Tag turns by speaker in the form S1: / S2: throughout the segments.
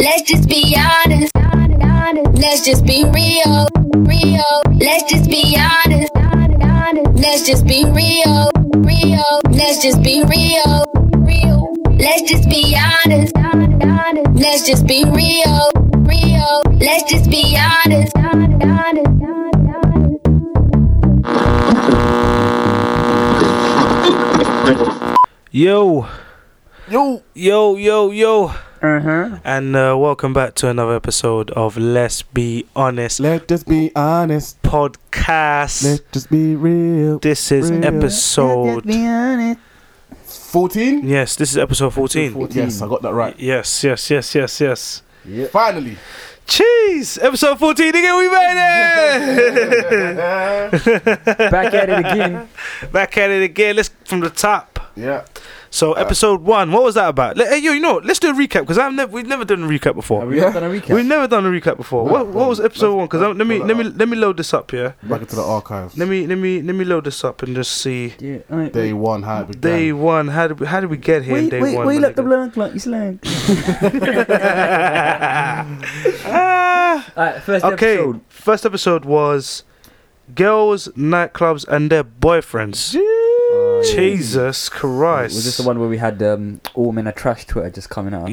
S1: Let's just be honest. Let's just be real. Real. Let's just be honest. Let's just be real. Real. Let's just be real. Real. Let's just be honest. Let's just be real. Real. Let's just be honest.
S2: Yo,
S3: Yo.
S2: yo, yo, yo,
S3: Uh huh.
S2: and uh, welcome back to another episode of Let's Be Honest
S3: Let's just be honest.
S2: podcast.
S3: Let's just be real.
S2: this is
S3: Real.
S2: episode.
S4: Fourteen.
S2: Yes, this is episode 14.
S4: 14. Yes, I got that right.
S2: Yes, yes, yes, yes, yes.
S4: Finally.
S2: Cheese! Episode 14 again, we made
S3: Back at it again.
S2: it! Back at it again. Let's from the top.
S4: Yeah.
S2: So episode one, what was that about? Let- Hey, yo, you know, what? let's do a recap because I've never we've never done a recap before.
S3: Have we
S4: Yeah.
S3: not done a recap?
S2: We've never done a recap before.
S4: No,
S2: What, what was
S4: let's-
S2: episode one? Because let me
S4: pull
S2: let
S4: it
S2: me
S4: up.
S2: let me load this up here.
S4: Back into the archives.
S2: Let me let me let me load this up and just see.
S3: Yeah,
S5: uh,
S3: all right,
S4: Day
S3: wait,
S4: one, how it began.
S2: Day one, how did we, how did we get here?
S3: wait,
S2: day
S3: wait,
S2: one,
S3: wait,
S2: my
S3: look, the
S2: nigga?
S3: blank, blank, it's lying.
S2: Ah.
S3: Alright, first
S2: okay,
S3: episode.
S2: first episode was girls, nightclubs, and their boyfriends.
S5: Oh,
S2: Jesus Christ!
S5: Was this the one where we had um, all men are trash Twitter just coming out?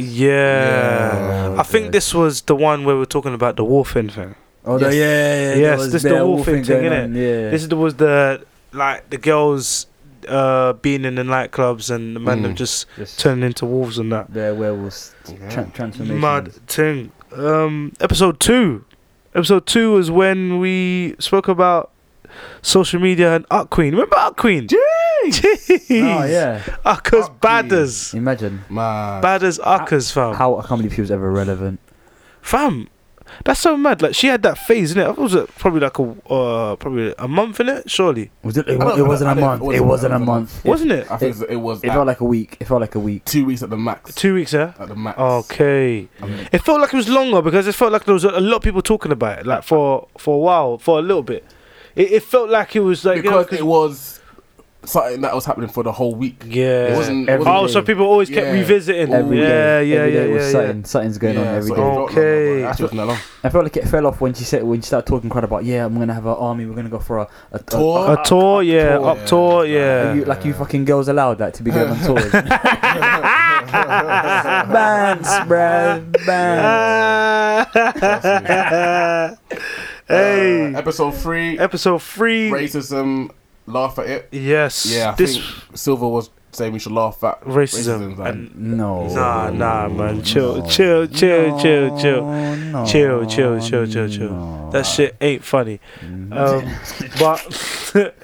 S2: Yeah.
S5: Yeah.
S2: I think this was the one where we were talking about the wolfing thing.
S5: Oh,
S3: Yes.
S5: the- yeah, yeah.
S2: Yes,
S5: there was
S2: this the
S5: bare
S2: wolfing thing,
S5: going
S2: innit?
S5: on, Yeah.
S2: This was the like the girls uh, being in the nightclubs and the man
S4: Mm.
S2: them just
S5: Just
S2: turning into wolves and that
S5: bare werewolves tra- transformation.
S2: mad thing. Um, episode two, episode two was when we spoke about social media and Art Queen. Remember Art Queen? Jeez,
S5: Oh yeah.
S2: Uckers
S4: Art Queen.
S2: badders,
S5: Imagine
S4: Man.
S2: badders Uckers, fam.
S5: how I can't believe she was ever relevant.
S2: Fam, that's so mad. Like she had that phase in it. I thought it was uh, probably like a uh, probably a month in it, surely,
S5: Was it?
S4: I
S5: It,
S4: don't-
S5: wa-
S4: I
S5: it
S4: don't-
S5: wasn't
S4: I
S5: a
S4: don't-
S5: month. It wasn't a month. It,
S2: wasn't it?
S4: I think it, was
S5: it
S4: at
S5: felt like a week. It felt like a week.
S4: two weeks at the max.
S2: Two weeks, yeah.
S4: At the max.
S2: Okay.
S4: Um,
S2: It felt like it was longer because it felt like there was a a lot of people talking about it, like for for a while, for a little bit. It, it felt like it was like you know,
S4: because it was something that was happening for the whole week.
S2: yeah.
S4: It wasn't.
S5: Every
S4: It
S2: oh,
S4: wasn't
S2: so
S5: day.
S2: people always kept
S4: Yeah.
S2: revisiting.
S5: Every
S2: yeah,
S5: day.
S2: yeah,
S5: every
S2: yeah,
S5: day was
S2: yeah,
S5: something. Something's going on
S4: Yeah,
S5: every
S4: so
S5: day.
S4: it felt longer,
S2: Okay.
S4: but Actually, it wasn't that long.
S5: I felt like it fell off when she said when she started talking crap about yeah I'm gonna have an army. We're gonna go for a, a a-
S4: Tour?
S5: a-
S2: A tour, yeah,
S4: tour,
S2: up tour,
S5: Are
S2: yeah.
S5: you, like you fucking girls allowed that to be going on tours? Bands, bruh, bands.
S2: Ah. hey,
S4: Uh, episode three.
S2: episode three.
S4: racism. Laugh at it.
S2: Yes,
S4: Yeah. I
S2: this
S4: think Silver was saying we should laugh at
S2: racism.
S4: racism
S2: and-
S5: No.
S2: nah, nah, man, chill, chill, chill, chill, chill.
S5: No,
S2: Chill, chill, chill, chill, chill.
S5: no.
S2: That shit ain't funny. Um, but
S5: But-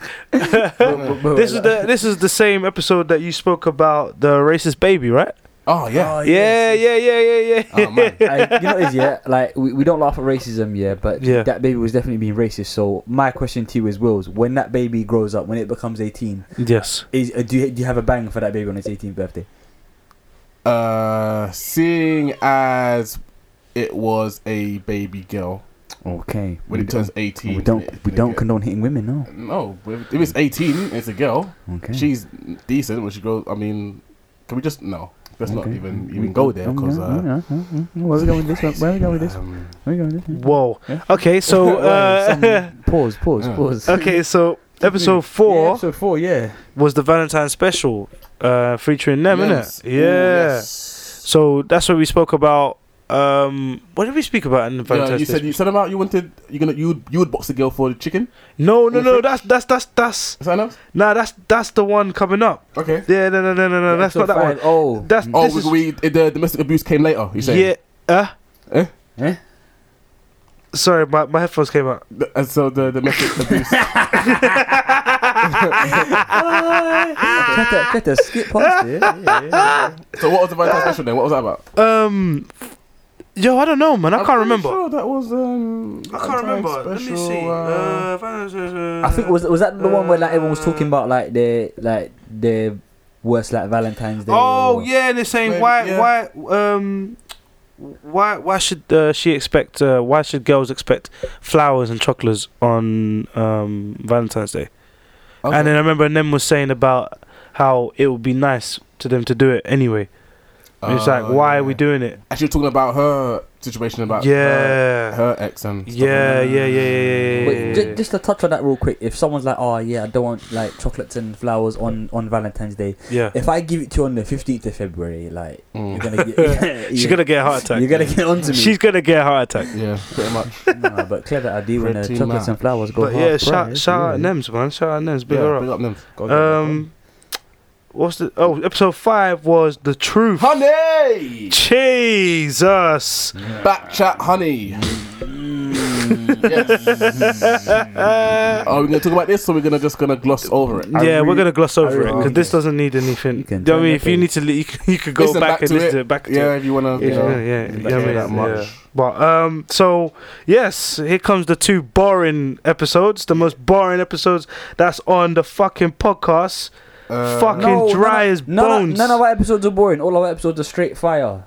S5: but-
S2: um, this is the this is the same episode that you spoke about the racist baby, right?
S4: Oh yeah.
S5: Oh,
S2: Yeah, yeah, yeah, yeah, yeah.
S4: Oh man.
S5: I, you know what it is, yeah? Like, we, we don't laugh at racism, yeah, but
S2: Yeah.
S5: that baby was definitely being racist. So, my question to you is, Wills, when that baby grows up, when it becomes 18,
S2: Yes.
S5: is uh, do, you, do you have a bang for that baby on its 18th birthday?
S4: Uh, seeing as it was a baby girl
S5: Okay.
S4: when
S5: we
S4: it turns
S5: don't,
S4: eighteen.
S5: we don't,
S4: it-
S5: we
S4: it
S5: don't
S4: get-
S5: condone hitting women, no.
S4: no, if if it's eighteen, it's a girl.
S5: Okay.
S4: She's decent when she grows. I mean, can we just no? Let's not
S5: Okay.
S4: even even go there because.
S5: Yeah,
S4: Uh,
S5: yeah, yeah, yeah. Where we going with this? one? Where we going with this?
S4: um,
S5: Where we going with this?
S2: Whoa.
S5: Yeah.
S2: Okay, so uh,
S5: Some- pause, pause,
S4: Yeah.
S5: pause.
S2: okay, so episode
S5: Yeah,
S2: four
S5: episode four, yeah.
S2: was the Valentine's special, uh, featuring them,
S4: Lems.
S2: innit?
S4: Ooh,
S2: Yeah.
S4: yes.
S2: So that's what we spoke about. Um, what did we speak about in the
S4: Yeah,
S2: Valentine's?
S4: you said
S2: special?
S4: you said about you wanted you gonna you would, you would box the girl for the chicken.
S2: no, no,
S4: you
S2: no.
S4: said-
S2: That's that's that's that's
S4: Is that enough?
S2: nah. That's that's the one coming up.
S4: Okay.
S2: Yeah, no, no, no, no, no. That's not that one.
S5: Oh.
S2: That's
S4: Oh,
S2: this is,
S4: we, we the domestic abuse came later. You saying?
S2: yeah. Uh,
S4: Eh?
S5: Eh?
S2: Sorry, my, my headphones came out.
S4: The- And so the domestic abuse.
S5: Try to, try to skip past it. Yeah, yeah, yeah.
S4: So what was the Valentine's special then? What was that about?
S2: Um, yo, I don't know, man. I
S4: I'm
S2: can't
S4: pretty
S2: remember.
S4: Sure that was um.
S2: I can't remember. Let me
S4: special,
S2: see.
S4: uh,
S2: Uh, Valentine's-
S5: I think was was that the one where like everyone was talking about like their like their worst like Valentine's Day.
S2: Oh
S5: or-
S2: yeah, and they're saying
S4: Maybe,
S2: why
S4: yeah.
S2: why um why why should uh, she expect uh, why should girls expect flowers and chocolates on um Valentine's Day? Uh,
S4: okay.
S2: And then I remember Nem was saying about how it would be nice to them to do it anyway. it's
S5: Ah,
S2: like, why are we
S4: yeah.
S2: doing it?
S4: Actually, talking about her situation
S5: uh,
S4: about her,
S2: yeah.
S4: her ex and stuff like
S2: yeah,
S4: that.
S2: yeah, yeah, yeah, yeah,
S5: Wait,
S2: yeah,
S5: ju- just to touch on that real quick, if someone's like, "Oh yeah, I don't want like chocolates and flowers on on Valentine's Day,"
S2: yeah.
S5: if I give it to you on the fifteenth of February, like you're
S4: Mm.
S5: gonna get,
S2: She's gonna get a heart attack.
S5: you're gonna get onto me.
S2: She's gonna get a heart attack.
S4: yeah, pretty much.
S5: nah, but clever idea when the
S4: Pretty
S5: chocolates and
S4: much.
S5: flowers go.
S2: But
S5: half
S2: yeah, shout
S5: price,
S2: shout out
S5: really.
S2: Nems, man. Shout out Nems, big
S4: yeah,
S2: her up.
S4: big up them. Go, go,
S2: Um, what's the? Oh, episode five was the
S4: go.
S2: truth.
S4: honey,
S2: Jesus.
S4: back chat, honey.
S2: Mm.
S4: yes. Are we gonna talk about this, or we're gonna just gonna gloss over it?
S5: I
S2: Uh, yeah, we're
S5: really-
S2: gonna gloss
S5: I
S2: over it
S5: really
S2: because
S5: like
S2: this
S5: it.
S2: doesn't need anything.
S5: You
S2: You
S5: can
S2: know what I
S5: turn
S2: mean,
S5: that
S2: if you
S5: thing.
S2: need to, li- you, c- you could go
S4: Listen
S2: back,
S4: back
S2: and
S4: to
S2: listen
S4: it.
S2: to it back. To
S4: Yeah,
S2: it.
S4: if you wanna,
S2: Yeah,
S4: you know,
S2: yeah, yeah,
S4: if
S2: you
S4: you
S2: know what I
S4: care
S2: mean?
S4: that much.
S2: Yeah. But um, so yes, here comes the two boring episodes, the most boring episodes that's on the fucking podcast.
S4: Uh,
S2: Fucking dry as
S5: none, of-
S2: bones.
S5: None of our episodes are boring. All our episodes are straight fire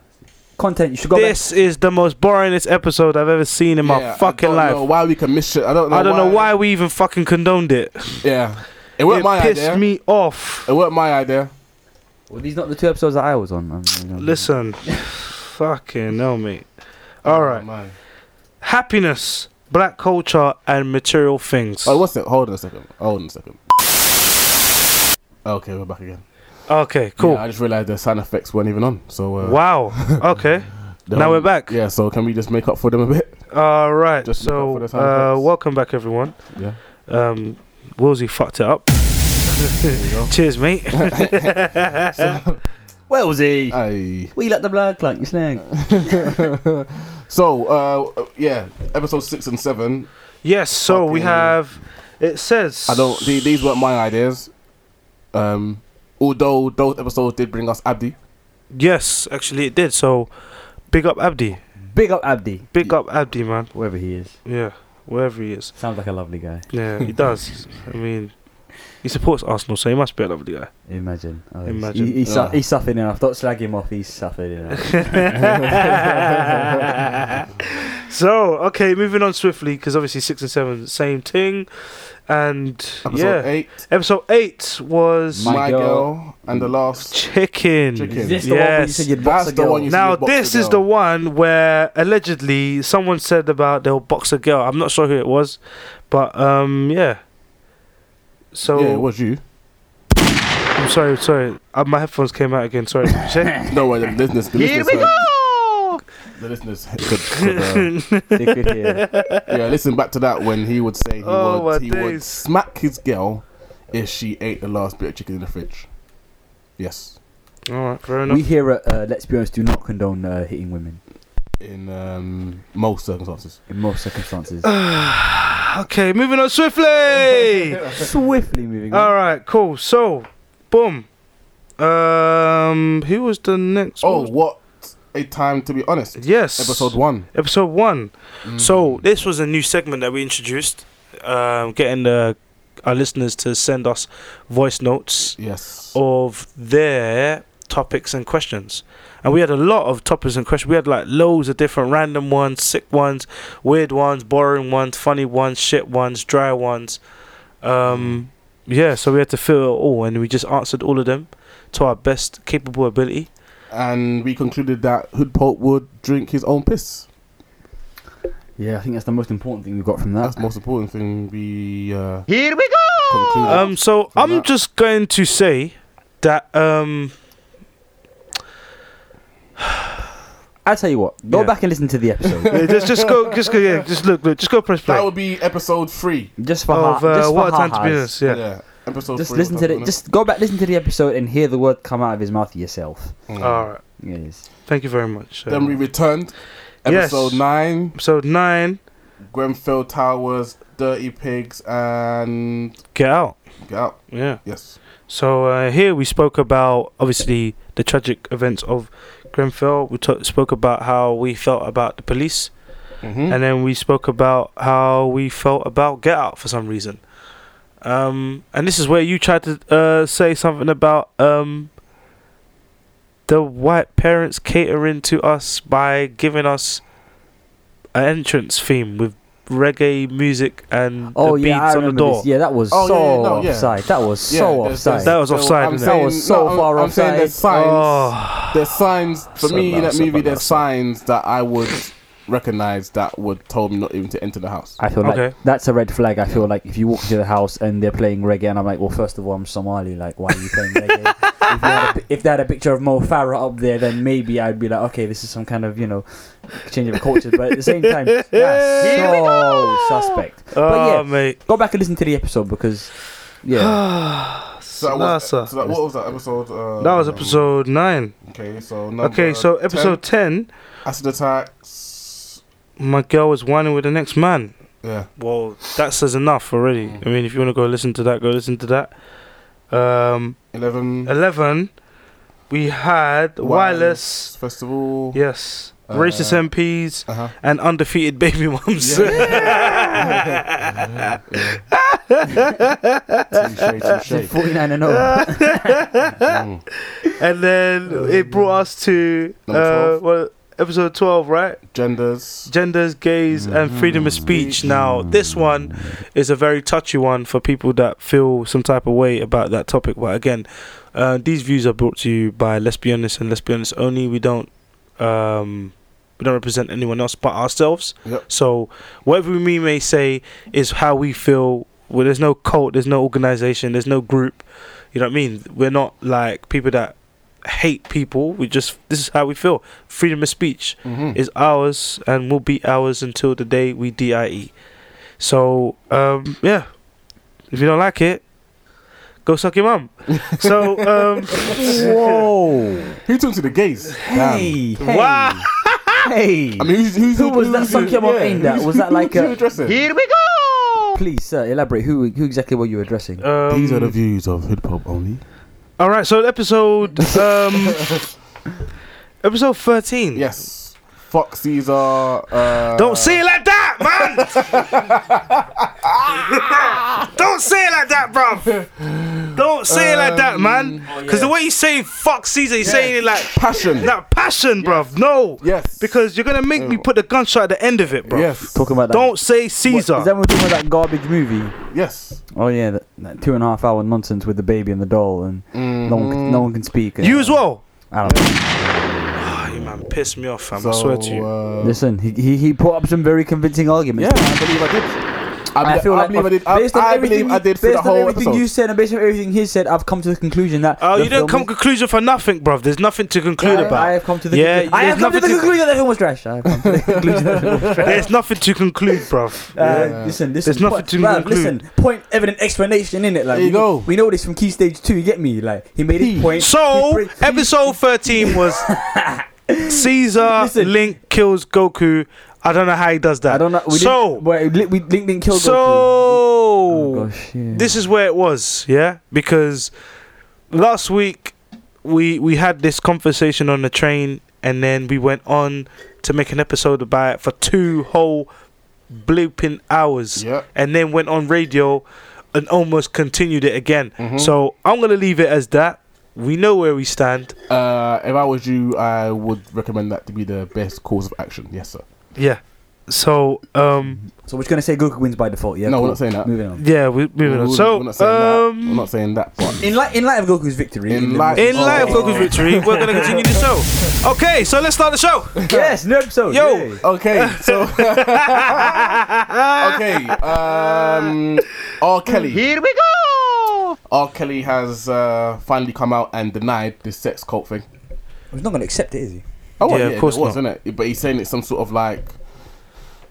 S5: content. You should go
S2: this is the most boringest episode I've ever seen in
S4: yeah,
S2: my fucking
S4: I don't
S2: life.
S4: Know why we can miss it? I don't know.
S2: I don't know why we even fucking condoned it.
S4: Yeah, it weren't
S2: it
S4: my
S2: pissed
S4: idea.
S2: me off.
S4: It weren't my idea.
S5: back. Well, these not the two episodes that I was on. Um, you know.
S2: Listen, fucking hell, mate. All right,
S4: man.
S2: happiness, black culture, and material things.
S4: Oh, what's it? Hold on a second. Hold on a second. Okay, we're back again.
S2: Okay, cool.
S4: Yeah, I just realized the sound effects weren't even on. So uh,
S2: wow. Okay.
S4: the
S2: now
S4: whole-
S2: we're back.
S4: Yeah. So can we just make up for them a bit?
S2: All right.
S4: Just look out
S2: so,
S4: for the sound
S2: uh,
S4: effects.
S2: welcome back, everyone.
S4: Yeah.
S2: Um, Woolsey fucked it up.
S4: There you go.
S2: Cheers, mate.
S5: Wellsy,
S2: Uh,
S4: Aye.
S5: we let the blood clunk your slang.
S4: so uh, yeah, episode six and seven.
S2: yes. So we
S4: Fucking-
S2: have. It says.
S4: I don't. the- These weren't my ideas. Um, although those episodes did bring us Abdi.
S2: Yes, actually, it did. So, big up Abdi.
S5: Big up Abdi,
S2: Big up Abdi, man.
S5: wherever he is.
S2: Yeah, wherever he is.
S5: Sounds like a lovely guy.
S2: Yeah, he does. I mean, he supports Arsenal, so he must be a lovely guy.
S5: Imagine. Oh, he's-
S2: Imagine.
S5: He, he's, su-
S4: Ugh.
S5: he's suffered enough. Don't slag him off. He's suffered enough.
S2: so, okay, moving on swiftly because obviously six and seven, same thing, and
S4: Episode
S2: yeah,
S4: eight.
S2: episode eight was
S4: My,
S5: My
S4: girl.
S5: Girl.
S4: and the last.
S2: chicken.
S4: Chicken.
S5: is this the one where you
S2: Yes.
S5: said you'd
S4: That's
S5: box a
S4: the
S5: girl?
S4: one you-
S2: Now
S4: You'd box
S2: this
S4: a
S2: is the
S4: girl.
S2: one where allegedly someone said about they'll box a girl. I'm not sure who it was, but um, yeah. So
S4: Yeah, it was you.
S2: I'm sorry, sorry. Uh, my headphones came out again. Sorry. Say-
S4: No, way, the listeners. The
S2: Here
S4: listeners
S2: we
S4: heard-
S2: go.
S4: The listeners could, could, uh,
S5: They could hear.
S4: yeah, listen back to that when he would say he,
S2: Oh,
S4: would,
S2: my
S4: he
S2: days.
S4: would smack his girl if she ate the last bit of chicken in the fridge. Yes.
S2: All right, fair enough.
S5: We here at uh, Let's Be Honest do not condone uh, hitting women
S4: In um, most circumstances.
S5: in most circumstances.
S2: Okay, moving on swiftly.
S5: Swiftly moving on.
S2: All right, cool. So, boom. Um, who was the next?
S4: Oh,
S2: one?
S4: what a time to be honest.
S2: yes.
S4: Episode one.
S2: Episode one.
S4: Mm.
S2: So this was a new segment that we introduced, um, getting the, our listeners to send us voice notes
S4: Yes.
S2: oh. of their topics and questions. And we had a lot of topics and questions. We had like loads of different random ones, sick ones, weird ones, boring ones, funny ones, shit ones, dry ones.
S4: Mm.
S2: Um, yeah, so we had to fill it all, and we just answered all of them to our best capable ability.
S4: And we concluded that Hood Pope would drink his own piss.
S5: Yeah, I think that's the most important thing we got from
S4: That's
S5: that.
S4: the most important thing we uh,
S2: Here we go.
S4: concluded.
S2: Um, so
S4: From
S2: I'm
S4: that.
S2: just going to say that um,
S5: I'll tell you what. Go
S2: Yeah.
S5: back and listen to the episode.
S2: yeah, just just go, just go, yeah, just look, look, just go press play.
S4: that would be episode three.
S5: just for
S2: Of
S5: ha-
S2: uh,
S5: just for
S2: what a time to be
S5: ha-has.
S2: honest, yeah.
S4: Episode
S5: Just
S4: three.
S5: listen
S4: what
S5: to
S4: time
S5: the.
S4: be
S5: Just go back, listen to the episode, and hear the word come out of his mouth yourself.
S4: honest. Mm.
S2: All right,
S5: Yes.
S2: thank you very much.
S4: Then we
S2: Um,
S4: returned.
S2: Yes.
S4: Episode nine.
S2: episode nine,
S4: Grenfell Towers, Dirty Pigs, and
S2: get out.
S4: Get Out.
S2: Yeah.
S4: Yes.
S2: So uh, here we spoke about obviously the tragic events of Grenfell. We t- spoke about how we felt about the police,
S4: Mm-hmm.
S5: Mm.
S2: and then we spoke about how we felt about Get Out for some reason. Um, and this is where you tried to uh, say something about um, the white parents catering to us by giving us an entrance theme with reggae music and
S5: Oh
S2: the
S5: yeah, I
S2: beats on the
S5: remember
S2: door.
S5: this. Yeah, that was
S4: Oh,
S5: so
S4: yeah, yeah, no, yeah.
S5: offside. That was so
S4: there's- there's-
S5: offside.
S2: That was
S4: there's-
S2: offside,
S4: I'm
S2: innit?
S5: That was so
S4: I'm-
S5: far
S4: I'm saying there's signs.
S2: Oh,
S4: There's signs for
S2: So
S4: me in
S2: bad,
S4: that
S2: so
S4: movie.
S2: bad,
S4: There's
S2: so bad.
S4: signs that I would recognize that would told me not even to enter the house.
S5: I feel
S2: Okay.
S5: like that's a red flag. I feel like if you walk into the house and they're playing reggae, and I'm like, well, first of all, I'm Somali. Like, why are you playing reggae? if, they had a, pi- if they had a picture of Mo Farah up there, then maybe I'd be like, okay, this is some kind of you know change of culture. But at the same time, that's
S2: Here we
S5: so
S2: go.
S5: suspect.
S2: oh
S5: yeah.
S2: mate.
S5: Go back and listen to the episode because yeah,
S4: So, that
S2: Nah,
S4: was,
S2: sir.
S4: so that, what was that episode? Uh,
S2: That was
S4: um,
S2: episode nine.
S4: Okay, so number
S2: Okay, so
S4: 10,
S2: episode ten,
S4: acid attacks.
S2: my girl was whining with the next man.
S4: Yeah,
S2: Well, that says enough already. I mean, if you want to go listen to that, go listen to that. Um,
S4: eleven
S2: eleven, we had wireless.
S4: festival.
S2: Yes,
S4: Uh,
S2: racist MPs
S4: Uh-huh.
S2: and undefeated baby mums.
S4: uh-huh, Touche, touche.
S5: 49 and oh. 0.
S4: Mm.
S2: and then it brought us to
S4: Uh, Number
S2: uh,
S4: 12.
S2: well, episode twelve, right?
S4: Genders.
S2: genders, gays, and freedom of speech. Now, this one is a very touchy one for people that feel some type of way about that topic. But again, uh, these views are brought to you by Let's Be Honest and Let's Be Honest only. We don't. Um, we don't represent anyone else but ourselves.
S4: Yep.
S2: So whatever we may say is how we feel. Well, there's no cult, there's no organization, there's no group. You know what I mean? We're not like people that hate people. We just this is how we feel. Freedom of speech
S5: Mm-hmm.
S4: Mhm.
S2: is ours and will be ours until the day we die. So um, yeah, if you don't like it, go suck your mum. so um,
S5: Whoa!
S4: Who talked to the gays?
S5: Hey! Hey!
S2: wow,
S5: Hey!
S4: I mean, who's, who's,
S5: Who was that sucking up in that? Was that like a-
S4: who's addressing?
S5: Please, sir, elaborate. Who who exactly were you addressing?
S2: um,
S4: These are the views of hip hop only.
S2: all right. So episode um, episode thirteen.
S4: Yes. Foxy's are. Uh,
S2: Don't say it like that, man. Don't say it like that, bruv. Don't say it like
S5: Um,
S2: that, man.
S5: oh,
S2: Because the way you say "fuck Caesar," you're saying it like
S4: Passion.
S2: That passion, bruv. No.
S4: Yes.
S2: Because you're gonna make me put the gunshot at the end of it, bruv.
S4: Yes.
S5: Talking about Mm. that.
S2: Don't say
S5: What-
S2: Caesar.
S5: Is that when we're talking about that garbage movie?
S4: Yes.
S5: Oh yeah, that, that two and a half hour nonsense with the baby and the doll, and no one can, no one can speak. and-
S2: you as well.
S5: I don't know.
S2: Ah, you man, piss me off, fam.
S4: So,
S2: I swear to you.
S4: Uh,
S5: Listen, he, he he put up some very convincing arguments.
S4: yeah, I believe I did. I, be- I believe I did. I,
S5: based on
S4: I
S5: everything
S4: believe I
S5: you-
S4: did for
S5: based
S4: the
S5: on
S4: whole
S5: everything
S4: episode.
S5: you said and based on everything he said, I've come to the conclusion that.
S2: Oh, you
S5: the
S2: didn't
S5: film
S2: come conclusion for nothing, bruv. There's nothing to conclude
S5: is- I
S2: about.
S5: have come to the
S2: Yeah,
S5: conclusion. I
S2: there's
S5: have come to the
S2: nothing to-
S5: conclusion that the film was trash. I have come to the conclusion that the film was trash.
S2: There's nothing to conclude, bruv.
S5: Uh,
S4: Yeah.
S5: Listen, this
S2: There's
S5: is
S2: nothing
S5: point,
S2: to
S5: bruv,
S2: conclude.
S5: listen. Point evident explanation in it. Like
S4: There you
S5: we, know-
S4: go.
S5: we know this from Key Stage Two. You get me? Like he made his point. he
S2: So
S5: bring- he-
S2: episode 13 was Caesar
S5: Listen.
S2: Link kills Goku. I don't know how he does that.
S5: I don't know. We
S2: so
S5: didn't, well, we we linked in Kyoto.
S2: so.
S5: Oh, gosh, yeah.
S2: this is where it was, yeah, because last week we we had this conversation on the train, and then we went on to make an episode about it for two whole blooping hours,
S4: Yeah.
S2: and then went on radio and almost continued it again.
S4: Mhm.
S2: So I'm gonna leave it as that. We know where we stand.
S4: Uh, if I was you, I would recommend that to be the best course of action. Yes, sir.
S2: Yeah. So um
S5: So we're just gonna say Goku wins by default. Yeah.
S4: no,
S5: cool.
S4: we're not saying that.
S5: Moving on.
S2: yeah, we moving
S4: We're-
S2: on. So
S4: we're not saying that. We're
S2: um
S4: not saying that. But
S5: In light, in light of Goku's victory.
S4: In
S5: the-
S4: light-
S2: in
S4: Oh.
S2: light of Goku's victory, we're gonna continue the show. Okay, so let's start the show.
S5: yes, no episode.
S2: Yo.
S5: yay.
S4: Okay, so okay, um, R. Kelly. Here we go. R. Kelly has uh, finally come out and denied this sex cult thing.
S5: He's not gonna accept it, is he?
S4: Oh, well,
S2: Yeah,
S4: yeah,
S2: of course
S4: it was,
S2: not.
S4: isn't it? But he's saying it's some sort of like,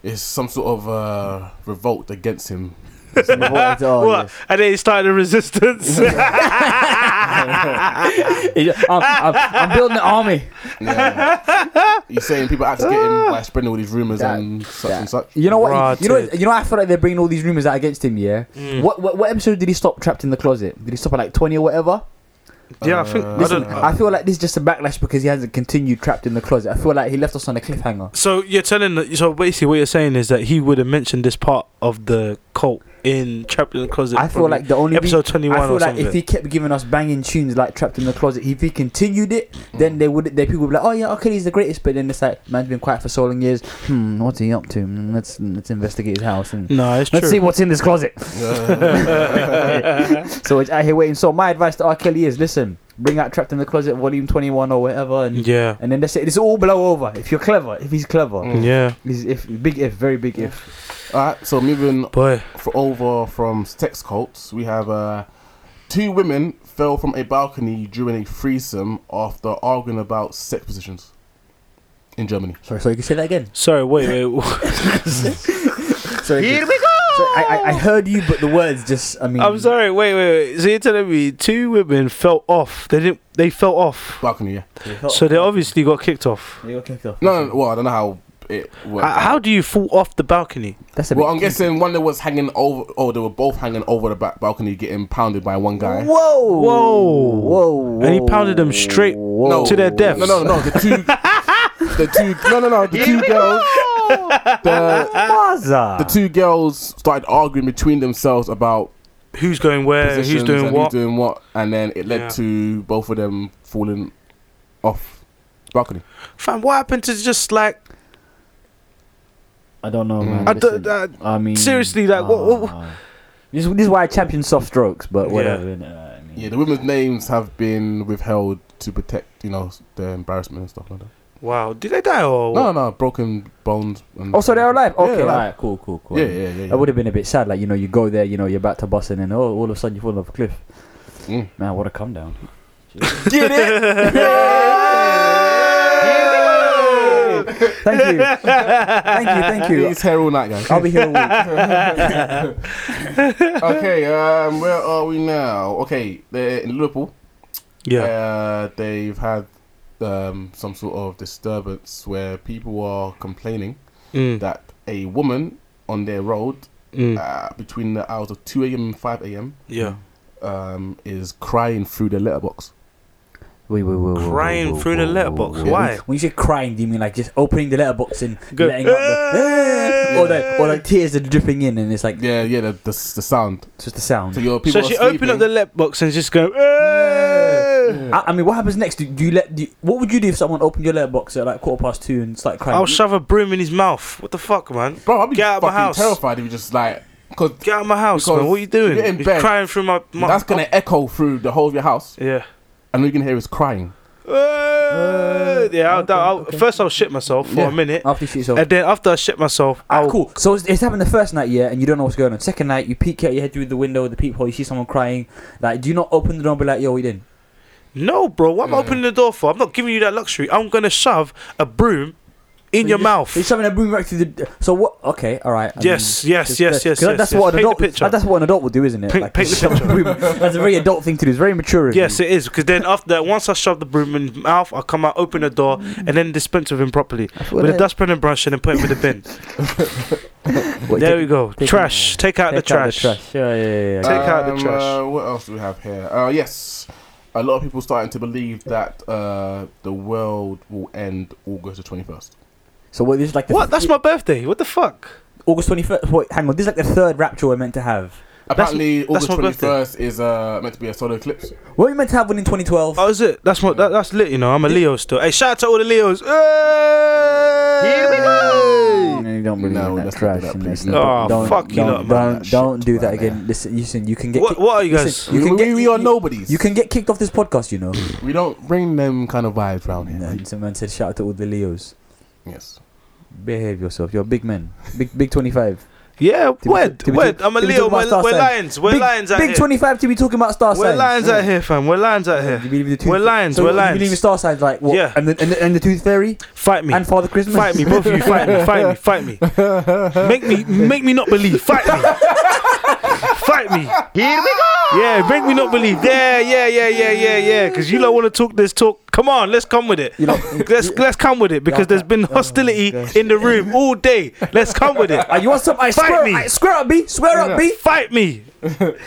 S4: it's some sort of uh, revolt against him.
S5: Oh,
S2: what?
S5: yes.
S2: And then he started a resistance.
S5: He's just, I'm, I'm, I'm building an army.
S4: Yeah. he's saying people are to get him by spreading all these rumors
S5: That-
S4: and such
S5: that-
S4: and such.
S5: You know what? You know.
S2: Rotted.
S5: You know. I feel like they're bringing all these rumors out against him. Yeah. What, what? What episode did he stop trapped in the closet? Did he stop at like twenty or whatever?
S2: yeah, I think.
S4: Uh,
S2: I
S5: Listen,
S2: don't,
S5: I feel like this is just a backlash because he hasn't continued trapped in the closet. I feel like he left us on a cliffhanger.
S2: so you're telling. So basically, what you're saying is that he would have mentioned this part of the cult in Trapped in the Closet.
S5: I feel
S2: probably
S5: like the only re-
S2: episode twenty
S5: I
S2: one
S5: feel
S2: or
S5: like
S2: something.
S5: if he kept giving us banging tunes like Trapped in the Closet, if he continued it, then they would, they people would be like, oh yeah, okay, he's the greatest. But then it's like, man's been quiet for so long years. Hmm, what's he up to? Hmm, Let's let's investigate his house and
S2: no, it's
S5: let's
S2: true.
S5: see what's in this closet.
S2: yeah,
S5: so it's out here waiting. So my advice to R. Kelly is, listen, bring out Trapped in the Closet Volume 21 or whatever,
S2: Mm.
S5: and and then that's it. It's all blow over. If you're clever, if he's clever,
S4: Mm.
S2: yeah,
S5: he's if big if very big if.
S4: Alright, so moving
S2: boy.
S4: f over from sex cults, we have uh, two women fell from a balcony during a threesome after arguing about sex positions in Germany.
S5: Sorry, so you can say that again.
S2: Sorry, wait, wait.
S5: So Here we go. I, I, I heard you, but the words just I mean.
S2: I'm sorry. Wait, wait, wait. So you're telling me two women fell off? They didn't. They fell off.
S4: Balcony, yeah.
S2: So they obviously got kicked off.
S5: They got kicked off.
S4: No, no, no well, I don't know how it worked.
S2: How- How do you fall off the balcony?
S5: That's a bit
S4: well, I'm
S5: cheeky.
S4: guessing one that was hanging over. Oh, they were both hanging over the back balcony, getting pounded by one guy.
S5: Whoa!
S2: Whoa.
S5: Whoa!
S2: And he pounded them straight
S5: Whoa.
S4: No.
S2: to their deaths.
S4: No, no, no, the two, the two, no, no, no, the two girls, the,
S5: Baza.
S4: the two girls started arguing between themselves about
S2: Who's going where?
S4: positions
S2: Who's doing
S4: and
S2: what?
S4: who's doing what, and then it led
S2: Yeah.
S4: to both of them falling off balcony.
S2: Fam, what happened to just like
S5: I don't know, man.
S4: Mm. I
S2: don't-
S5: Listen,
S2: uh,
S5: I mean,
S2: seriously, like, what- what-
S5: ah. This, this is why I champion soft strokes, but whatever. innit? I mean,
S4: Yeah, the women's names have been withheld to protect, you know, the embarrassment and stuff like that.
S2: wow? Did they die or what?
S4: No, no, broken bones. And
S5: Oh, so they're alive. Okay,
S4: Yeah,
S5: alright, cool, cool, cool.
S4: Yeah, yeah, yeah. yeah.
S5: That would have been a bit sad. Like you know, you go there, you know, you're about to bust, and then oh, all of a sudden you fall off a cliff.
S4: Mm.
S5: Man, what a come down.
S2: Get it?
S5: Thank you, thank you, thank you.
S4: He's here all night, guys.
S5: I'll be here all week.
S4: okay, um, where are we now? Okay, they're in Liverpool.
S2: yeah.
S4: Uh, they've had um, some sort of disturbance where people are complaining
S2: Mm,
S4: that a woman on their road
S2: mm,
S4: uh, between the hours of 2 a.m. and 5 a.m.
S2: yeah.
S4: Um, is crying through their letterbox.
S5: Wait, wait, wait, wait,
S2: Crying
S5: wait, wait,
S2: through the
S5: wait,
S2: letterbox.
S5: wait, wait.
S2: Why?
S5: When you say crying, do you mean like just opening the letterbox and
S2: Go-
S5: letting out the or the or the tears are dripping in, and it's like
S4: Yeah, yeah, the, the, the sound.
S5: it's just the sound.
S4: So your people
S2: So
S4: are
S2: she
S4: sleeping.
S2: opened up the letterbox and just go. "Eh."
S5: I, I mean, what happens next? Do, do you let? Do you- what would you do if someone opened your letterbox at like quarter past two and started crying?
S2: I'll shove a broom in his mouth. What the fuck, man?
S4: Bro, I'd be
S2: Get out of my
S4: fucking
S2: house.
S4: terrified if you just like, because
S2: Get out of my house,
S4: Because
S2: man. What are you
S4: if you're in
S2: doing? He's
S4: bed,
S2: crying through my. my
S4: that's gonna echo through the whole of your house,
S2: Yeah.
S4: and all you can hear is crying.
S2: Eh, yeah. I'll,
S5: okay,
S2: I'll,
S5: okay.
S2: First, I'll shit myself for
S4: Yeah.
S2: a minute,
S5: after you shoot yourself.
S2: and then after I shit myself,
S5: Ah,
S2: I'll.
S5: cool. So it's, it's happened the first night, yeah, and you don't know what's going on. Second night, you peek out your head through the window, the peephole, you see someone crying. Like, do you not open the door and be like, yo, we didn't?
S2: No, bro. What am I opening the door for? I'm not giving you that luxury. I'm gonna shove a broom in your
S5: So you just-
S2: mouth.
S5: You're shoving a broom right through the. So what? Okay, all right. I
S2: Yes,
S5: mean,
S2: yes, yes,
S5: just- that-
S2: yes,
S5: 'cause
S2: yes,
S5: That's
S2: yes.
S5: what an
S2: Paint the
S5: adult.
S2: picture.
S5: That's what an adult would do, isn't it?
S2: Paint- paint the
S5: shove a
S2: picture.
S5: broom. That's a very adult thing to do. It's very mature. of you.
S2: Yes, it is. Because then after that, once I shove the broom in my mouth, I come out, open the door, and then dispense with him properly
S5: feel
S2: with a
S5: that-
S2: dustpan and brush, and then put him in the bin.
S5: Wait,
S2: there
S5: take-
S2: we go.
S5: take-
S2: trash. Take out the
S5: take out
S2: trash.
S5: Yeah, yeah, yeah. yeah.
S2: Take out the trash.
S4: Uh, what else do we have here? Uh, yes, a lot of people starting to believe that uh, the world will end August the twenty first.
S5: so what? This is like the
S2: What? That's my birthday. What the fuck?
S5: August twenty first. Wait, hang on. This is like the third rapture we're meant to have.
S4: Apparently,
S2: that's
S4: August
S2: my
S4: twenty
S2: birthday.
S4: first is uh, meant to be a solar eclipse.
S5: Were we meant to have one in twenty twelve?
S2: Oh, is it? That's what. That, that's lit. You know, I'm a Leo still. Hey, shout out to all the Leos. Here we go.
S5: No, you don't believe
S4: No,
S5: in that
S4: let's not
S5: trash.
S4: do that,
S5: and
S4: please.
S5: that's not-
S2: Oh, fuck you
S5: don't,
S2: lot, man.
S5: Don't,
S4: That
S5: don't
S4: shit,
S5: do
S4: man.
S5: that again. Listen, listen, you can get.
S2: What?
S5: kick-
S2: What are you guys?
S5: listen, you
S4: we,
S5: can
S4: we,
S5: get.
S4: we
S5: you-
S4: are nobodies.
S5: You can get kicked off this podcast, you know.
S4: We don't bring them kind of vibes round here.
S5: and someone said, "Shout out to all the Leos.
S4: Yes.
S5: Behave yourself. You're a big man. Big, big twenty-five.
S2: Yeah,
S5: we
S2: word,
S5: talk- did we
S2: word.
S5: talk-
S2: I'm a
S5: did we
S2: Leo.
S5: talk about
S2: We're,
S5: star
S2: we're
S5: sign?
S2: lions. We're
S5: big,
S2: lions out
S5: Big
S2: here.
S5: twenty-five to be talking about star
S2: We're
S5: signs.
S2: lions out here, fam. We're lions out
S5: You
S2: here.
S5: believe in the tooth
S2: We're lions,
S5: So
S2: we're
S5: you
S2: lions.
S5: believe in star signs like what?
S2: Yeah.
S5: And the, and the, and the tooth fairy
S2: Fight me.
S5: and Father Christmas.
S2: Fight me, both of you. Fight me. Fight me. Fight me. Make me, make me not believe. Fight me. Fight me. Here we go. Yeah, make me not believe. Yeah, yeah, yeah, yeah, yeah, yeah. Because you don't want to talk this talk. Come on, let's come with it.
S5: You know,
S2: Let's let's come with it because there's been hostility in the room all day. Let's come with it.
S5: uh, you want some? I
S2: Fight
S5: swear,
S2: me.
S5: I swear up, B. Swear up, B.
S2: Fight me.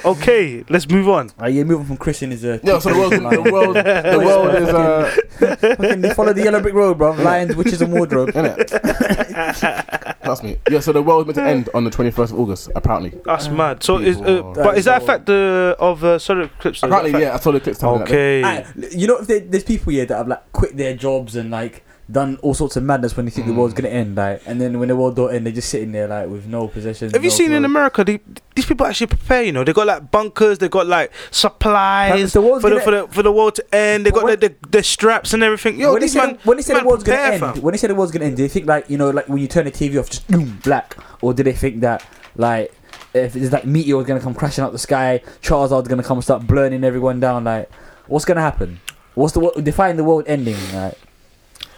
S2: Okay, let's move on.
S5: Are you moving from Christian is a
S4: No, so the world, the world, the world is uh,
S5: Fucking they follow the yellow brick road, bro. Lions, witches, and wardrobe.
S4: innit? Trust me. Yeah, so the world is meant to end on the 21st of August, apparently.
S2: That's mad. So is uh,
S4: people are-
S2: but is that a
S5: That is
S2: fact uh, of uh, solar eclipse? Is that
S4: Apparently,
S2: a
S4: yeah, I saw the clips.
S2: fact? Okay.
S5: Aye, you know, if there- there's people here that have like quit their jobs and like done all sorts of madness when they think
S2: Mm.
S5: the world's gonna end, like, and then when the world don't end, they're just sitting there like with no possessions.
S2: Have you
S5: no
S2: seen in
S5: clothes.
S2: America they, these people actually prepare? You know, they got like bunkers, they got like
S5: But
S2: supplies
S5: if the world's
S2: for the,
S5: gonna-
S2: for the for the world to end. They
S5: But
S2: got
S5: when-
S2: the, the the straps and everything. Yo,
S5: when they
S2: these
S5: said,
S2: man,
S5: when they said
S2: man
S5: the world's gonna
S2: prepare,
S5: end,
S2: fam.
S5: when they said the world's gonna end, do they think like you know, like when you turn the TV off, just boom, black, or do they think that like if it's like meteors gonna come crashing out the sky, Charizard's gonna come and start burning everyone down? Like, what's gonna happen? What's the wo- define the world ending? Like,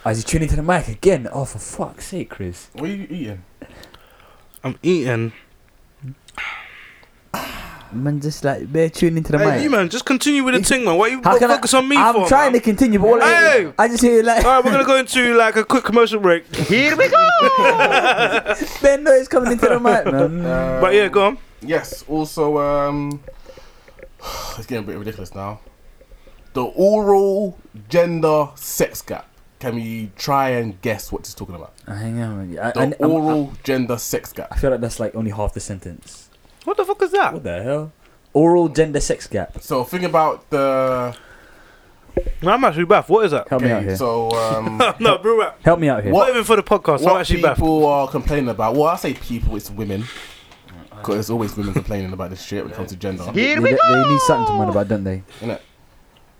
S5: Ah, as you tune into the mic again? Oh, for fuck's sake, Chris!
S4: What are you eating?
S2: I'm eating.
S5: Man, just like bare tune into the
S2: Hey,
S5: mic.
S2: you man, just continue with the thing, man. Why you
S5: How
S2: got
S5: can I-
S2: focus on me
S5: I'm
S2: for?
S5: trying to
S2: man?
S5: continue, but all
S2: Hey!
S5: I, I just hear like
S2: All right, we're gonna go into like a quick commercial break. Here we go.
S5: bare noise coming into the mic, man.
S4: Um,
S2: But yeah, go on.
S4: Yes. Also, um, it's getting a bit ridiculous now. The oral gender sex gap. Can we try and guess what he's talking about?
S5: Hang on, man. I,
S4: The
S5: I, I'm-
S4: oral gender sex
S5: I
S4: gap.
S5: feel like that's like only half the sentence.
S2: What the fuck is that?
S5: What the hell? Oral gender sex gap.
S4: So think about the.
S2: No, I'm actually baff. What is that?
S5: Help me out
S4: Okay,
S5: here.
S4: so um,
S2: no, bro, rap.
S5: Help me out here.
S2: Not
S4: What-
S2: even for the podcast. I'm
S4: what
S2: actually baff.
S4: people are complaining about? Well, I say people, it's women. Because there's always women complaining about this shit when it comes to gender.
S5: They, they need something to moan about, don't they?
S4: innit?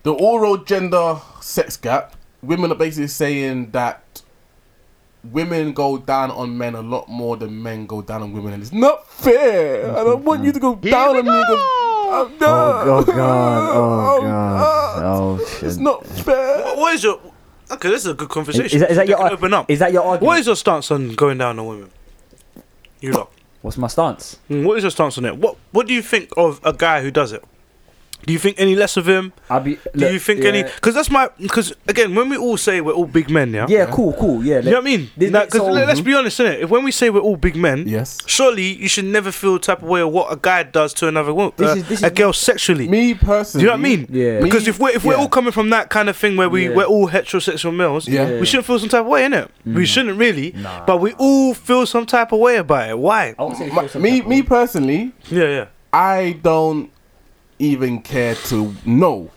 S4: The oral gender sex gap, women are basically saying that women go down on men a lot more than men go down on women, and it's not fair. I don't want you to go down on me. 'cause I'm not-
S5: Oh, god. Oh god. Oh
S4: It's
S5: shit.
S4: not fair.
S2: What is your? Okay, this is a good conversation.
S5: Is, is that, is that
S2: You
S5: your
S2: can
S5: ar-
S2: open up?
S5: Is that your argument?
S2: What is your stance on going down on women? You lot.
S5: What's my stance?
S2: Mm, What is your stance on it? What What do you think of a guy who does it? Do you think any less of him?
S5: I'll be.
S2: Do you think any? Because that's my. Because again, when we all say we're all big men, yeah.
S5: Yeah. Cool. Cool. Yeah.
S2: You know what I mean?
S5: This-
S2: Because
S5: so-
S2: let's be honest, innit? If when we say we're all big men,
S4: Yes.
S2: surely you should never feel the type of way of what a guy does to another woman,
S5: This
S2: uh,
S5: is- this is-
S2: a girl sexually.
S4: Me personally.
S2: Do you know what I mean?
S5: Yeah.
S4: Me-
S2: Because if we're if we're
S4: yeah.
S2: all coming from that kind of thing where we
S5: Yeah.
S2: we're all heterosexual males,
S4: Yeah. Mm.
S2: we shouldn't feel some type of way in it. We shouldn't really, but we all feel some type of way about it. Why?
S5: I won't say
S4: My- me, me personally,
S2: Yeah, yeah.
S4: I don't even care to know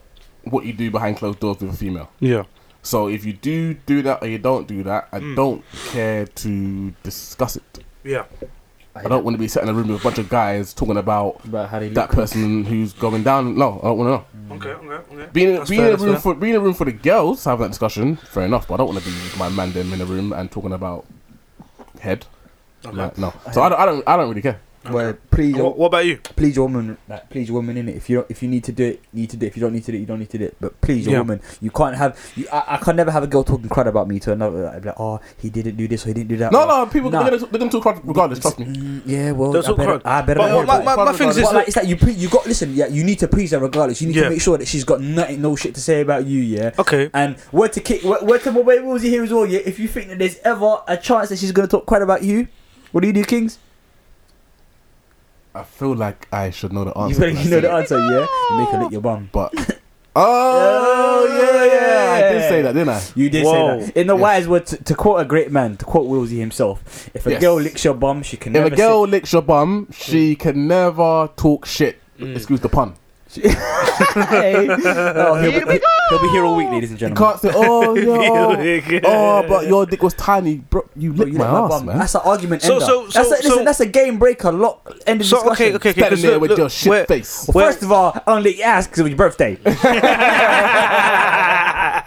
S4: what you do behind closed doors with a female.
S2: Yeah.
S4: So if you do do that or you don't do that, I
S2: Hmm.
S4: don't care to discuss it.
S2: Yeah.
S4: I don't want to be sat in a room with a bunch of guys talking about
S5: About how they look.
S4: that person who's going down. No, I don't want to know.
S2: Okay, okay, okay.
S4: Being, in
S2: That's
S4: being in
S2: fair,
S4: a
S2: that's
S4: room
S2: fair.
S4: for being in a room for the girls having that discussion, fair enough. But I don't want to be with my man them in a room and talking about head. Like, no, so I don't, I don't, I don't really care.
S5: Well, please,
S2: What, what about you?
S5: please your woman, like, please your woman in it. If you don't, if you need to do it, you need to do it. If you don't need to do it, you don't need to do it. But please your
S2: Yeah.
S5: woman, you can't have. You, I, I can never have a girl talking crud about me to another. Like, be like, oh, he didn't do this or he didn't do that.
S4: No,
S5: or-
S4: no, people
S5: Nah.
S4: they're, gonna, they're gonna talk regardless. Trust me.
S5: Mm, yeah, well,
S2: That's
S5: I
S2: all
S5: better,
S2: crud.
S5: I better
S2: But
S5: not
S2: what
S5: hear
S2: my,
S5: about it.
S2: my, my thing is,
S5: But like,
S2: look-
S5: it's like you pre- you got listen. Yeah, you need to please her regardless. You need
S2: Yeah.
S5: to make sure that she's got nothing, no shit to say about you. Yeah.
S2: okay,
S5: And word to kick, word, word to my baby Woolsey here as well. Yeah. If you think that there's ever a chance that she's gonna talk quite about you, what do you do, Kings?
S4: I feel like I should know the
S5: You
S4: answer.
S5: better you know the answer. Yeah. You make her lick your bum.
S4: But oh yeah, yeah, I did say that, didn't I?
S5: You did
S2: Whoa.
S5: say that. In the
S4: Yes.
S5: wise word, to, to quote a great man, to quote Woolsey himself, if a
S4: Yes.
S5: girl licks your bum, she can
S4: If
S5: never. Mm.
S4: a girl licks your bum, she can never talk shit. Excuse the pun.
S5: sit- Hey. Oh, he'll, be, he'll be here all week, ladies and
S4: You
S5: gentlemen.
S4: can't say, oh, yo,
S2: Feeling.
S4: oh, but your dick was tiny, bro. You
S5: But
S4: licked
S5: you
S4: my
S5: let my
S4: ass,
S5: bum-
S4: man.
S5: That's an argument
S2: So-
S5: ender.
S2: so-
S5: that's,
S2: so-
S5: a, listen,
S2: so-
S5: that's a game breaker. Lock. End of
S2: so
S5: discussion.
S2: okay, okay, okay.
S4: Standing
S2: 'cause
S4: there
S2: look-
S4: with
S2: look,
S4: your shit
S2: we're-
S4: face.
S5: Well, first of all, I don't let you ask because it was your birthday.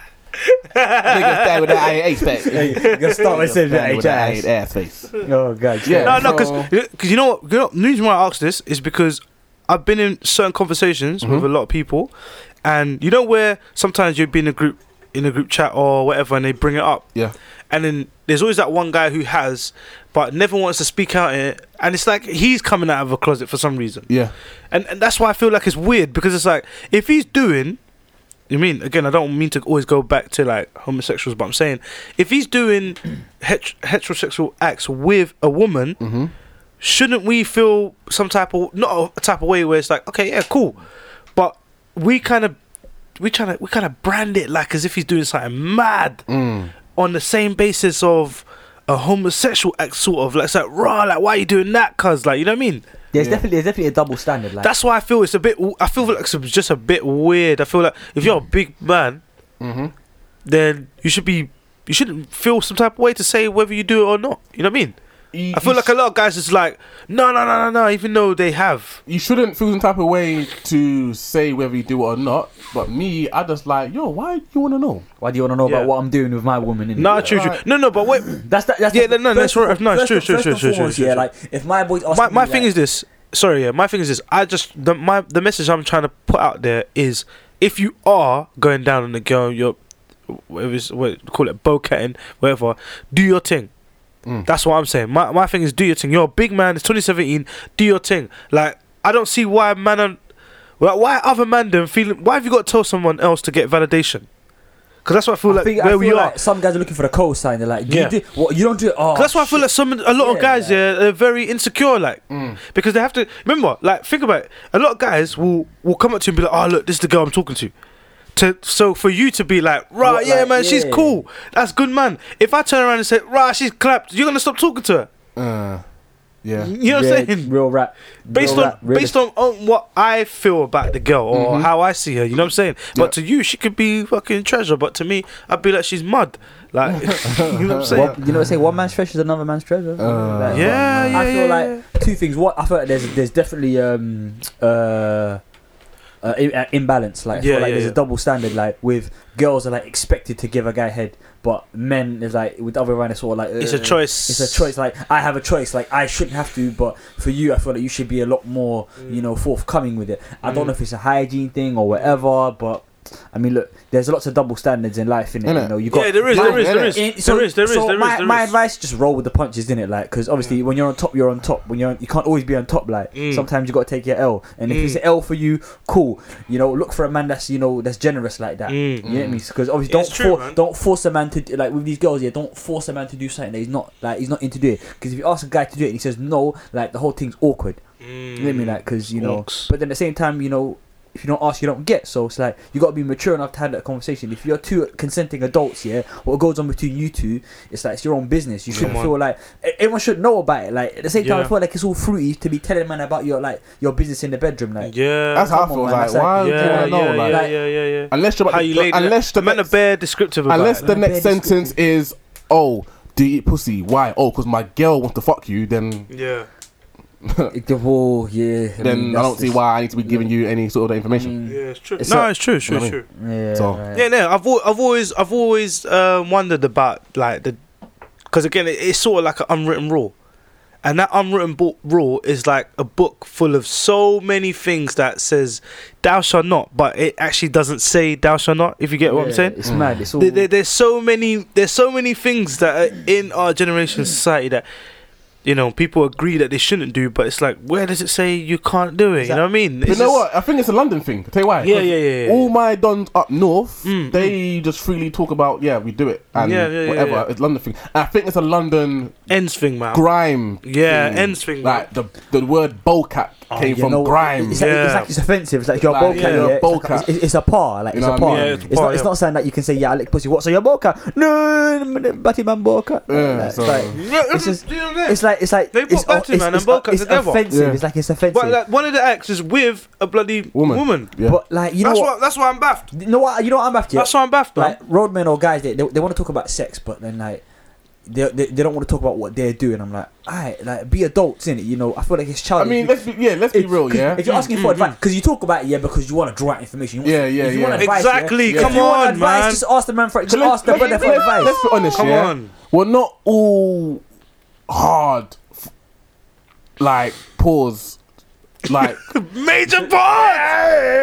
S4: Nigga stand with that ass face.
S5: Hey, you gotta start by saying that,
S4: Stand with that
S5: hey,
S4: ass face.
S5: Jazz. Oh god.
S4: Yeah.
S2: No, no,
S4: So-
S2: because you know what? You know, the reason why I asked this is because I've been in certain conversations
S4: Mm-hmm.
S2: with a lot of people, and you know where sometimes you'd be in a group in a group chat or whatever, and they bring it up,
S4: Yeah.
S2: and then there's always that one guy who has, but never wants to speak out in it, and it's like he's coming out of a closet for some reason,
S4: Yeah.
S2: and and that's why I feel like it's weird because it's like if he's doing. You mean again? I don't mean to always go back to like homosexuals, but I'm saying if he's doing het- heterosexual acts with a woman,
S4: Mm-hmm.
S2: shouldn't we feel some type of not a type of way where it's like, okay, yeah, cool, but we kind of we trying to we kind of brand it like as if he's doing something mad
S4: Mm.
S2: on the same basis of a homosexual act, sort of like it's like raw, like why are you doing that? Cause like you know what I mean.
S5: There's
S4: Yeah.
S5: definitely there's definitely a double standard. Like
S2: That's why I feel it's a bit. I feel like it's just a bit weird. I feel like if you're a big man,
S4: Mm-hmm.
S2: then you should be. You shouldn't feel some type of way to say whether you do it or not. You know what I mean?
S4: You,
S2: I feel
S4: you
S2: like a lot of guys is like, no, no, no, no, no. Even though they have,
S4: you shouldn't feel some type of way to say whether you do it or not. But me, I just like, yo, why you want to know?
S5: why do you want to know
S2: Yeah.
S5: about what I'm doing with my woman? innit?
S2: no, true, true.
S4: Alright.
S2: No, no, but wait.
S5: That's that. That's
S2: Yeah,
S5: the-
S2: no, no, that's
S5: first
S2: right.
S5: of-
S2: No, it's true,
S5: first
S2: true,
S5: of-
S2: true,
S5: first
S2: true, true,
S5: and foremost,
S2: true,
S5: Yeah,
S2: true.
S5: like if my boys ask
S2: My
S5: me,
S2: my
S5: like,
S2: thing is this. Sorry, yeah. My thing is this. I just the my the message I'm trying to put out there is if you are going down on the girl, you're whatever it's, what call it bokehing, whatever. Do your thing.
S4: Mm.
S2: That's what I'm saying. My my thing is do your thing. You're a big man. It's 2017. Do your thing. Like I don't see why man. on- Like why other man them feeling? Why have you got to tell someone else to get validation? Because that's what I feel
S5: I
S2: like
S5: think, I
S2: where
S5: feel
S2: we are.
S5: like some guys are looking for the co sign. They're like, you
S2: Yeah.
S5: do what you don't do. Oh,
S2: That's why I feel
S5: shit.
S2: like some a lot of
S5: Yeah, Mm.
S2: guys yeah are very insecure like because they have to remember like think about it, a lot of guys will will come up to you and be like oh look this is the girl I'm talking to. To, so for you to be like right
S5: What,
S2: yeah
S5: like,
S2: man she's
S5: yeah.
S2: cool that's good man if I turn around and say right she's clapped you're gonna stop talking to her
S4: Uh, yeah.
S2: you know what I'm
S5: Yeah,
S2: saying
S5: Real rap.
S2: based
S5: real
S2: on
S5: rap, Mm-hmm. real-
S2: based on, on what I feel about the girl or how I see her you know what I'm saying but to you she could be fucking treasure but to me I'd be like she's mud like you know what I'm saying
S5: One- you know what I'm
S6: Uh.
S5: saying? One man's treasure is another man's treasure. Like,
S2: yeah, yeah
S5: I feel
S2: yeah,
S5: like
S2: yeah.
S5: two things. What I feel like there's there's definitely um uh. Uh, i- uh, imbalance like, I feel
S2: Yeah,
S5: like
S2: yeah,
S5: there's
S2: yeah.
S5: a double standard like with girls are like expected to give a guy head but men is like with the other around it's sort of like
S2: it's a
S5: uh,
S2: choice
S5: it's a choice like i have a choice like i shouldn't have to but for you i feel like you should be a lot more
S2: Mm.
S5: you know forthcoming with it i don't know if it's a hygiene thing or whatever but i mean look there's lots of double standards in life in it you
S4: Innit?
S5: know you got
S2: Yeah, there is,
S4: my-
S2: there is, there is,
S5: in-
S2: there is, there is,
S5: so
S2: there
S5: my,
S2: is,
S5: my
S2: there is.
S5: advice just roll with the punches didn't it like because obviously when you're on top you're on top when you're on, you can't always be on top like
S2: Mm.
S5: sometimes you got to take your l and if
S2: Mm.
S5: it's an l for you cool you know look for a man that's you know that's generous like that
S2: Mm.
S5: you know what I mean? Because obviously,
S2: It's
S5: don't
S2: true,
S5: for,
S2: man.
S5: don't force a man to do, like with these girls. Yeah, don't force a man to do something that he's not like he's not into doing. Because if you ask a guy to do it and he says no, like the whole thing's awkward.
S2: Mm.
S5: You know what I mean? Like because you know.
S2: Orcs.
S5: But then at the same time, you know, if you don't ask, you don't get. So it's like you got to be mature enough to have that conversation. If you're two consenting adults, yeah, what goes on between you two, it's like it's your own business. You shouldn't
S2: Come on.
S5: feel like e- everyone should know about it. Like at the same time,
S2: Yeah.
S5: I feel like it's all fruity to be telling a man about your like your business in the bedroom. Like
S2: yeah.
S4: That's how I
S5: Come on,
S4: feel.
S5: man,
S4: like,
S5: that's like-
S4: why do you
S2: yeah,
S4: want to know?
S2: yeah,
S4: like,
S2: yeah, yeah, yeah, yeah.
S4: unless you're
S2: How
S4: about
S2: you
S4: to,
S2: laid
S4: unless the
S2: the man are
S4: next,
S2: bare descriptive about
S4: unless
S2: it.
S4: the
S5: Like,
S4: next
S5: bare
S4: sentence is, oh, do you eat pussy? Why? Oh, because my girl wants to fuck you. Then,
S2: yeah.
S5: it- oh yeah. I
S4: then
S5: mean,
S4: I
S5: that's
S4: don't see
S5: just-
S4: why I need to be giving you any sort of
S5: I
S4: information.
S5: mean,
S2: Yeah, it's true.
S5: It's
S2: no,
S5: a-
S2: it's true, it's true, it's
S4: I
S2: true.
S5: Yeah.
S4: So-
S5: right.
S2: Yeah, no, I've al- I've always I've always uh, wondered about like the because again it, it's sort of like an unwritten rule, and that unwritten bo- rule is like a book full of so many things that says thou shalt not, but it actually doesn't say thou shalt not. If you get what I'm
S5: Yeah,
S2: saying,
S5: It's mad. It's all.
S2: there, there- there's so many there's so many things that are in our generation society that you know people agree that they shouldn't do but it's like where does it say you can't do it you know what i mean
S4: But you know what? I think it's a London thing. tell you why.
S2: yeah
S4: 'Cause
S2: yeah yeah, yeah.
S4: All my dons up north,
S2: Mm,
S4: they just freely talk about, yeah, we do it and
S2: Yeah, yeah, yeah,
S4: whatever.
S2: yeah.
S4: It's London thing. I think it's a London
S2: ends thing man
S4: grime.
S2: yeah
S4: thing.
S2: ends thing man.
S4: Like the the word bocat came
S5: Oh, you
S4: from
S5: know,
S4: grime.
S5: It's like, it's,
S2: Yeah.
S5: like it's offensive. It's like you're a
S4: Like,
S5: boca.
S2: yeah,
S5: Yeah,
S4: you're a
S5: It's like-
S4: boca.
S5: It's, it's, a par. Like
S4: You
S5: it's
S4: know
S5: a
S4: what I mean?
S2: Yeah,
S5: par.
S2: it's
S5: it's,
S2: a par,
S5: not. It's
S2: yeah.
S5: not saying that you can say yeah, I lick pussy. What? So you're boca? No, no, no, batty man boca.
S4: Yeah,
S5: Like, it's
S4: so-
S5: like-
S2: Yeah,
S5: it's just-
S2: you know what I mean?
S5: It's like it's like
S2: They put
S5: it's, o-
S2: Batty
S5: it's-
S2: Man
S5: it's,
S2: and Boca
S5: it's
S2: together.
S5: offensive.
S4: Yeah.
S5: It's like it's offensive.
S2: but like one of the acts is with a bloody woman,
S4: Woman. Yeah.
S5: but like you know
S2: that's
S5: what?
S2: why that's why i'm baffed
S5: You know what? You know what I'm after.
S2: that's why i'm baffed man.
S5: like roadmen or guys they, they, they want to talk about sex but then like they, they, they don't want to talk about what they're doing I'm like alright like be adults in it you know I feel like it's
S4: I
S5: childish
S4: mean, let's be, yeah, let's be
S5: If-
S4: real,
S5: 'cause
S4: yeah. Mm,
S5: If you're asking for advice, because you talk about it, yeah, because you want to draw out information. You want
S4: Yeah, yeah,
S5: if you
S4: yeah.
S5: Want advice, yeah,
S2: Exactly,
S5: if
S2: come
S5: you want
S2: on,
S5: advice,
S2: man.
S5: Just ask the man for just
S4: So let's-
S5: ask the brother for advice.
S4: Let's be honest,
S2: come
S4: yeah.
S2: on
S4: We're not all hard, f- like pause, like
S2: major boss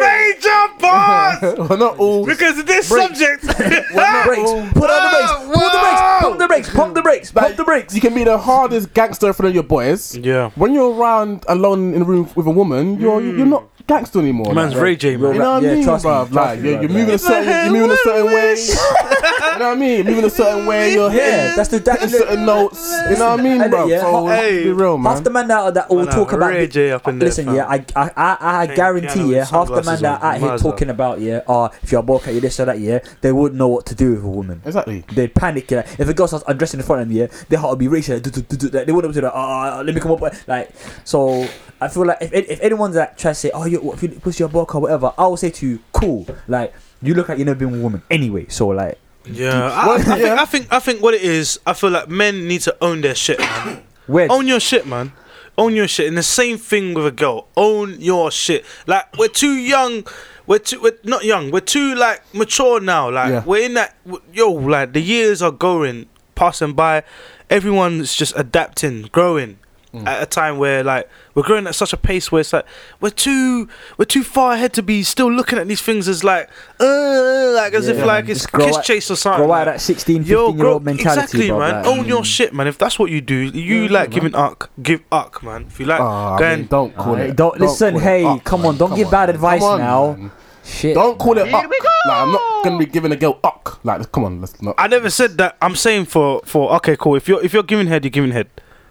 S2: major boss
S4: we're not all.
S2: because of this
S4: Break.
S2: subject
S5: Brakes, put on the brakes,
S2: Whoa,
S5: pump the brakes, pump the brakes, pump
S4: Like, You
S5: the brakes, pump the brakes.
S4: can be the hardest gangster in front of your boys.
S2: yeah Hmm.
S4: When you're around alone in a room with a woman, you're you're not gangster anymore.
S2: Man's
S4: like,
S2: Ray J,
S4: You
S2: man.
S4: know what
S5: Yeah,
S4: I mean,
S5: trust me,
S4: bruv?
S5: trust
S4: Like,
S5: me,
S4: yeah, you're
S5: bruv.
S4: moving a certain, you're moving a certain way. you know what I mean? Moving a certain way. You're
S5: Yeah,
S4: hitting
S5: that's the that's the,
S4: certain notes. You know what I mean,
S5: and,
S4: bruv?
S5: yeah,
S4: So,
S2: hey,
S4: be real,
S5: half
S4: man.
S5: the man that, that all
S2: Man,
S5: talk about.
S2: Ray J up in there,
S5: listen,
S2: fam.
S5: yeah, I I I, I
S2: Playing piano
S5: guarantee, yeah,
S2: with
S5: half the man
S2: sunglasses
S5: that
S2: on,
S5: out here
S2: might as well.
S5: talking about, yeah, are if you're a boy, you this or that, yeah, they wouldn't know what to do with a woman.
S4: Exactly.
S5: They'd panic. yeah. if a girl starts undressing in front of them, yeah, their heart would be racing. Like, "Do, do, do, do," like, they wouldn't be like, ah, let me come up. with-" Like, so I feel like if, if anyone's like trying to say, oh, you what, if you push your book or whatever, I will say to you, cool. Like, you look like you never been with a woman anyway. So like,
S2: Yeah, I, I,
S4: Well,
S2: think,
S4: yeah.
S2: I think I think what it is, I feel like men need to own their shit, man.
S5: where
S2: own your shit, man. Own your shit. And the same thing with a girl. Own your shit. Like we're too young. We're too we're not young. We're too like mature now. Like
S4: Yeah.
S2: we're in that w- yo. Like the years are going, passing by. Everyone's just adapting, growing.
S5: Mm.
S2: At a time where like we're growing at such a pace where it's like we're too we're too far ahead to be still looking at these things as like uh, like as if
S5: Yeah,
S2: like
S5: man.
S2: it's
S5: Just grow
S2: kiss
S5: out-
S2: chase or something.
S5: grow
S2: like
S5: out that 16, 15
S2: Yo,
S5: year
S2: bro,
S5: old mentality,
S2: exactly,
S5: bro,
S2: man.
S5: like, mm.
S2: Own your shit, man. If that's what you do, you like giving uck, give uck, man. If you
S5: Uh,
S2: like,
S4: Ah,
S2: go
S4: I mean,
S2: and-
S4: don't call
S5: Alright,
S4: it.
S5: don't- listen,
S4: call it
S5: hey,
S4: up,
S5: come
S4: man.
S5: on, don't give bad
S4: man.
S5: advice
S4: Come on,
S5: now.
S4: man.
S5: shit.
S4: Don't call it up. Like, I'm not gonna be giving a girl up. Like, let's- come on, let's not.
S2: I never said that. I'm saying for for okay, cool. If you're if you're giving head, you're giving head.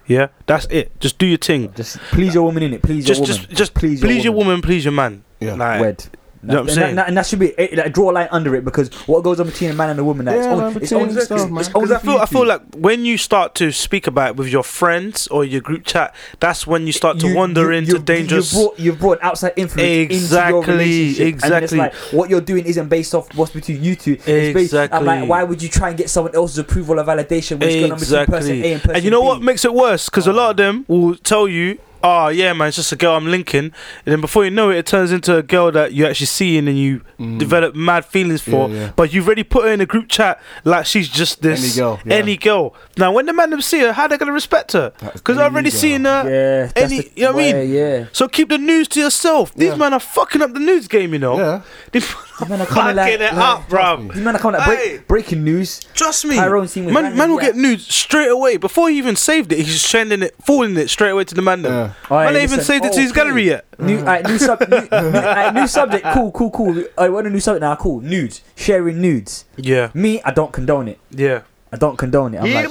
S2: Yeah, that's it. Just do your thing.
S5: Just please your woman in it. Please
S2: Just
S5: your woman.
S2: just just please, your, woman. please your man.
S4: Yeah.
S2: Like,
S5: Wed.
S2: You know what I'm
S5: and,
S2: saying?
S5: That, and that should be it, like, draw a line under it because what goes on between a man and a woman that it's
S4: Yeah, man,
S5: only, it's
S4: between
S5: only,
S4: yourself,
S5: it's-
S4: man.
S5: it's
S2: because
S5: only
S2: I feel
S5: for you
S2: I feel
S5: two.
S2: like when you start to speak about it with your friends or your group chat, that's when you start to
S5: You-
S2: wander
S5: you-
S2: into
S5: you-
S2: dangerous.
S5: You brought, you brought outside influence into
S2: Exactly,
S5: your relationship, And it's
S2: exactly.
S5: like what you're doing isn't based off what's between you two. It's based- I'm
S2: Exactly.
S5: like, why would you try and get someone else's approval or validation when it's going on between person A and person
S2: you know
S5: B? Ah.
S2: what makes it worse? Because a lot of them will tell you, "Oh yeah, man, it's just a girl I'm linking," and then before you know it, it turns into a girl that you actually seeing and you develop mad feelings for.
S4: Mm. Yeah, yeah.
S2: But you've already put her in a group chat like she's just this
S4: Any girl, yeah.
S2: any girl. Now when the man them see her, how they gonna respect her?
S4: That's
S2: Because I've already
S4: crazy,
S2: seen her.
S5: Yeah, that's
S2: any-
S5: the-
S2: you know what I mean?
S5: Yeah, yeah.
S2: So keep the news to yourself. These
S4: Yeah.
S2: men are fucking up the news game, you know.
S4: Yeah.
S2: These
S5: men
S2: men
S5: are
S2: are
S5: kinda
S2: fucking
S5: like-
S2: it
S5: like-
S2: up, bro.
S5: You man are coming at
S2: Hey.
S5: break, breaking news.
S2: Trust me.
S5: Tyrone seen with
S2: man,
S5: Brandon
S2: man will
S5: Jack.
S2: get nude straight away before he even saved it. He's sending it, forwarding it straight away to the man. then.
S4: Yeah.
S5: Oh,
S2: man,
S5: yeah,
S2: ain't even
S5: listen.
S2: saved it
S5: Oh,
S2: to his
S5: okay.
S2: gallery yet.
S5: New, alright, new, sub, new, new, alright, new subject. Cool, cool, cool. I want a new subject now. Cool. Nudes. Sharing nudes.
S2: Yeah,
S5: Me, I don't condone it.
S2: yeah.
S5: I don't condone it. I'm like,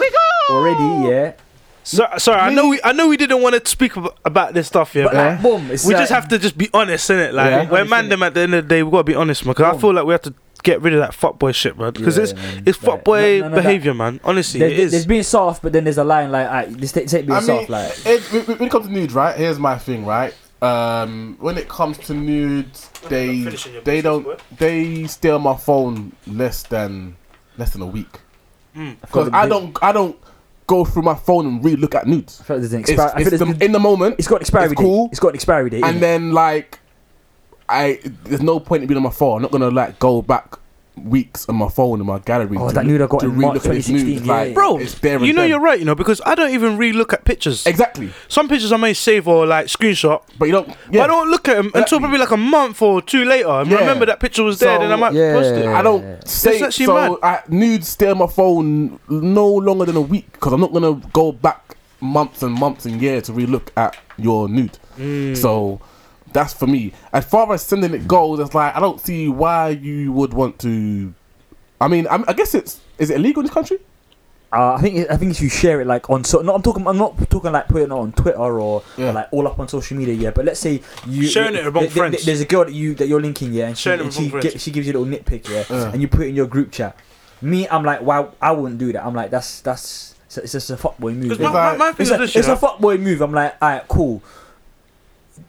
S5: already, yeah.
S2: So, sorry, I know we, I know we didn't want to speak ab- about this stuff here,
S5: But
S2: but
S5: like, boom. It's
S2: we
S5: like,
S2: just have to just be honest, innit? Like,
S4: Yeah.
S2: we're
S5: Honest,
S2: man
S5: innit?
S2: them at the end of the day. We gotta be honest, man. Because I feel like we have to get rid of that fuckboy shit, man. Because
S5: Yeah,
S2: it's
S5: man.
S2: it's
S5: Like,
S2: fuckboy
S5: no- none of that.
S2: behavior, man. Honestly,
S5: There's,
S2: it is.
S5: there's being soft, but then there's a line like, alright, this take, take being
S4: I
S5: soft.
S4: mean,
S5: Like,
S4: it, when- when it comes to nudes, right? Here's my thing, right? Um, when it comes to nudes, they
S2: finishing your
S4: they
S2: business,
S4: don't
S2: boy.
S4: they stay on my phone less than less than a week because
S5: Got the
S4: I
S5: big-
S4: don't I don't go through my phone and really look at nudes.
S5: I feel like there's an
S4: It's,
S5: expi- I feel
S4: it's
S5: there's
S4: the, in the moment,
S5: it's got an expiry
S4: it's
S5: date.
S4: cool.
S5: It's got an expiry date.
S4: and
S5: And then,
S4: then like I there's no point in being on my phone. I'm not gonna like go back weeks on my phone in my gallery.
S5: Oh, that nude I got in March
S4: relook at this
S5: 2016, yeah, yeah.
S2: Bro,
S4: it's there and
S2: you know
S4: then.
S2: you're right, you know, because I don't even re-look at pictures.
S4: exactly,
S2: Some pictures I may save or like screenshot,
S4: but you don't.
S2: But
S4: Yeah.
S2: I don't look at them until
S4: Exactly.
S2: probably like a month or two later. And
S4: Yeah.
S2: remember that picture was there,
S4: So,
S2: then I might
S5: yeah.
S2: post it.
S4: I don't say
S2: That's actually
S4: so. I, nudes stay on my phone no longer than a week because I'm not gonna go back months and months and years to relook at your nude.
S2: Mm.
S4: So that's for me. As far as sending it goes, it's like I don't see why you would want to. I mean, I'm, I guess it's is it illegal in this country?
S5: uh, I think it- I think if you share it like on so, no, I'm talking, I'm not talking like putting it on Twitter or,
S4: Yeah.
S5: or, like all up on social media, yeah. But let's say you
S2: Sharing
S5: you-
S2: it among
S5: there- there-
S2: friends.
S5: There's a girl that you that you're linking, yeah, and she
S2: Sharing it
S5: and
S2: among
S5: she,
S2: friends.
S5: gi- she gives you a little nitpick, yeah,
S4: Yeah.
S5: and you put it in your group chat. Me, I'm like, wow, I wouldn't do that. I'm like, that's that's it's- it's just a fuckboy move.
S2: Because my,
S4: It's
S2: my,
S4: like-
S2: my thing
S5: It's
S2: is
S5: a,
S2: this, you
S5: it's a
S2: know,
S5: fuckboy move. I'm like, alright, cool.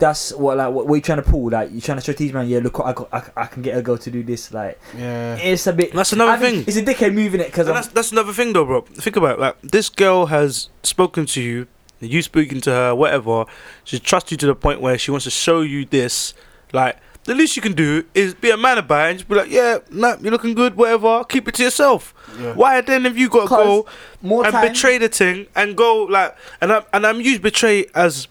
S5: That's what like what, what you trying to pull? Like you trying to strategize, man? Yeah, look, I got, I, c- I can get a girl to do this. Like
S4: Yeah.
S5: it's a bit.
S2: That's another
S5: I
S2: thing.
S5: think It's a dickhead moving it because
S2: and that's, that's another thing, though, bro. Think about it. Like, this girl has spoken to you, you speaking to her, whatever. She trusts you to the point where she wants to show you this. Like, the least you can do is be a man about it and just be like, yeah, nah, you're looking good, whatever. Keep it to yourself.
S4: Yeah.
S2: Why then have you got to
S5: 'Cause
S2: go
S5: more
S2: and
S5: time.
S2: betray the thing and go, like, and I'm, and I'm used betray as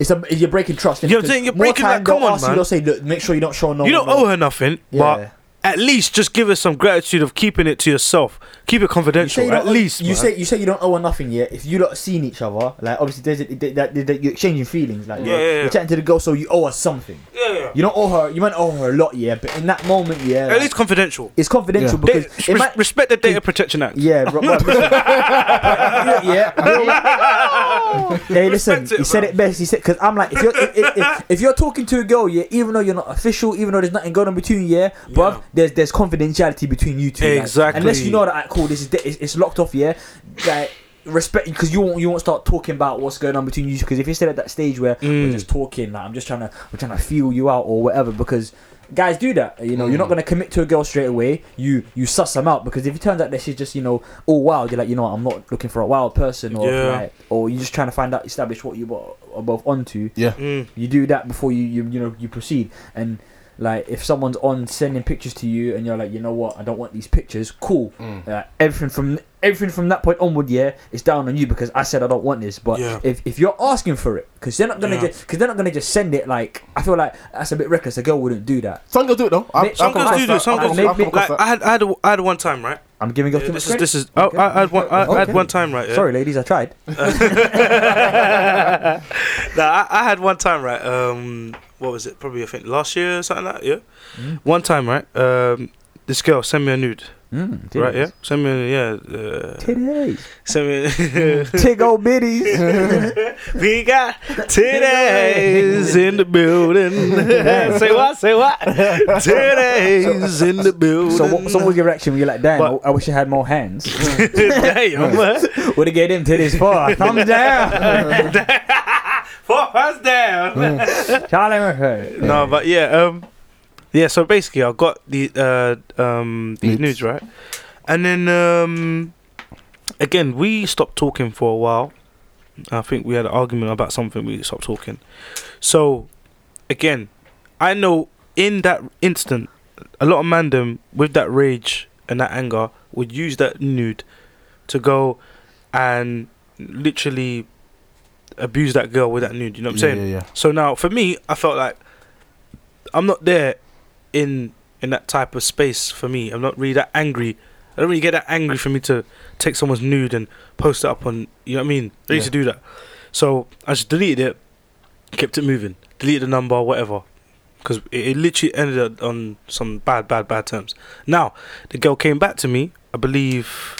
S5: It's a you're breaking trust.
S2: You know what I'm saying? You're
S5: More
S2: breaking
S5: time
S2: that- come
S5: they'll
S2: on,
S5: ask you,
S2: man.
S5: They'll say, look, make sure you don't show no.
S2: you
S5: one
S2: don't
S5: no-
S2: owe her nothing,
S5: Yeah.
S2: but at least just give her some gratitude of keeping it to yourself. Keep it
S5: You say
S2: confidential,
S5: you
S2: at
S5: don't owe-
S2: least.
S5: you
S2: man.
S5: say you say you don't owe her nothing yet. If you lot seen each other, like obviously there's a, that, that, that you're exchanging feelings, like
S2: Yeah,
S5: you're,
S2: yeah, yeah.
S5: you're chatting to the girl, so you owe her something.
S2: yeah, yeah.
S5: You don't owe her. You might owe her a lot, yeah. But in that moment, yeah,
S2: At least confidential.
S5: it's confidential
S2: Da-
S5: because
S2: res-
S5: it might.
S2: respect the Data Protection Act.
S5: Yeah, bro, bro, listen. yeah, yeah. Hey, listen.
S2: Respect it,
S5: He said
S2: bro.
S5: it best. He said because I'm like, if you're if, if- if, if you're talking to a girl, yeah, even though you're not official, even though there's nothing going on between you, yeah, bruv, there's there's confidentiality between you two. like,
S2: Exactly.
S5: unless you know that, like, cool, this is de- it's, it's locked off, yeah. Like respect, because you won't you won't start talking about what's going on between you. Because if you're still at that stage where
S2: Mm.
S5: we're just talking, like I'm just trying to I'm trying to feel you out or whatever, because. Guys do that, you know. You're not
S2: Hmm.
S5: gonna commit to a girl straight away. You you suss them out because if it turns out that she's just you know all wild, you're like you know what, I'm not looking for a wild person or
S2: Yeah.
S5: like or you're just trying to find out establish what you bo- are both onto.
S2: Mm.
S5: You do that before you, you you know you proceed. And like if someone's on sending pictures to you and you're like, you know what, I don't want these pictures. Cool.
S2: Hmm.
S5: Uh, everything from everything from that point onward, yeah, it's down on you because I said I don't want this. But
S2: Yeah.
S5: if, if you're asking for it, because they're not gonna
S2: Yeah.
S5: just because they're not gonna just send it. Like I feel like that's a bit reckless. A girl wouldn't do that.
S4: Some girls do it though. I've-
S5: Some
S4: I've
S2: Some
S4: come
S2: girls
S4: across
S2: do
S4: that.
S2: this. Some
S4: I've
S2: girls
S4: come-
S2: do.
S4: I've come across
S2: Like
S4: that.
S2: I had, I had, a- I had one time, right?
S5: I'm giving girls
S2: Yeah,
S5: too much
S2: this is this
S5: credit.
S2: is. Oh, I, I had one. I, I had
S5: Okay.
S2: one time, right? Yeah.
S5: Sorry, ladies, I tried.
S2: Nah, I, I had one time, right? Um, what was it? Probably I think last year or something like that. Yeah. One time, right? Um, this girl sent me a nude,
S5: Mm,
S2: right? Yeah. Send me, a, yeah. Uh,
S5: Titties.
S2: send me.
S5: Tig old biddies.
S2: we got today's in the building. say what? Say what? Today's in the building.
S5: so, what, so what was your reaction when you're like, damn,
S2: But-
S5: I, I wish I had more hands?
S2: Damn. man.
S5: Would have get him to this far. Thumbs down.
S2: Four hands down.
S5: Charlie Murphy.
S2: no, but yeah, um, yeah. So basically, I got the uh, um, these nudes right, and then um, again we stopped talking for a while. I think we had an argument about something. We stopped talking. So again, I know in that instant, a lot of mandem with that rage and that anger would use that nude to go and literally abuse that girl with that nude. You know what I'm saying?
S4: Yeah, yeah,
S2: So now for me, I felt like I'm not there in in that type of space for me. I'm not really that angry. I don't really get that angry for me to take someone's nude and post it up on you know what I mean? I used to do that. So I just deleted it, kept it moving, deleted the number, whatever. Because it, it literally ended up on some bad, bad, bad terms. Now, the girl came back to me, I believe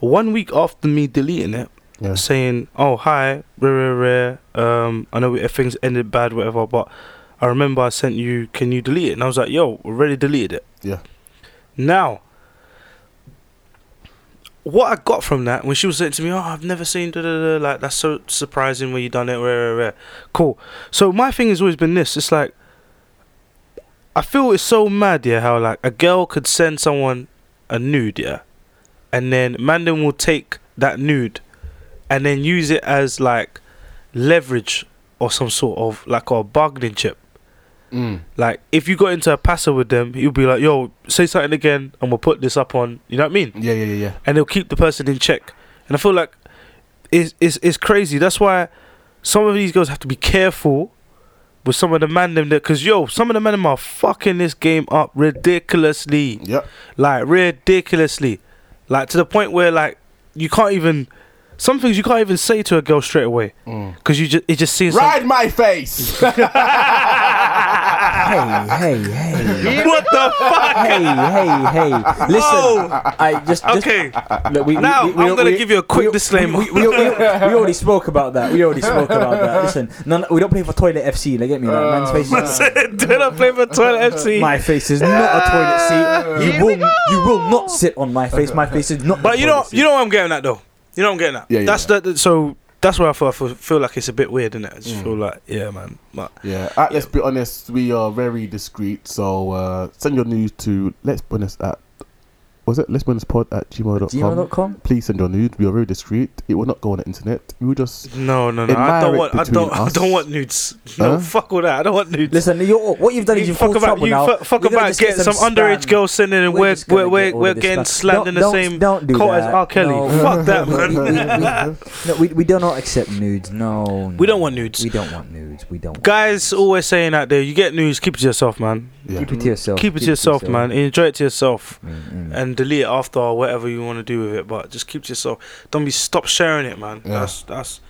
S2: one week after me deleting it,
S4: Yeah.
S2: saying, "Oh hi, rare, rare, rare. Um, I know if things ended bad, whatever, but I remember I sent you. Can you delete it?" And I was like, "Yo, already deleted it."
S4: Yeah.
S2: Now, what I got from that when she was saying to me, "Oh, I've never seen da da da," like that's so surprising when you done it. Rare, rare, rare. Cool. So my thing has always been this. It's like. I feel it's so mad, yeah, how like a girl could send someone a nude, yeah, and then Mandan will take that nude and then use it as like leverage or some sort of like a bargaining chip.
S4: yeah. Mm.
S2: Like if you got into a passer with them, you'll be like, "Yo, say something again, and we'll put this up on." You know what I mean?
S4: Yeah, yeah, yeah, yeah.
S2: And they'll keep the person in check. And I feel like it's it's, it's crazy. That's why some of these girls have to be careful with some of the man them that because yo, some of the men them are fucking this game up ridiculously
S4: Yep.
S2: like ridiculously, like to the point where like you can't even some things you can't even say to a girl straight away
S4: Mm.
S2: because you just it just seems
S4: Ride my face.
S5: Hey, hey, hey.
S2: like what the fuck.
S5: Hey, hey, hey. Listen,
S2: Oh,
S5: I just. just
S2: okay.
S5: Look, we,
S2: Now, I'm gonna give you a quick disclaimer.
S5: We, we, we, we already spoke about that. We already spoke about that. Listen, none, we don't play for toilet FC. Like, get me? Like,
S2: Uh,
S5: man's face is,
S2: Do not play for toilet FC.
S5: my face is not a toilet seat. You will, you will not sit on my face. My face is not.
S2: but
S5: a
S2: you
S5: toilet
S2: know,
S5: seat.
S2: you know what I'm getting at though. You know what I'm getting at.
S4: Yeah, yeah,
S2: That's
S4: yeah.
S2: the, the- so. That's where I feel, I feel, feel like it's a bit weird, innit? I
S4: Mm.
S2: just feel like, yeah, man. But
S4: Yeah, at Let's Be Honest, we are very discreet. So uh, send your news to Let's Be Honest at, was it Let's Be Honest Pod at gmail.com.
S5: Gmail.com?
S4: Please send your news. We are very discreet. It will not go on the internet. We will just.
S2: no, no, no.
S4: Admire
S2: I don't
S4: it
S2: want. I
S4: between
S2: don't. I
S4: us.
S2: don't want nudes. No,
S4: Huh?
S2: fuck all that. I don't want nudes.
S5: Listen, you're, what you've done
S2: You
S5: is you've
S2: fuck
S5: caused
S2: about
S5: trouble
S2: you
S5: now.
S2: fuck, fuck
S5: We're gonna
S2: about
S5: just get
S2: getting some underage
S5: spam.
S2: girls sending and we're
S5: just
S2: we're
S5: gonna
S2: we're,
S5: get all
S2: we're
S5: of this
S2: getting
S5: stuff.
S2: slammed
S5: Don't-
S2: in the
S5: don't-
S2: same
S5: don't do
S2: coat as
S5: that.
S2: R. Kelly.
S5: No.
S2: Fuck that,
S5: We- we-
S2: man.
S5: we- no, we, we do not accept nudes. No, no.
S2: We don't want nudes.
S5: We don't want nudes. We don't. want
S2: Guys always saying out there, you get news, keep it to yourself, man.
S4: Yeah.
S5: Keep it to yourself.
S2: Keep it to yourself, man. Enjoy it to yourself,
S5: Mm, mm.
S2: and delete it after or whatever you want to do with it. But just keep it to yourself. Don't be stop sharing it, man.
S4: Yeah.
S2: That's that's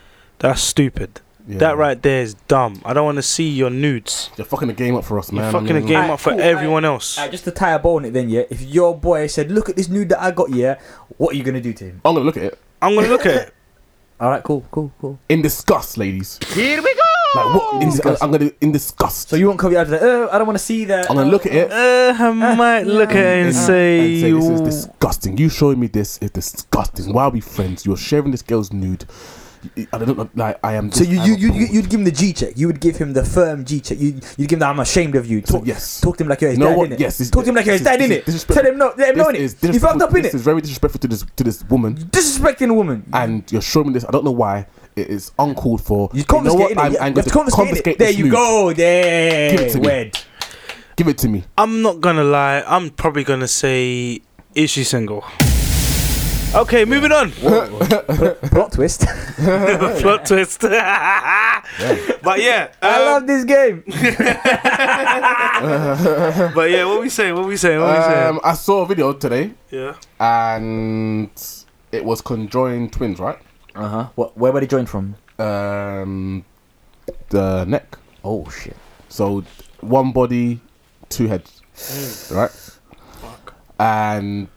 S2: that's stupid.
S4: Yeah.
S2: That right there is dumb. I don't want to see your nudes.
S4: You're fucking the game up for us, man.
S2: You're
S4: I
S2: fucking
S4: mean,
S2: a game
S5: Aight,
S2: up for
S5: cool,
S2: everyone else.
S5: Alright, just to tie a bow on it, then yeah. If your boy said, "Look at this nude that I got," yeah, what are you gonna do to him?
S4: I'm gonna look at it
S2: I'm gonna look at it.
S5: All right, cool, cool, cool.
S4: in disgust, ladies.
S2: Here we go.
S4: Like what? In disgust. I'm gonna in disgust.
S5: So you won't come out like, "Oh, I don't want to see that."
S4: I'm gonna look at it.
S2: Uh, I might look at it and say,
S4: and say this is disgusting. You showing me this is disgusting. Why are we friends? You're sharing this girl's nude. I don't know, like I am.
S5: So
S4: this-
S5: you
S4: I'm
S5: you you
S4: appalled.
S5: you'd give him the G check. You would give him the firm G check. You you'd give him the I'm ashamed of you.
S4: So,
S5: Talk,
S4: yes.
S5: talk to him like you're his
S4: You know
S5: dad
S4: what?
S5: innit?
S4: Yes, this-
S5: talk to him like you're his
S4: this
S5: dad
S4: is-
S5: innit?
S4: this is-
S5: Tell him no. Let him know
S4: This is
S5: innit? You fucked
S4: disrespectful-
S5: up innit?
S4: This is very disrespectful to this to this woman,
S5: Disrespecting a woman.
S4: and you're showing me this. I don't know why. It is uncalled for.
S5: You confiscate it.
S4: I'm,
S5: You
S4: I'm
S5: have
S4: going
S5: to
S4: to
S5: confiscate,
S4: confiscate
S5: it. There
S4: this
S5: you
S4: nude.
S5: go. There.
S4: Give it to me.
S5: Wed.
S4: Give it to me.
S2: I'm not gonna lie. I'm probably gonna say, is she single? Okay, moving on.
S5: Plot twist.
S2: Plot twist. But yeah,
S5: I
S2: uh,
S5: love this game.
S2: but yeah. What we saying? What we saying? What we saying?
S4: Um, I saw a video today,
S2: Yeah.
S4: and it was conjoined twins, right?
S5: Uh huh. What? Where were they joined from?
S4: Um, the neck.
S5: Oh shit.
S4: So one body, two heads. Right? And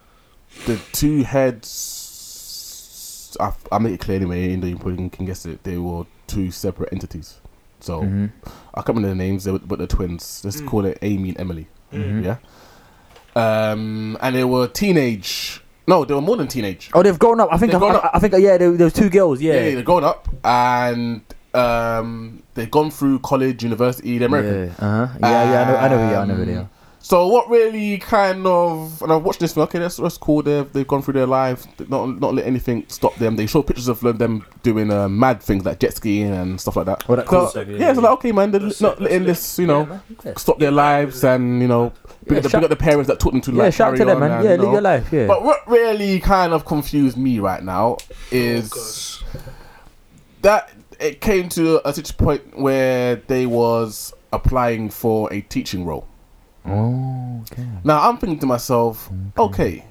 S4: the two heads, I, I make it clear anyway, and you probably can- can guess it, they were two separate entities. So
S5: Mm-hmm.
S4: I can't remember the names, they were, but they're twins. Let's call it Amy and Emily. Yeah? Um, and they were teenage. No, they were more than teenage.
S5: Oh, they've grown up. I think.
S4: They've
S5: I,
S4: grown
S5: I,
S4: up.
S5: I think. Yeah, there, there was two girls. Yeah.
S4: Yeah, yeah, they're grown up and um, they've gone through college, university, they're American.
S5: Uh
S6: uh-huh.
S5: huh. Yeah. Yeah. I know. I know. who you are, I know who they
S4: Um,
S5: are.
S4: So what really kind of and I've watched this. Okay, that's that's cool. They've they've gone through their life, they've not not let anything stop them. They show pictures of them doing uh, mad things like jet skiing and stuff like that.
S5: Well, Oh, that
S4: So,
S5: cool stuff,
S4: yeah,
S5: yeah,
S4: so like okay, man, they're
S2: That's
S4: not
S2: it,
S4: letting
S2: that's
S4: this, you know,
S5: man. Yeah.
S4: stop their lives and you know, big,
S5: Yeah,
S4: up, the,
S5: shout-
S4: big up the parents that took them to
S5: Yeah.
S4: like
S5: Shout out
S4: carry
S5: to them,
S4: on
S5: man.
S4: and,
S5: Yeah.
S4: you know.
S5: Live your life. Yeah.
S4: But what really kind of confused me right now is that it came to a such point where they was applying for a teaching role.
S5: Oh, okay.
S4: Now I'm thinking to myself, okay,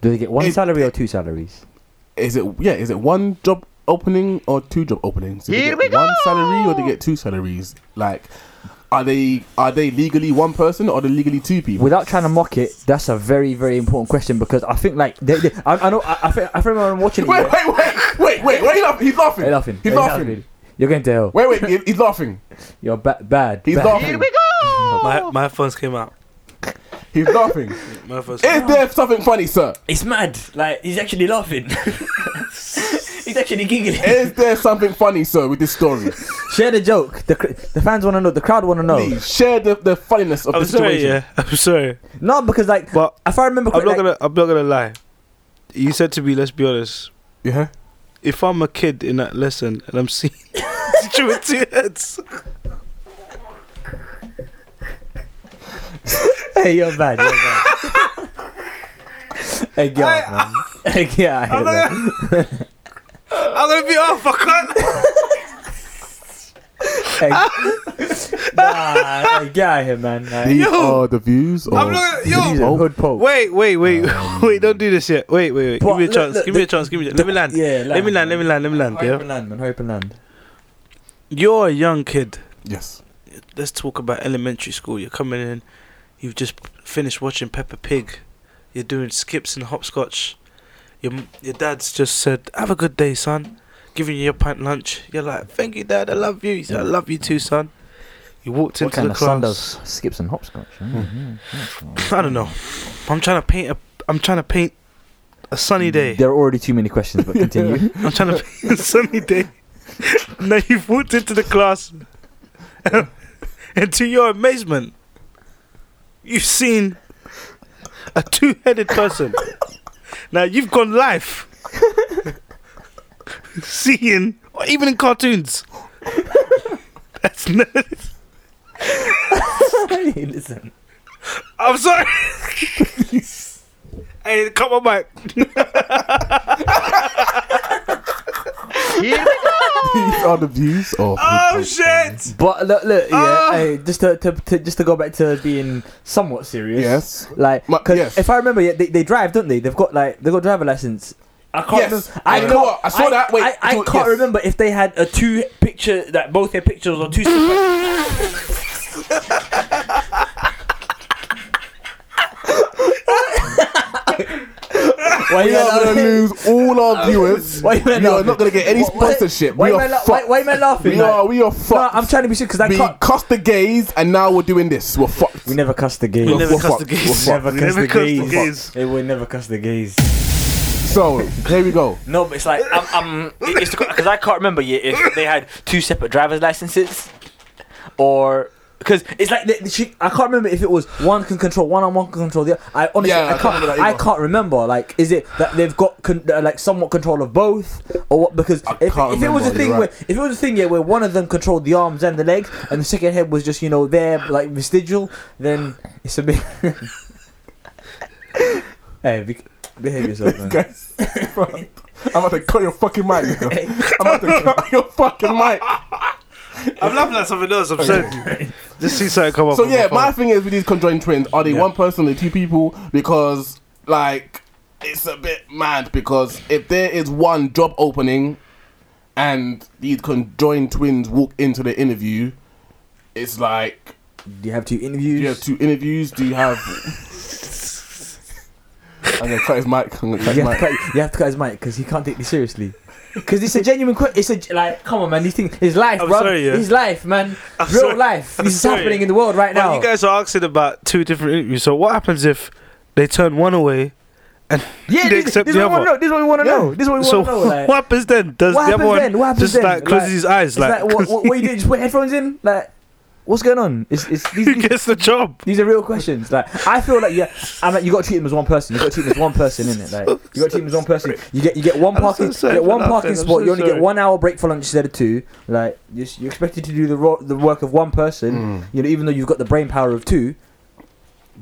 S5: Do they get one
S4: It-
S5: salary or two salaries?
S4: is it yeah, is it one job opening or two job openings? Do they get one salary or they get two salaries? Like are they are they legally one person or are they legally two people?
S5: Without trying to mock it, that's a very, very important question because I think like they, they, I, I know I, I, think, I remember when watching it.
S4: Wait,
S5: yeah.
S4: wait, wait, wait, wait, wait, he's laughing. He's laughing. He's
S5: They're laughing. They're
S4: laughing.
S5: You're going to hell.
S4: Wait, wait, he- he's laughing.
S5: You're ba- bad.
S4: He's
S5: bad.
S4: laughing.
S2: My my phones came out.
S4: He's laughing.
S2: My phones. Came
S4: Is
S2: out.
S4: there something funny, sir?
S7: It's mad. Like he's actually laughing. he's actually giggling.
S4: Is there something funny, sir, with this story?
S5: Share the joke. The cr- the fans want to know. The crowd want to know.
S4: Please share the, the funniness of
S2: I'm
S4: the
S2: sorry.
S4: situation.
S2: Yeah. I'm sorry.
S5: No, because like
S2: But
S5: if I remember,
S2: I'm
S5: correctly,
S2: not gonna. I'm not gonna lie. You said to me, let's be honest.
S4: Yeah. yeah.
S2: If I'm a kid in that lesson and I'm seeing teacher with two heads,
S5: like, hey, you're bad. You're bad. hey, get out, man. Hey, get out here,
S2: I'm
S5: man.
S2: gonna, I'm gonna be off. I can't.
S5: Hey, nah, hey, get out here, man. Like,
S4: These
S2: Yo.
S4: are the views. Of
S2: I'm not gonna. Yo,
S5: he's a hood pope.
S2: Wait, wait, wait, wait! Don't do this yet. Wait, wait, wait!
S5: But
S2: Give me a
S5: look,
S2: chance.
S5: look,
S2: give me a
S5: look-
S2: chance. Give me. A, let me land.
S5: Yeah,
S2: let me land. Let
S5: man.
S2: me land. Let me land.
S5: Hope
S2: Yeah.
S5: and land, man. Hope and land.
S2: You're a young kid.
S4: Yes.
S2: Let's talk about elementary school. You're coming in. You've just finished watching Peppa Pig. You're doing skips and hopscotch. Your m- your dad's just said, "Have a good day, son." Giving you your pint lunch. You're like, "Thank you, dad. I love you." He said, "I love you too, son." You walked
S8: What
S2: into
S8: kind
S2: the
S8: of son
S2: class.
S8: does skips and hopscotch?
S2: I don't know. I'm trying to paint a. I'm trying to paint a sunny day.
S5: There are already too many questions, but continue.
S2: I'm trying to be a sunny day. now you've walked into the class, and to your amazement, you've seen a two headed person. now you've gone live, seeing, or even in cartoons. That's no.
S5: hey, listen.
S2: I'm sorry. hey, come on back.
S4: These are the views of.
S2: Oh, shit.
S5: But look, look, yeah.
S2: Ah.
S5: hey, just to, to, to just to go back to being somewhat serious.
S4: Yes.
S5: Like,
S4: Ma-
S5: 'cause
S4: yes.
S5: if I remember, yeah, they, they drive, don't they? They've got like they have got driver license.
S7: I can't.
S4: Yes.
S7: remember. I
S4: You know
S7: can't.
S4: what? I saw that. Wait,
S7: I, I
S4: do it-
S7: can't
S4: yes.
S7: remember if they had a two picture that both their pictures are two. separate-
S8: Why
S4: We are gonna lose all our viewers.
S8: Why you
S4: we
S8: man
S4: are
S8: laughing?
S4: not gonna get any
S8: Why- why-
S4: sponsorship.
S8: Why,
S4: we
S8: am
S4: are
S8: I la-
S4: fucked.
S8: why, why am I laughing?
S4: we
S8: Like,
S4: are. We are
S8: no,
S4: fucked.
S8: I'm trying to be serious because I
S4: we
S8: can't.
S4: cussed the gays, and now we're doing this. We're fucked.
S8: We never cuss the gays.
S2: We never
S4: We're
S2: cuss the
S4: fucked.
S2: gays.
S4: We're
S8: Never
S2: We
S8: cuss
S2: never
S8: the
S2: cuss the
S8: gays.
S2: gays.
S8: They would never cuss the gays.
S4: So here we go.
S7: No, but it's like I'm. I'm it's because I can't remember yet if they had two separate driver's licenses, or because it's like the, the, she,
S5: I can't remember if it was one can control one and one can control the other. I honestly,
S4: Yeah, I
S5: I
S4: can't
S5: can't.
S4: remember that
S5: I
S4: either.
S5: can't remember. Like, is it that they've got con- uh, like somewhat control of both, or what? Because
S4: I
S5: if,
S4: can't
S5: if it was a
S4: remember,
S5: thing
S4: you're
S5: where if it was a thing yeah, where one of them controlled the arms and the legs, and the second head was just you know there like vestigial, then it's a bit. hey, be- behave yourself, man.
S4: Guys, I'm about to cut your fucking mic. nigga. I'm about to cut your fucking mic.
S2: I'm laughing at something else. I'm saying, just see something come up.
S4: So
S2: on
S4: yeah,
S2: phone.
S4: my thing is with these conjoined twins, are they one person or two people? Because like it's a bit mad because if there is one job opening and these conjoined twins walk into the interview, it's like
S5: Do you have two
S4: do
S5: interviews?
S4: you have two interviews? Do you have I'm gonna cut his mic. I'm gonna cut
S5: You
S4: his
S5: have, to
S4: mic.
S5: cut, you have to cut his mic because he can't take this seriously. Because it's a genuine question. It's a ge- like, come on, man. These things, his life,
S2: I'm
S5: bro.
S2: sorry, yeah.
S5: His life, man.
S2: I'm
S5: Real
S2: sorry.
S5: life.
S2: I'm
S5: this is
S2: sorry.
S5: happening in the world right
S2: Well,
S5: now.
S2: you guys are asking about two different interviews. So what happens if they turn one away?
S5: yeah,
S2: they
S5: this,
S2: accept
S5: this
S2: the
S5: is
S2: other.
S5: what we want to know. This is what we want to know. This is what we
S2: So
S5: want to know. Like,
S2: what happens then? Does
S5: What
S2: the other
S5: happens
S2: one
S5: then? What happens
S2: just
S5: then?
S2: like closes
S5: Like-
S2: his eyes?
S5: it's like,
S2: Like,
S5: what, what, what are you doing? Just put headphones in. Like, what's going on? It's, it's these,
S2: who
S5: these,
S2: gets the job?
S5: these are real questions. Like, I feel like yeah, I'm like you got to treat them as one person. You got to treat them as one person, innit? Like, you got to treat them as one person. You get you get one
S2: I'm so
S5: parking,
S2: sorry
S5: you get
S2: for
S5: one
S2: laughing.
S5: parking
S2: I'm
S5: spot.
S2: so
S5: you only
S2: sorry.
S5: get one hour break for lunch instead of two. Like, you're, s- you're expected to do the ro- the work of one person. You know, even though you've got the brain power of two.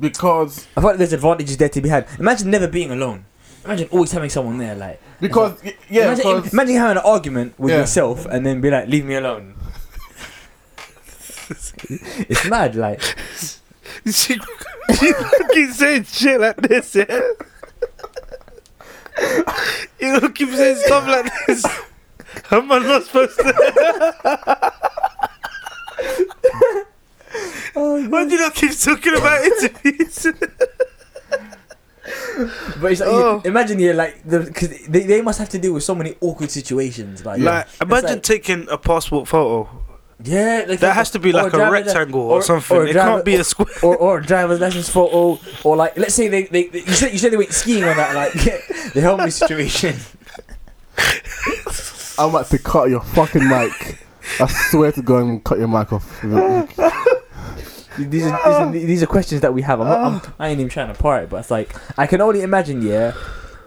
S4: Because
S5: I feel like there's advantages there to be had.
S7: imagine never being alone. Imagine always having someone there. Like
S4: because yeah,
S7: imagine,
S4: because
S7: imagine having an argument with
S4: Yeah.
S7: yourself and then be like, leave me alone.
S5: It's mad, like.
S2: she keep saying shit like this, yeah. You keep saying stuff like this. How am I not supposed to? Why do you not keep talking about interviews?
S7: But it's like, you-
S2: Oh.
S7: imagine you're like, because they, they must have to deal with so many awkward situations. Like,
S2: Like, imagine
S7: like-
S2: taking a passport photo.
S7: yeah, like,
S2: That has to be
S7: or
S2: like a
S7: driver-
S2: rectangle or,
S7: or-
S2: something.
S7: or
S2: it
S7: driver-
S2: can't be a square.
S7: or or a driver's license photo, or like let's say they, they, they- you said you said they went skiing on that like the helmet situation.
S4: I'm about to cut your fucking mic. I swear to God, and cut your mic off.
S5: These
S4: Oh.
S5: are, these, are, these are questions that we have. I'm not, I'm, I ain't even trying to part it, but it's like I can only imagine, yeah.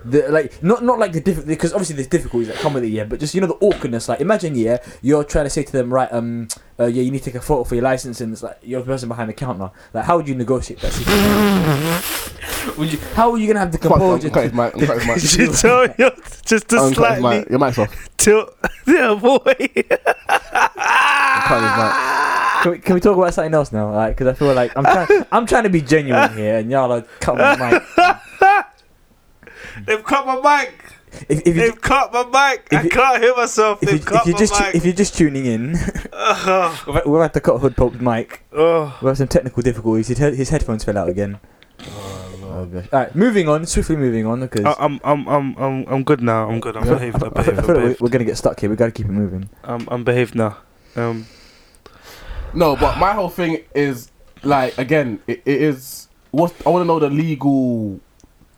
S5: The, like not not like the difficult because obviously there's difficulties that come with it, yeah. But just you know the awkwardness. Like imagine, yeah, you're trying to say to them, right, um, uh, yeah, you need to take a photo for your license, and it's like you're the person behind the counter. Like how would you negotiate that? Situation? would you, how are you gonna have the
S4: Fuck, I'm
S5: composure?
S4: cutting his
S5: to-
S4: mic. I'm cutting his mic.
S2: you tell you just to
S4: I'm cutting his
S2: slightly
S4: mic. Your mic's off.
S2: tilt the other way.
S5: Can we, can we talk about something else now? Like because I feel like I'm trying I'm trying to be genuine here, and y'all are cutting my mic.
S2: They've cut my mic.
S5: If, if you
S2: They've cut my mic.
S5: if
S2: I
S5: you-
S2: can't hear myself.
S5: if,
S2: They've
S5: you,
S2: cut
S5: if you're
S2: my
S5: just tu-
S2: mic. Uh-huh.
S5: if you're just tuning in,
S2: Ugh.
S5: we're we're at the cut hood pope's mic.
S2: oh,
S5: We have some technical difficulties. His, head- his headphones fell out again. Oh, gosh. All right, moving on. Swiftly moving on because
S2: I- I'm I'm I'm I'm I'm good now. I'm good. I'm
S4: Yeah.
S2: behaved. I'm
S5: I feel
S2: behaved.
S5: like
S2: I'm
S5: we're,
S2: behaved.
S5: we're gonna get stuck here. We gotta keep it moving.
S2: I'm, I'm behaved now. Um,
S4: No, but my whole thing is like again, it, it is what I want to know the legal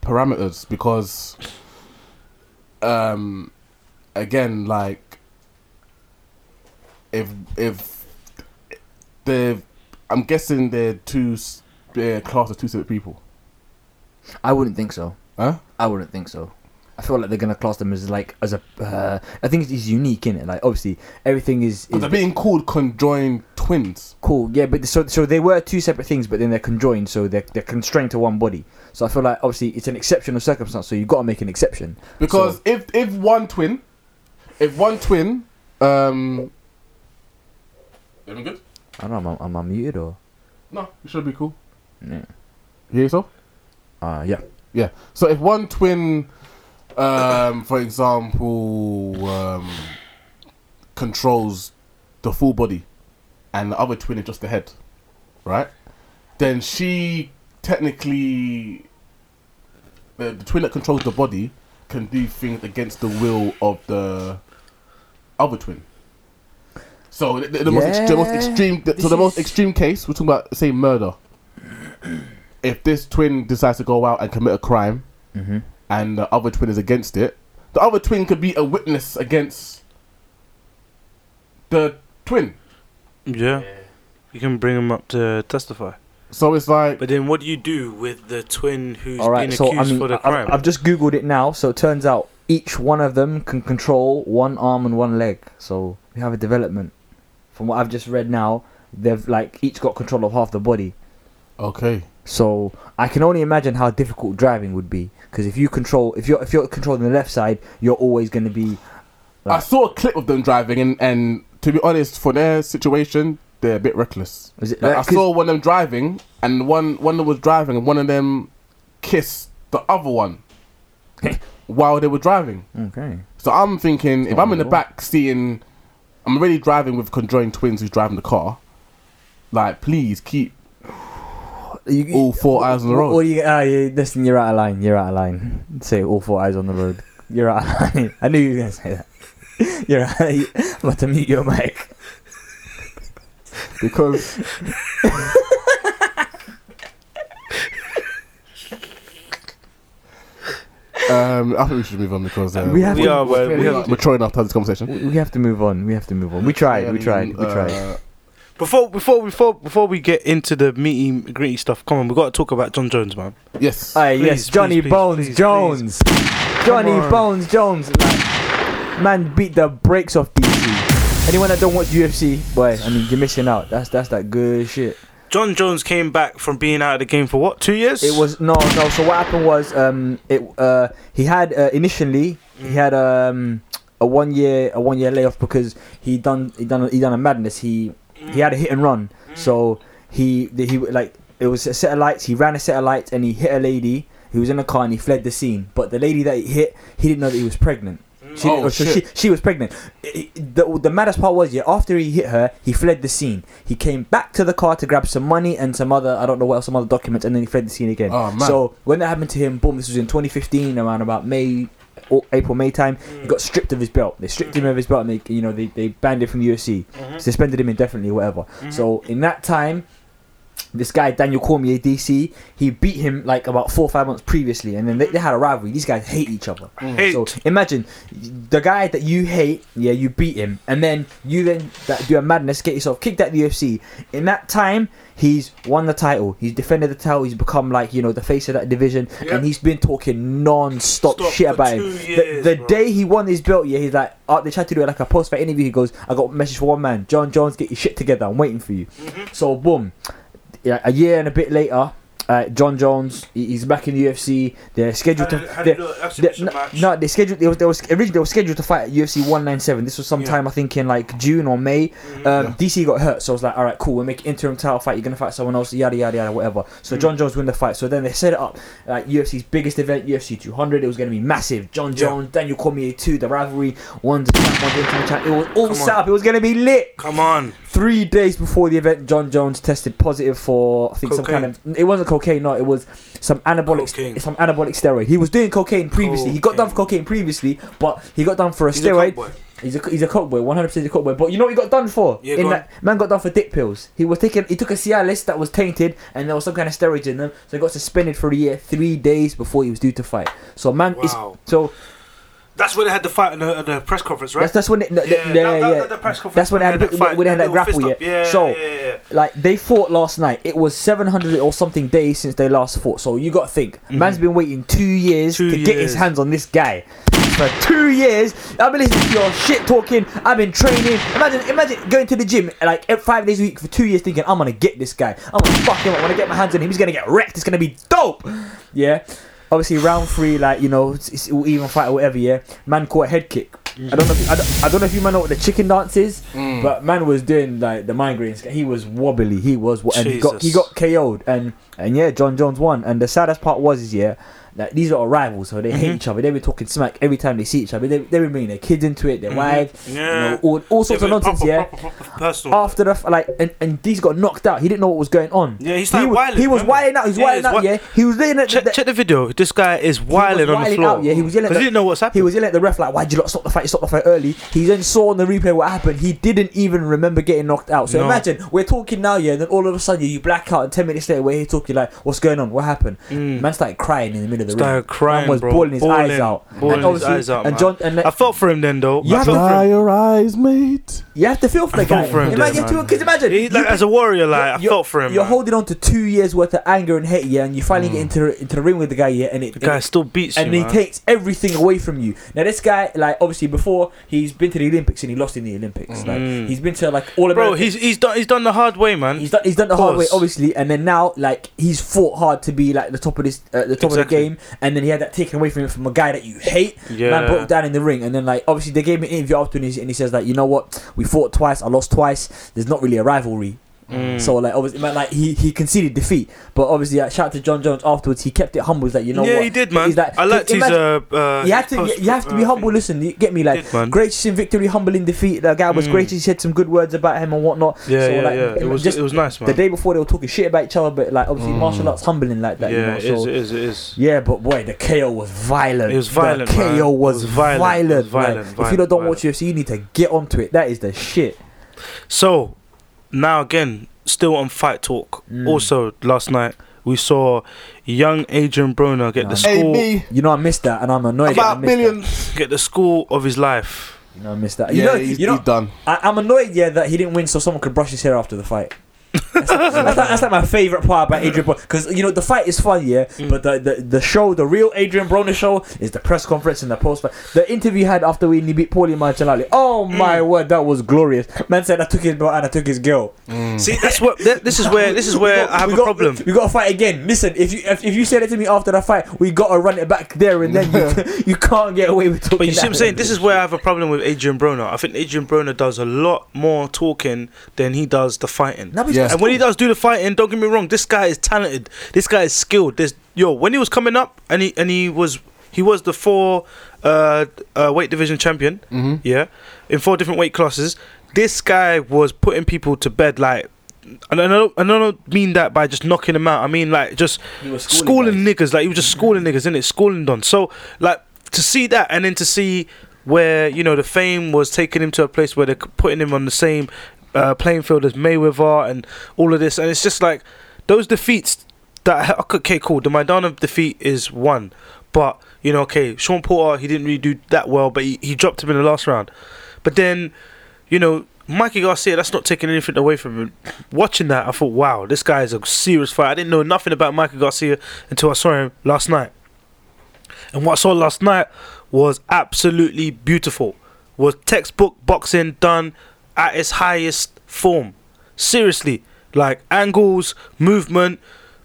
S4: parameters because, um, again, like if if the I'm guessing they're two s- they're class of two separate people,
S8: I wouldn't think so.
S4: huh?
S8: I wouldn't think so. I feel like they're gonna class them as like as a. Uh, I think it's unique in it. Like obviously everything is,
S4: Because
S8: is
S4: they're being called conjoined twins.
S8: cool. Yeah, but so so they were two separate things, but then they're conjoined, so they're they're constrained to one body. So I feel like obviously it's an exceptional circumstance, so you got to make an exception.
S4: Because if if one twin, if one twin, um, everything good?
S8: I don't know. Am I, am I muted or?
S4: No, it should be cool.
S8: Yeah.
S4: You hear yourself?
S8: Uh, yeah.
S4: Yeah. So if one twin um, for example, um, controls the full body, and the other twin is just the head, right? Then she technically, the, the twin that controls the body can do things against the will of the other twin. So the, the, the most, ex- the most
S5: Yeah.
S4: extreme, the, so
S5: This
S4: the most
S5: is-
S4: extreme case we're talking about, say murder. if this twin decides to go out and commit a crime,
S5: Mhm.
S4: and the other twin is against it, the other twin could be a witness against the twin.
S2: Yeah. You can bring him up to testify.
S4: So it's like,
S2: But then what do you do with the twin who's
S5: All right,
S2: been
S5: so I
S2: accused
S5: mean,
S2: for the
S5: I-
S2: crime?
S5: I've, I've just googled it now, so it turns out each one of them can control one arm and one leg. So we have a development. From what I've just read now, they've like each got control of half the body.
S4: okay,
S5: So I can only imagine how difficult driving would be because if you control, if you're if you're controlling the left side, you're always going to be
S4: I saw a clip of them driving, and, and to be honest, for their situation, they're a bit reckless.
S5: is it
S4: Like, I
S5: like, 'cause-
S4: saw one of them driving, and one one that was driving, and one of them kissed the other one while they were driving.
S5: okay.
S4: So I'm thinking, if
S5: not
S4: I'm in the
S5: illegal.
S4: back seeing, I'm already driving with conjoined twins who's driving the car. Like, please keep
S5: You, you-
S4: all four eyes on the
S5: Well,
S4: road.
S5: you, ah, you, listen, you're out of line. You're out of line. Say all four eyes on the road. You're out of line. I knew you were going to say that. You're out of, I'm about to mute your mic.
S4: Because um, I think we should move on because uh,
S5: We have
S2: we
S5: to,
S2: are, well, we
S4: we're
S2: have
S4: not mature enough to have this conversation.
S5: we have to move on. We have to move on. We tried. We tried. We tried.
S4: Uh,
S2: Before, before, before, before we get into the meaty gritty stuff, come on, we got to talk about John Jones, man.
S4: yes.
S5: Aye,
S2: please,
S5: yes, Johnny
S2: please,
S5: Bones
S2: please,
S5: Jones. Johnny
S2: Come on.
S5: Bones Jones. Like, man, beat the brakes off DC. Anyone that don't watch UFC, boy, I mean, you're missing out. That's that's that good shit.
S2: John Jones came back from being out of the game for what, two years?
S5: It was no, no. So what happened was, um, it uh, he had uh, initially he had um a one year a one year layoff because he done he done he done a madness. He he had a hit and run. So he the- he like it was a set of lights. He ran a set of lights and he hit a lady. who was in a car and he fled the scene. But the lady that he hit, he didn't know that he was pregnant. She, didn't-
S4: Oh,
S5: so she,
S4: shit.
S5: she was pregnant. I- I- The, the maddest part was, yeah, after he hit her, he fled the scene. He came back to the car to grab some money and some other, I don't know what else, some other documents, and then he fled the scene again.
S4: Oh, man.
S5: So when that happened to him, boom, this was in 2015, around about May, or April, May time, he
S4: Mm.
S5: got stripped of his belt. They stripped him of his belt and they, you know, they, they banned him from the UFC, suspended him indefinitely, whatever. So in that time, this guy Daniel Cormier DC, he beat him like about four or five months previously, and then they, they had a rivalry. These guys hate each other.
S2: Hate.
S5: So imagine the guy that you hate, yeah, you beat him, and then you then that do a madness, get yourself kicked out the UFC. In that time, he's won the title, he's defended the title, he's become like you know the face of that division, and he's been talking non-stop
S2: Stop
S5: shit
S2: for
S5: about
S2: two
S5: him.
S2: years,
S5: the the
S2: bro.
S5: day he won his belt, yeah, he's like, oh, they tried to do it like a post-fight interview. He goes, I got a message for one man, John Jones, get your shit together, I'm waiting for you.
S2: Mm-hmm.
S5: So boom, yeah, a year and a bit later. Uh, John Jones, he- he's back in the UFC. They're scheduled to. they're- they, no, no, they scheduled. They was, they was originally they were scheduled to fight at UFC one nine seven. This was sometime I think in like June or May.
S2: Mm-hmm.
S5: Um, DC got hurt, so I was like, all right, cool. We'll make interim title fight. You're gonna fight someone else. Yada yada yada, whatever. So
S2: Mm-hmm.
S5: John Jones win the fight. So then they set it up like UFC's biggest event, UFC 200. It was gonna be massive. John Jones, Daniel Cormier two, the rivalry. One's a champ, one's an interim champ. It was all
S2: Come
S5: set
S2: on.
S5: up. It was gonna be lit.
S2: Come on.
S5: Three days before the event, John Jones tested positive for I think some kind of. It wasn't cocaine, no. It was some anabolic,
S2: Cocaine.
S5: some anabolic steroid. He was doing cocaine previously. He got done for cocaine previously, but he got done for a
S2: He's a
S5: steroid.
S2: cowboy.
S5: he's a he's a coke boy, one hundred percent a coke boy. But you know what he got done for?
S2: Yeah,
S5: in
S2: go
S5: that, man got done for dick pills. He was taking he took a Cialis that was tainted and there was some kind of steroids in them, so he got suspended for a year, three days before he was due to fight. So man, is,
S2: Wow.
S5: so
S2: That's when they had the fight in the, at the press conference, right?
S5: that's that's when it, yeah,
S2: yeah, that- that- that- the press conference.
S5: That's when they had,
S2: that fight,
S5: when they had that
S2: little fist
S5: grapple
S2: up.
S5: yet.
S2: Yeah,
S5: so
S2: yeah, yeah, yeah.
S5: like they fought last night. It was 700 or something days since they last fought. So you got to think, man's been waiting two years
S2: Mm-hmm. Two
S5: to get
S2: years.
S5: his hands on this guy. For two years, I've been listening to your shit talking. I've been training. Imagine, imagine going to the gym like ev- five days a week for two years, thinking I'm gonna get this guy. I'm gonna fuck him. I'm gonna get my hands on him. He's gonna get wrecked. It's gonna be dope. Yeah. Obviously, round three, like you know, it's, it's an even fight or whatever. Yeah, man caught a head kick. I don't know. If, I, don't, I don't know if you man know what the chicken dance is,
S2: Mm.
S5: but man was doing like the migraines. He was wobbly. He was and he got he
S2: Jesus.
S5: got KO'd and and yeah, John Jones won. And the saddest part was is yeah, Like these are our rivals, so they
S2: Mm-hmm.
S5: hate each other. They be talking smack every time they see each other. They they be bringing their kids into it, their wives,
S2: Mm-hmm.
S5: you
S2: Yeah.
S5: know, all, all sorts of nonsense. yeah. Oh,
S2: Personal.
S5: After the f- like, and, and these got knocked out. He didn't know what was going on.
S2: yeah, he's
S5: he
S2: like
S5: was,
S2: wilding.
S5: he was
S2: remember?
S5: wilding out. He was
S2: Yeah,
S5: wilding
S2: he's
S5: out.
S2: wi-
S5: Yeah, he was yelling at the,
S2: Check,
S5: the,
S2: check the video. This guy is wilding on the
S5: wilding
S2: floor.
S5: out, yeah, he was yelling at
S2: Because he
S5: the-
S2: didn't know what's
S5: he
S2: happening.
S5: was yelling at the ref like, "Why'd you lot stop the fight? Stop the fight early." He then saw on the replay what happened. He didn't even remember getting knocked out. So
S2: No.
S5: imagine we're talking now, yeah. And then all of a sudden you black out, and ten minutes later we're here talking like, "What's going on? What happened?"
S2: Mm.
S5: Man started crying in the middle of the ring.
S2: Started crying,
S5: Man was
S2: bro.
S5: bawling his eyes
S2: Bawling.
S5: out.
S2: Bawling
S5: and
S2: his
S5: obviously-
S2: eyes out,
S5: and
S2: man.
S5: John, and
S2: I felt for him then, though.
S5: You
S2: I
S5: have
S2: felt
S5: to-
S2: for
S3: Dry
S2: him.
S3: your eyes, mate.
S5: you have to feel for the
S2: felt
S5: guy.
S2: for him there,
S5: imagine,
S2: man.
S5: because imagine
S2: He, like,
S5: you-
S2: as a warrior, like I
S5: you're-
S2: felt for him.
S5: You're
S2: man. Mm.
S5: holding on to two years worth of anger and hate, yeah, and you finally get into into the ring with the guy, yeah, and it,
S2: The guy
S5: it-
S2: still beats
S5: and
S2: you.
S5: he
S2: man.
S5: takes everything away from you. Now this guy, like obviously before, he's been to the Olympics and he lost in the Olympics.
S2: Mm.
S5: Like he's been to like all
S2: Bro,
S5: about.
S2: he's he's done he's done the hard way, man.
S5: He's done, he's done the hard way,
S2: Pause.
S5: obviously, and then now, like, he's fought hard to be like the top of this, uh, the top of the
S2: Exactly.
S5: game, and then he had that taken away from him from a guy that you hate. Man
S2: yeah.
S5: broke down in the ring, and then like obviously they gave him an interview after, and he, and he says like, you know what, we fought twice, I lost twice. There's not really a rivalry.
S2: Mm.
S5: So like obviously, man, like he, he conceded defeat, but obviously, like, shout out to John Jones afterwards. He kept it humble. He's like, you know
S2: yeah,
S5: what?
S2: he did, man.
S5: He's like-
S2: I liked his.
S5: imagine-
S2: Uh, uh,
S5: you have to
S2: post-
S5: you have to be
S2: uh,
S5: humble. Listen, you get me like.
S2: did, man.
S5: Gracious in victory, humble in defeat. The guy was
S2: Mm.
S5: gracious. He said some good words about him and whatnot.
S2: Yeah,
S5: so,
S2: yeah,
S5: like,
S2: yeah. It was
S5: just
S2: it was nice, man.
S5: the day before, they were talking shit about each other, but like obviously, martial arts humbling like that.
S2: yeah,
S5: you know,
S2: it is.
S5: so.
S2: It is. It is.
S5: Yeah, but boy, the KO was violent.
S2: It was violent,
S5: The
S2: man.
S5: KO
S2: It was
S5: was, violent.
S2: violent. It was
S5: like,
S2: violent,
S5: if you don't
S2: violent,
S5: watch UFC, you need to get onto it. That is the shit.
S2: So now again, still on fight talk.
S5: Mm.
S2: Also, last night we saw young Adrian Broner get
S5: Nah.
S2: the
S4: Hey,
S2: school
S4: me,
S5: You know, I missed that, and I'm annoyed. that I
S4: about a
S5: missed that.
S4: million.
S2: get the school of his life.
S5: You know, I missed that.
S4: yeah,
S5: you know,
S4: he's,
S5: you know,
S4: he's done.
S5: I, I'm annoyed, yeah, that he didn't win, so someone could brush his hair after the fight. that's, like, that's like- that's like my favorite part about Adrian Broner because you know the fight is fun, yeah,
S2: Mm.
S5: but the, the the show, the real Adrian Broner show, is the press conference and the post fight. The interview he had after we he beat Paulie Marcellali. Oh
S2: Mm.
S5: my word, that was glorious. Man said I took his belt and I took his girl.
S2: See, that's what. th- this is where. This is where I have
S5: Mm. we
S2: a
S5: got,
S2: problem.
S5: We got to fight again. Listen, if you if, if you said it to me after the fight, we got to run it back there and then. You, you can't get away with talking.
S2: But you see
S5: that
S2: what I'm saying? This is where I have a problem with Adrian Broner. I think Adrian Broner does a lot more talking than he does the fighting.
S5: No, but
S4: Yeah.
S2: And when he does do the fighting, don't get me wrong, this guy is talented. This guy is skilled. There's yo, when he was coming up and he and he was he was the four uh, uh weight division champion,
S4: Mm-hmm.
S2: yeah, in four different weight classes. This guy was putting people to bed like and I don't, and I don't mean that by just knocking them out. I mean like just
S5: He was
S2: schooling niggas. Like he was just schooling niggas, innit? Schooling done. So like to see that, and then to see where you know the fame was taking him to a place where they're c- putting him on the same uh, playing field as Mayweather and all of this, and it's just like those defeats. That okay, cool. The Maidana defeat is one, but you know, okay, Sean Porter he didn't really do that well, but he, he dropped him in the last round. But then, you know, Mikey Garcia, that's not taking anything away from him. Watching that, I thought, wow, this guy is a serious fighter. I didn't know nothing about Mikey Garcia until I saw him last night. And what I saw last night was absolutely beautiful. Was textbook boxing done at its highest form. Seriously, like angles, movement,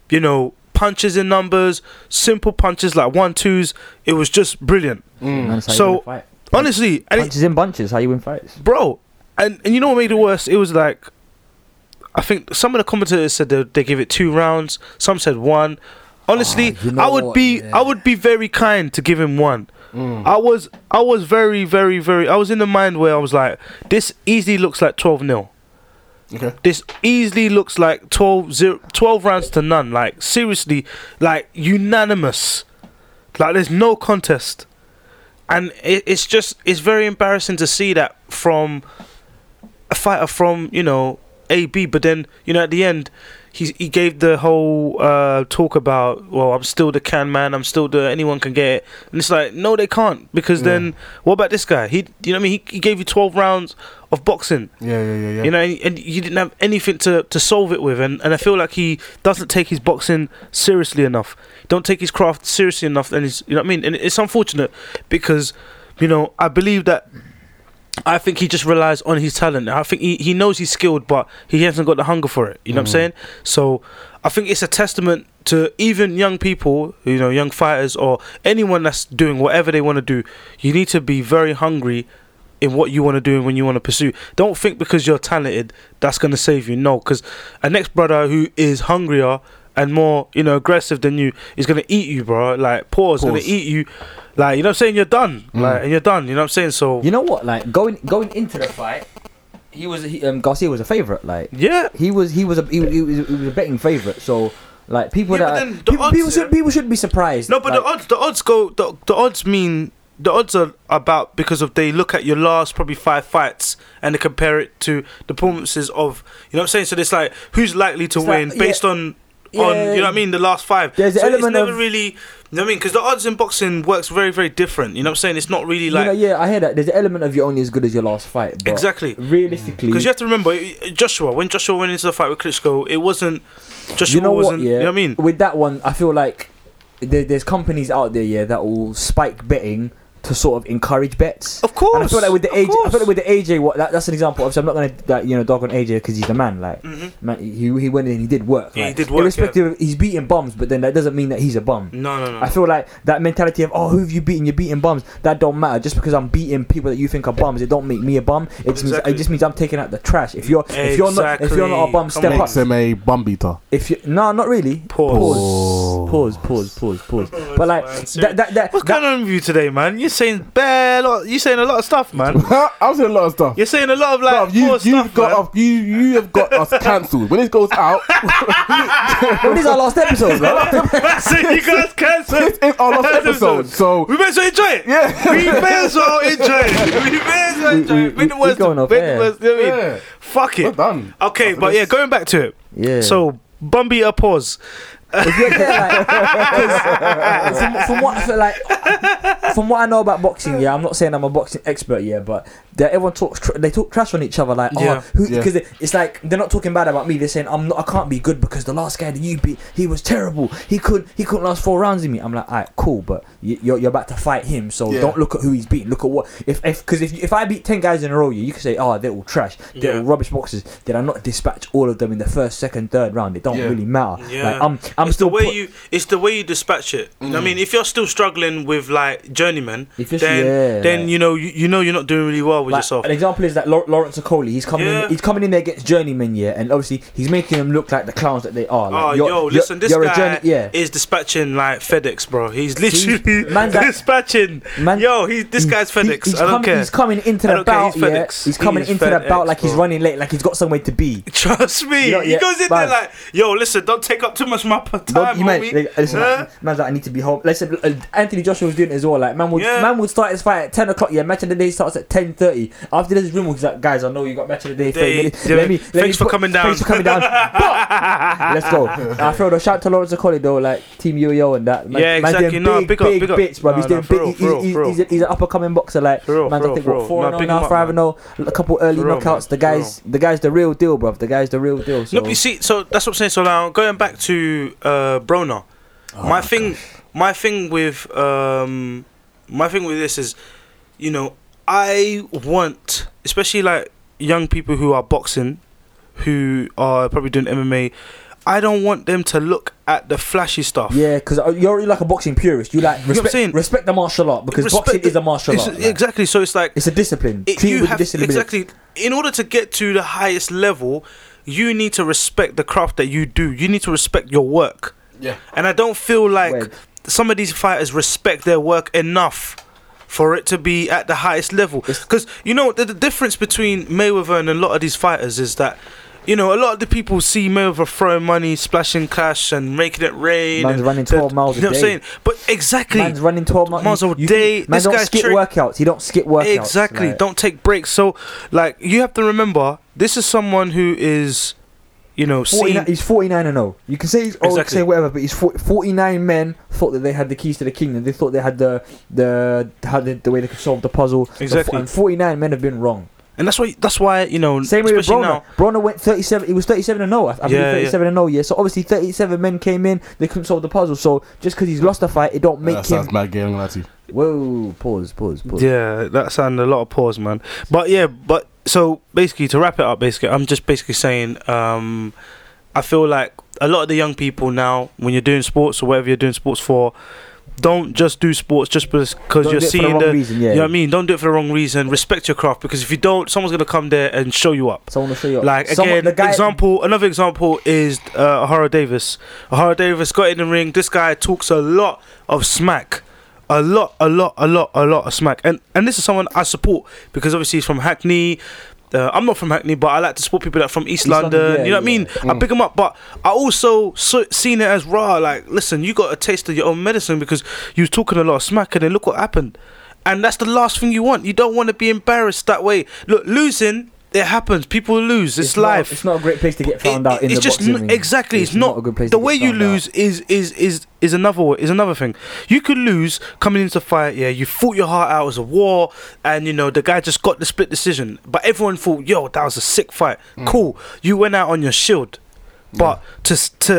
S2: you know, punches in numbers, simple punches like one twos. It was just brilliant.
S8: Man, that's how you
S2: So-
S8: win a fight.
S2: Honestly, and it,
S8: punches in bunches. How you win fights?
S2: bro. And and you know what made it worse? It was like, I think some of the commentators said they they give it two rounds. Some said one. Honestly,
S5: Ah, you know
S2: I would
S5: what?
S2: be
S5: Yeah. Mm.
S2: I would be very kind to give him one. I was I was very very very I was in the mind where I was like, this easily looks like twelve 0
S4: Okay.
S2: this easily looks like 12, zero, 12 rounds to none. Like, seriously, like, unanimous. Like, there's no contest. And it, it's just, it's very embarrassing to see that from a fighter from, you know, AB. But then, you know, at the end, he, he gave the whole uh, talk about, well, I'm still the can man, I'm still the anyone can get it. And it's like, no, they can't. Because then, what about this guy? He, you know what I mean? He, he gave you 12 rounds of boxing.
S4: Yeah, yeah, yeah, yeah.
S2: You know, and, and you didn't have anything to, to solve it with, and, and I feel like he doesn't take his boxing seriously enough. Don't take his craft seriously enough, and he's, you know what I mean. And it's unfortunate because, you know, I believe that. I think he just relies on his talent. I think he, he knows he's skilled, but he hasn't got the hunger for it. You know what I'm saying? So I think it's a testament to even young people, you know, young fighters or anyone that's doing whatever they want to do. You need to be very hungry in what you want to do and when you want to pursue. Don't think because you're talented that's going to save you. No, because a next brother who is hungrier and more, you know, aggressive than you is gonna eat you, bro. Like Paul's gonna
S4: Pause.
S2: eat you. Like you know what I'm saying? You're done. Like and you're done. You know what I'm saying? So
S5: You know what? Like going going into the fight, he was he, um, Garcia was a favorite. Like
S2: yeah.
S5: he was he was a he, he was, he was a betting favorite. So like people
S2: Yeah, but
S5: that
S2: then the
S5: people,
S2: odds,
S5: people
S2: yeah.
S5: should people should be surprised.
S2: No, but
S5: like,
S2: the odds, the odds go, the, the odds mean the odds are about because of they look at your last probably five fights and they compare it to the performances of you know what I'm saying. So it's like who's likely to
S5: It's like-
S2: win based on. on
S5: Yeah.
S2: you know what I mean the last five.
S5: There's an
S2: so it's
S5: element
S2: never
S5: of-
S2: really you know what I mean because the odds in boxing works very very different. You know what I'm saying? It's not really like
S5: you know, yeah, I hear that. There's an element of you're only as good as your last fight. But
S2: exactly Mm.
S5: Realistically,
S2: because you have to remember i- i- Joshua when Joshua went into the fight with Klitschko it wasn't Joshua
S5: you know
S2: wasn't
S5: what? Yeah,
S2: you know what I mean
S5: with that one, I feel like there, there's companies out there, yeah, that will spike betting to sort of encourage bets.
S2: of course
S5: And I feel like with the
S2: of
S5: AJ, I
S2: course.
S5: feel like with the AJ, what that, that's an example. Obviously, I'm not gonna like, you know dog on AJ because he's the man. Like,
S2: Mhm.
S5: man, he he went in, he did work.
S2: Yeah, Mm-hmm. he
S5: like,
S2: did work,
S5: Irrespective, of, he's beating bums, but then that doesn't mean that he's a bum.
S2: no no no
S5: I feel like that mentality of oh, who have you beaten? You're beating bums. That don't matter. Just because I'm beating people that you think are bums, it don't make me a bum. It just
S2: Exactly.
S5: means it just means I'm taking out the trash. If you're if you're not if you're not a bum,
S2: Exactly.
S5: step
S4: Makes
S5: up.
S4: him a bum beater.
S5: If you no, not really.
S2: Pause.
S5: Pause. Pause. Pause. Pause.
S2: Oh,
S5: But like
S2: that's
S5: that that that.
S2: What's
S5: that
S2: going on with you today, man? You're saying bare lot. You're saying a lot of stuff, man.
S4: I'm saying a lot of stuff.
S2: You're saying a lot of like
S4: Bruv, you,
S2: poor
S4: you've
S2: stuff,
S4: got
S2: man.
S4: off, you you have got us cancelled. When this goes out,
S5: well, this is our last episode, bro.
S2: That's it. You guys
S4: it's,
S2: cancelled.
S4: it's our last episode. So
S2: We may as well enjoy it.
S4: Yeah.
S2: We may as well enjoy it. We may as well
S5: We-
S2: enjoy
S5: we-
S2: it. Been the
S5: we-
S2: worst.
S5: we going off
S2: been the
S5: air.
S2: worst, you know what I mean?
S4: yeah,
S2: Fuck
S4: we're
S2: it.
S4: done.
S2: Okay,
S4: After
S2: but
S4: this.
S2: yeah, going back to it.
S5: Yeah.
S2: So, Bumby, a pause.
S5: yeah, like, 'cause from, from what so like from what I know about boxing, yeah, I'm not saying I'm a boxing expert, yeah, but that everyone talks tr- they talk trash on each other, like
S2: Yeah.
S5: oh, because
S4: Yeah.
S5: it's like they're not talking bad about me. They're saying I'm not, I can't be good because the last guy that you beat, he was terrible. He could he couldn't last four rounds in me. I'm like, alright, cool, but you, you're you're about to fight him, so
S4: Yeah.
S5: don't look at who he's beating. Look at what if if because if if I beat ten guys in a row, yeah, you could say oh they're all trash, they're
S2: Yeah.
S5: all rubbish boxers. Did I not dispatch all of them in the first, second, third round? It don't
S4: Yeah.
S5: really matter.
S2: Yeah.
S5: Like, I'm I'm
S2: it's
S5: still
S2: the way
S5: put-
S2: you it's the way you dispatch it.
S4: Mm.
S2: I mean, if you're still struggling with like journeyman,
S5: If you're-
S2: then
S5: yeah,
S2: then
S5: like-
S2: you know you, you know you're not doing really well with
S5: Like,
S2: yourself.
S5: An example is that Lau- Lawrence Okoli, he's coming
S2: Yeah.
S5: in, he's coming in there against journeymen, yeah, and obviously he's making them look like the clowns that they are. Like,
S2: oh,
S5: you're-
S2: yo,
S5: you're-
S2: listen, this
S5: you're a
S2: guy
S5: journey- yeah.
S2: is dispatching like FedEx, bro. He's literally
S5: man's like-
S2: dispatching.
S5: Man-
S2: yo, he's this
S5: He-
S2: guy's
S5: he-
S2: FedEx.
S5: he's
S2: I don't
S5: coming-
S2: care.
S5: He's coming into
S2: I don't
S5: the
S2: care,
S5: bout.
S2: he's
S5: yeah,
S2: FedEx.
S5: He's coming
S2: He's
S5: into the bout
S2: FedEx,
S5: like he's
S2: bro.
S5: running late, like he's got somewhere to be.
S2: Trust me,
S5: You're-
S2: he
S5: yeah,
S2: goes in
S5: man.
S2: there like, yo, listen, don't take up too much of my p-
S5: Don't,
S2: time,
S5: you man,
S2: homie.
S5: like, listen,
S2: Huh?
S5: like, man's like, I need to be home. Listen, uh, Anthony Joshua was doing it as well. Like, man would,
S2: Yeah.
S5: man would start his fight at ten o'clock. Yeah, match of the day starts at ten thirty. After this room, he's like, guys, I know you got match of the day.
S2: They-
S5: thirty
S2: they-
S5: let me, let me, let me
S2: thanks for
S5: put-
S2: coming down."
S5: Thanks for coming down. But- let's go. I feel though, shout out to Lawrence Okoli though, like Team UEO and that. Man,
S2: Yeah,
S5: man's
S2: exactly.
S5: doing
S2: No,
S5: big,
S2: big up,
S5: big
S2: big up.
S5: bits, bro.
S2: No,
S5: he's
S2: no,
S5: doing
S2: for
S5: big.
S2: real,
S5: he's,
S2: for real,
S5: he's,
S2: for real.
S5: he's, a- he's an up and coming boxer. Like,
S2: For real,
S5: man's
S2: for
S5: I think
S2: real, for real.
S5: what four
S2: No,
S5: and
S2: big
S5: a
S2: him
S5: half,
S2: up,
S5: five
S2: man.
S5: and oh, a couple early
S2: For real,
S5: knockouts. The
S2: man. For
S5: guys, the guys, the real deal, bro. The guys, the real deal. So.
S2: No, but you see, so that's what I'm saying. So now going back to uh, Broner,
S5: Oh,
S2: my thing, my thing with um, my thing with this is, you know, I want, especially like young people who are boxing, who are probably doing MMA, I don't want them to look at the flashy stuff.
S5: Yeah, because you're already like a boxing purist. You like
S2: what I'm
S5: respect,
S2: saying?
S5: respect the martial art because
S2: Respect
S5: boxing
S2: the-
S5: is a martial
S2: It's-
S5: art. like.
S2: exactly. So it's like
S5: It's a discipline.
S2: it-
S5: Treat it
S2: you
S5: with
S2: have
S5: discipline.
S2: exactly in order to get to the highest level, you need to respect the craft that you do. You need to respect your work.
S4: yeah,
S2: And I don't feel like
S5: Word.
S2: some of these fighters respect their work enough for it to be at the highest level. Because, you know, the, the difference between Mayweather and a lot of these fighters is that, you know, a lot of the people see Mayweather throwing money, splashing cash, and making it rain.
S5: Man's
S2: and
S5: running 12 miles a
S2: You know what I'm
S5: day.
S2: saying? But exactly.
S5: Man's running 12 miles,
S2: Miles a
S5: you- you-
S2: day.
S5: Man
S2: This
S5: don't
S2: guy's
S5: skip
S2: trick-
S5: workouts. He don't skip workouts.
S2: Exactly.
S5: like-
S2: Don't take breaks. So, like, you have to remember, this is someone who is, you know,
S5: 49,
S2: seen.
S5: he's 49 and 0. You can say he's old,
S2: Exactly.
S5: say whatever, but he's 40, 49 men thought that they had the keys to the kingdom. They thought they had the the had the, the way they could solve the puzzle. The
S2: Exactly.
S5: fo- and 49 men have been wrong.
S2: And that's why, that's why, you know,
S5: Same way with
S2: especially now.
S5: Broner. Broner went 37. He was 37 and 0. I, I believe
S2: Yeah, yeah.
S5: 37 and 0. Yeah. So obviously 37 men came in. They couldn't solve the puzzle. So just because he's lost a fight, it don't make
S4: that
S5: him.
S4: sounds mad gay. I'm gonna lie to you.
S5: Whoa! Pause. Pause. Pause.
S2: Yeah, that sounded a lot of pause, man. But yeah, but so basically to wrap it up, basically, I'm just basically saying, um, I feel like a lot of the young people now, when you're doing sports or whatever you're doing sports for, Don't just do sports just because you're
S5: Don't do it for the
S2: seeing
S5: wrong
S2: the.
S5: reason, yeah.
S2: You know what I mean? Don't do it for the wrong reason. Respect your craft because if you don't, someone's gonna come there and show you up.
S5: Someone will show you. up.
S2: Like again,
S5: Someone- the guy-
S2: example. Another example is uh, Ahara Davis. Ahara Davis got in the ring. This guy talks a lot of smack, a lot, a lot, a lot, a lot of smack. And and this is someone I support because obviously he's from Hackney. Uh, I'm not from Hackney, but I like to support people that are from East,
S5: East
S2: London.
S5: London, yeah,
S2: you know what I mean? I pick them up, but I also so, seen it as raw. Like, listen, you got a taste of your own medicine because you was talking a lot of smack, and then look what happened. And that's the last thing you want. You don't want to be embarrassed that way. Look, losing it happens. People lose. It's,
S5: not-
S2: life.
S5: it's not a great place to get found
S2: It-
S5: out in
S2: it's
S5: the
S2: just
S5: boxing
S2: n-
S5: ring.
S2: exactly. It's, not,
S5: a good place.
S2: the
S5: to get
S2: way you
S5: found out.
S2: lose is is is is another wa- is another thing. You could lose coming into fight. Yeah, you fought your heart out. It was a war, and you know the guy just got the split decision. But everyone thought, yo, that was a sick fight.
S5: Mm.
S2: Cool. You went out on your shield, but to s- to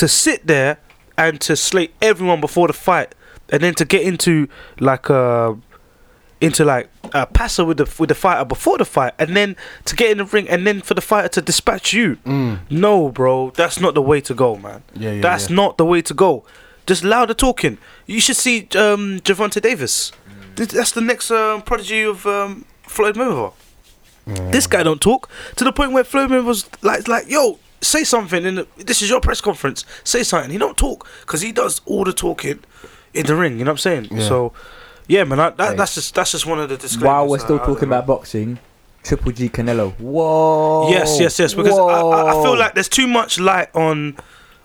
S2: to sit there and to slate everyone before the fight, and then to get into like uh into like a passer with the with the fighter before the fight, and then to get in the ring, and then for the fighter to dispatch you.
S4: Mm.
S2: No, bro, that's not the way to go, man.
S4: Yeah, yeah.
S2: That's
S4: yeah.
S2: not the way to go. Just louder talking. You should see um, Javante Davis. Th- That's the next um, prodigy of um, Floyd Mayweather. This guy don't talk to the point where Floyd Mayweather was like, like, yo, say something. In the, this is your press conference. Say something. He don't talk because he does all the talking in the ring. You know what I'm saying?
S4: Yeah.
S2: So, yeah, man, I, that,
S5: Hey.
S2: that's just that's just one of the disclaimers.
S5: While we're
S2: I-
S5: still
S2: I
S5: talking
S2: don't know.
S5: about boxing, Triple G Canelo. Whoa.
S2: Yes, yes, yes. Because I, I, I
S5: Whoa.
S2: feel like there's too much light on.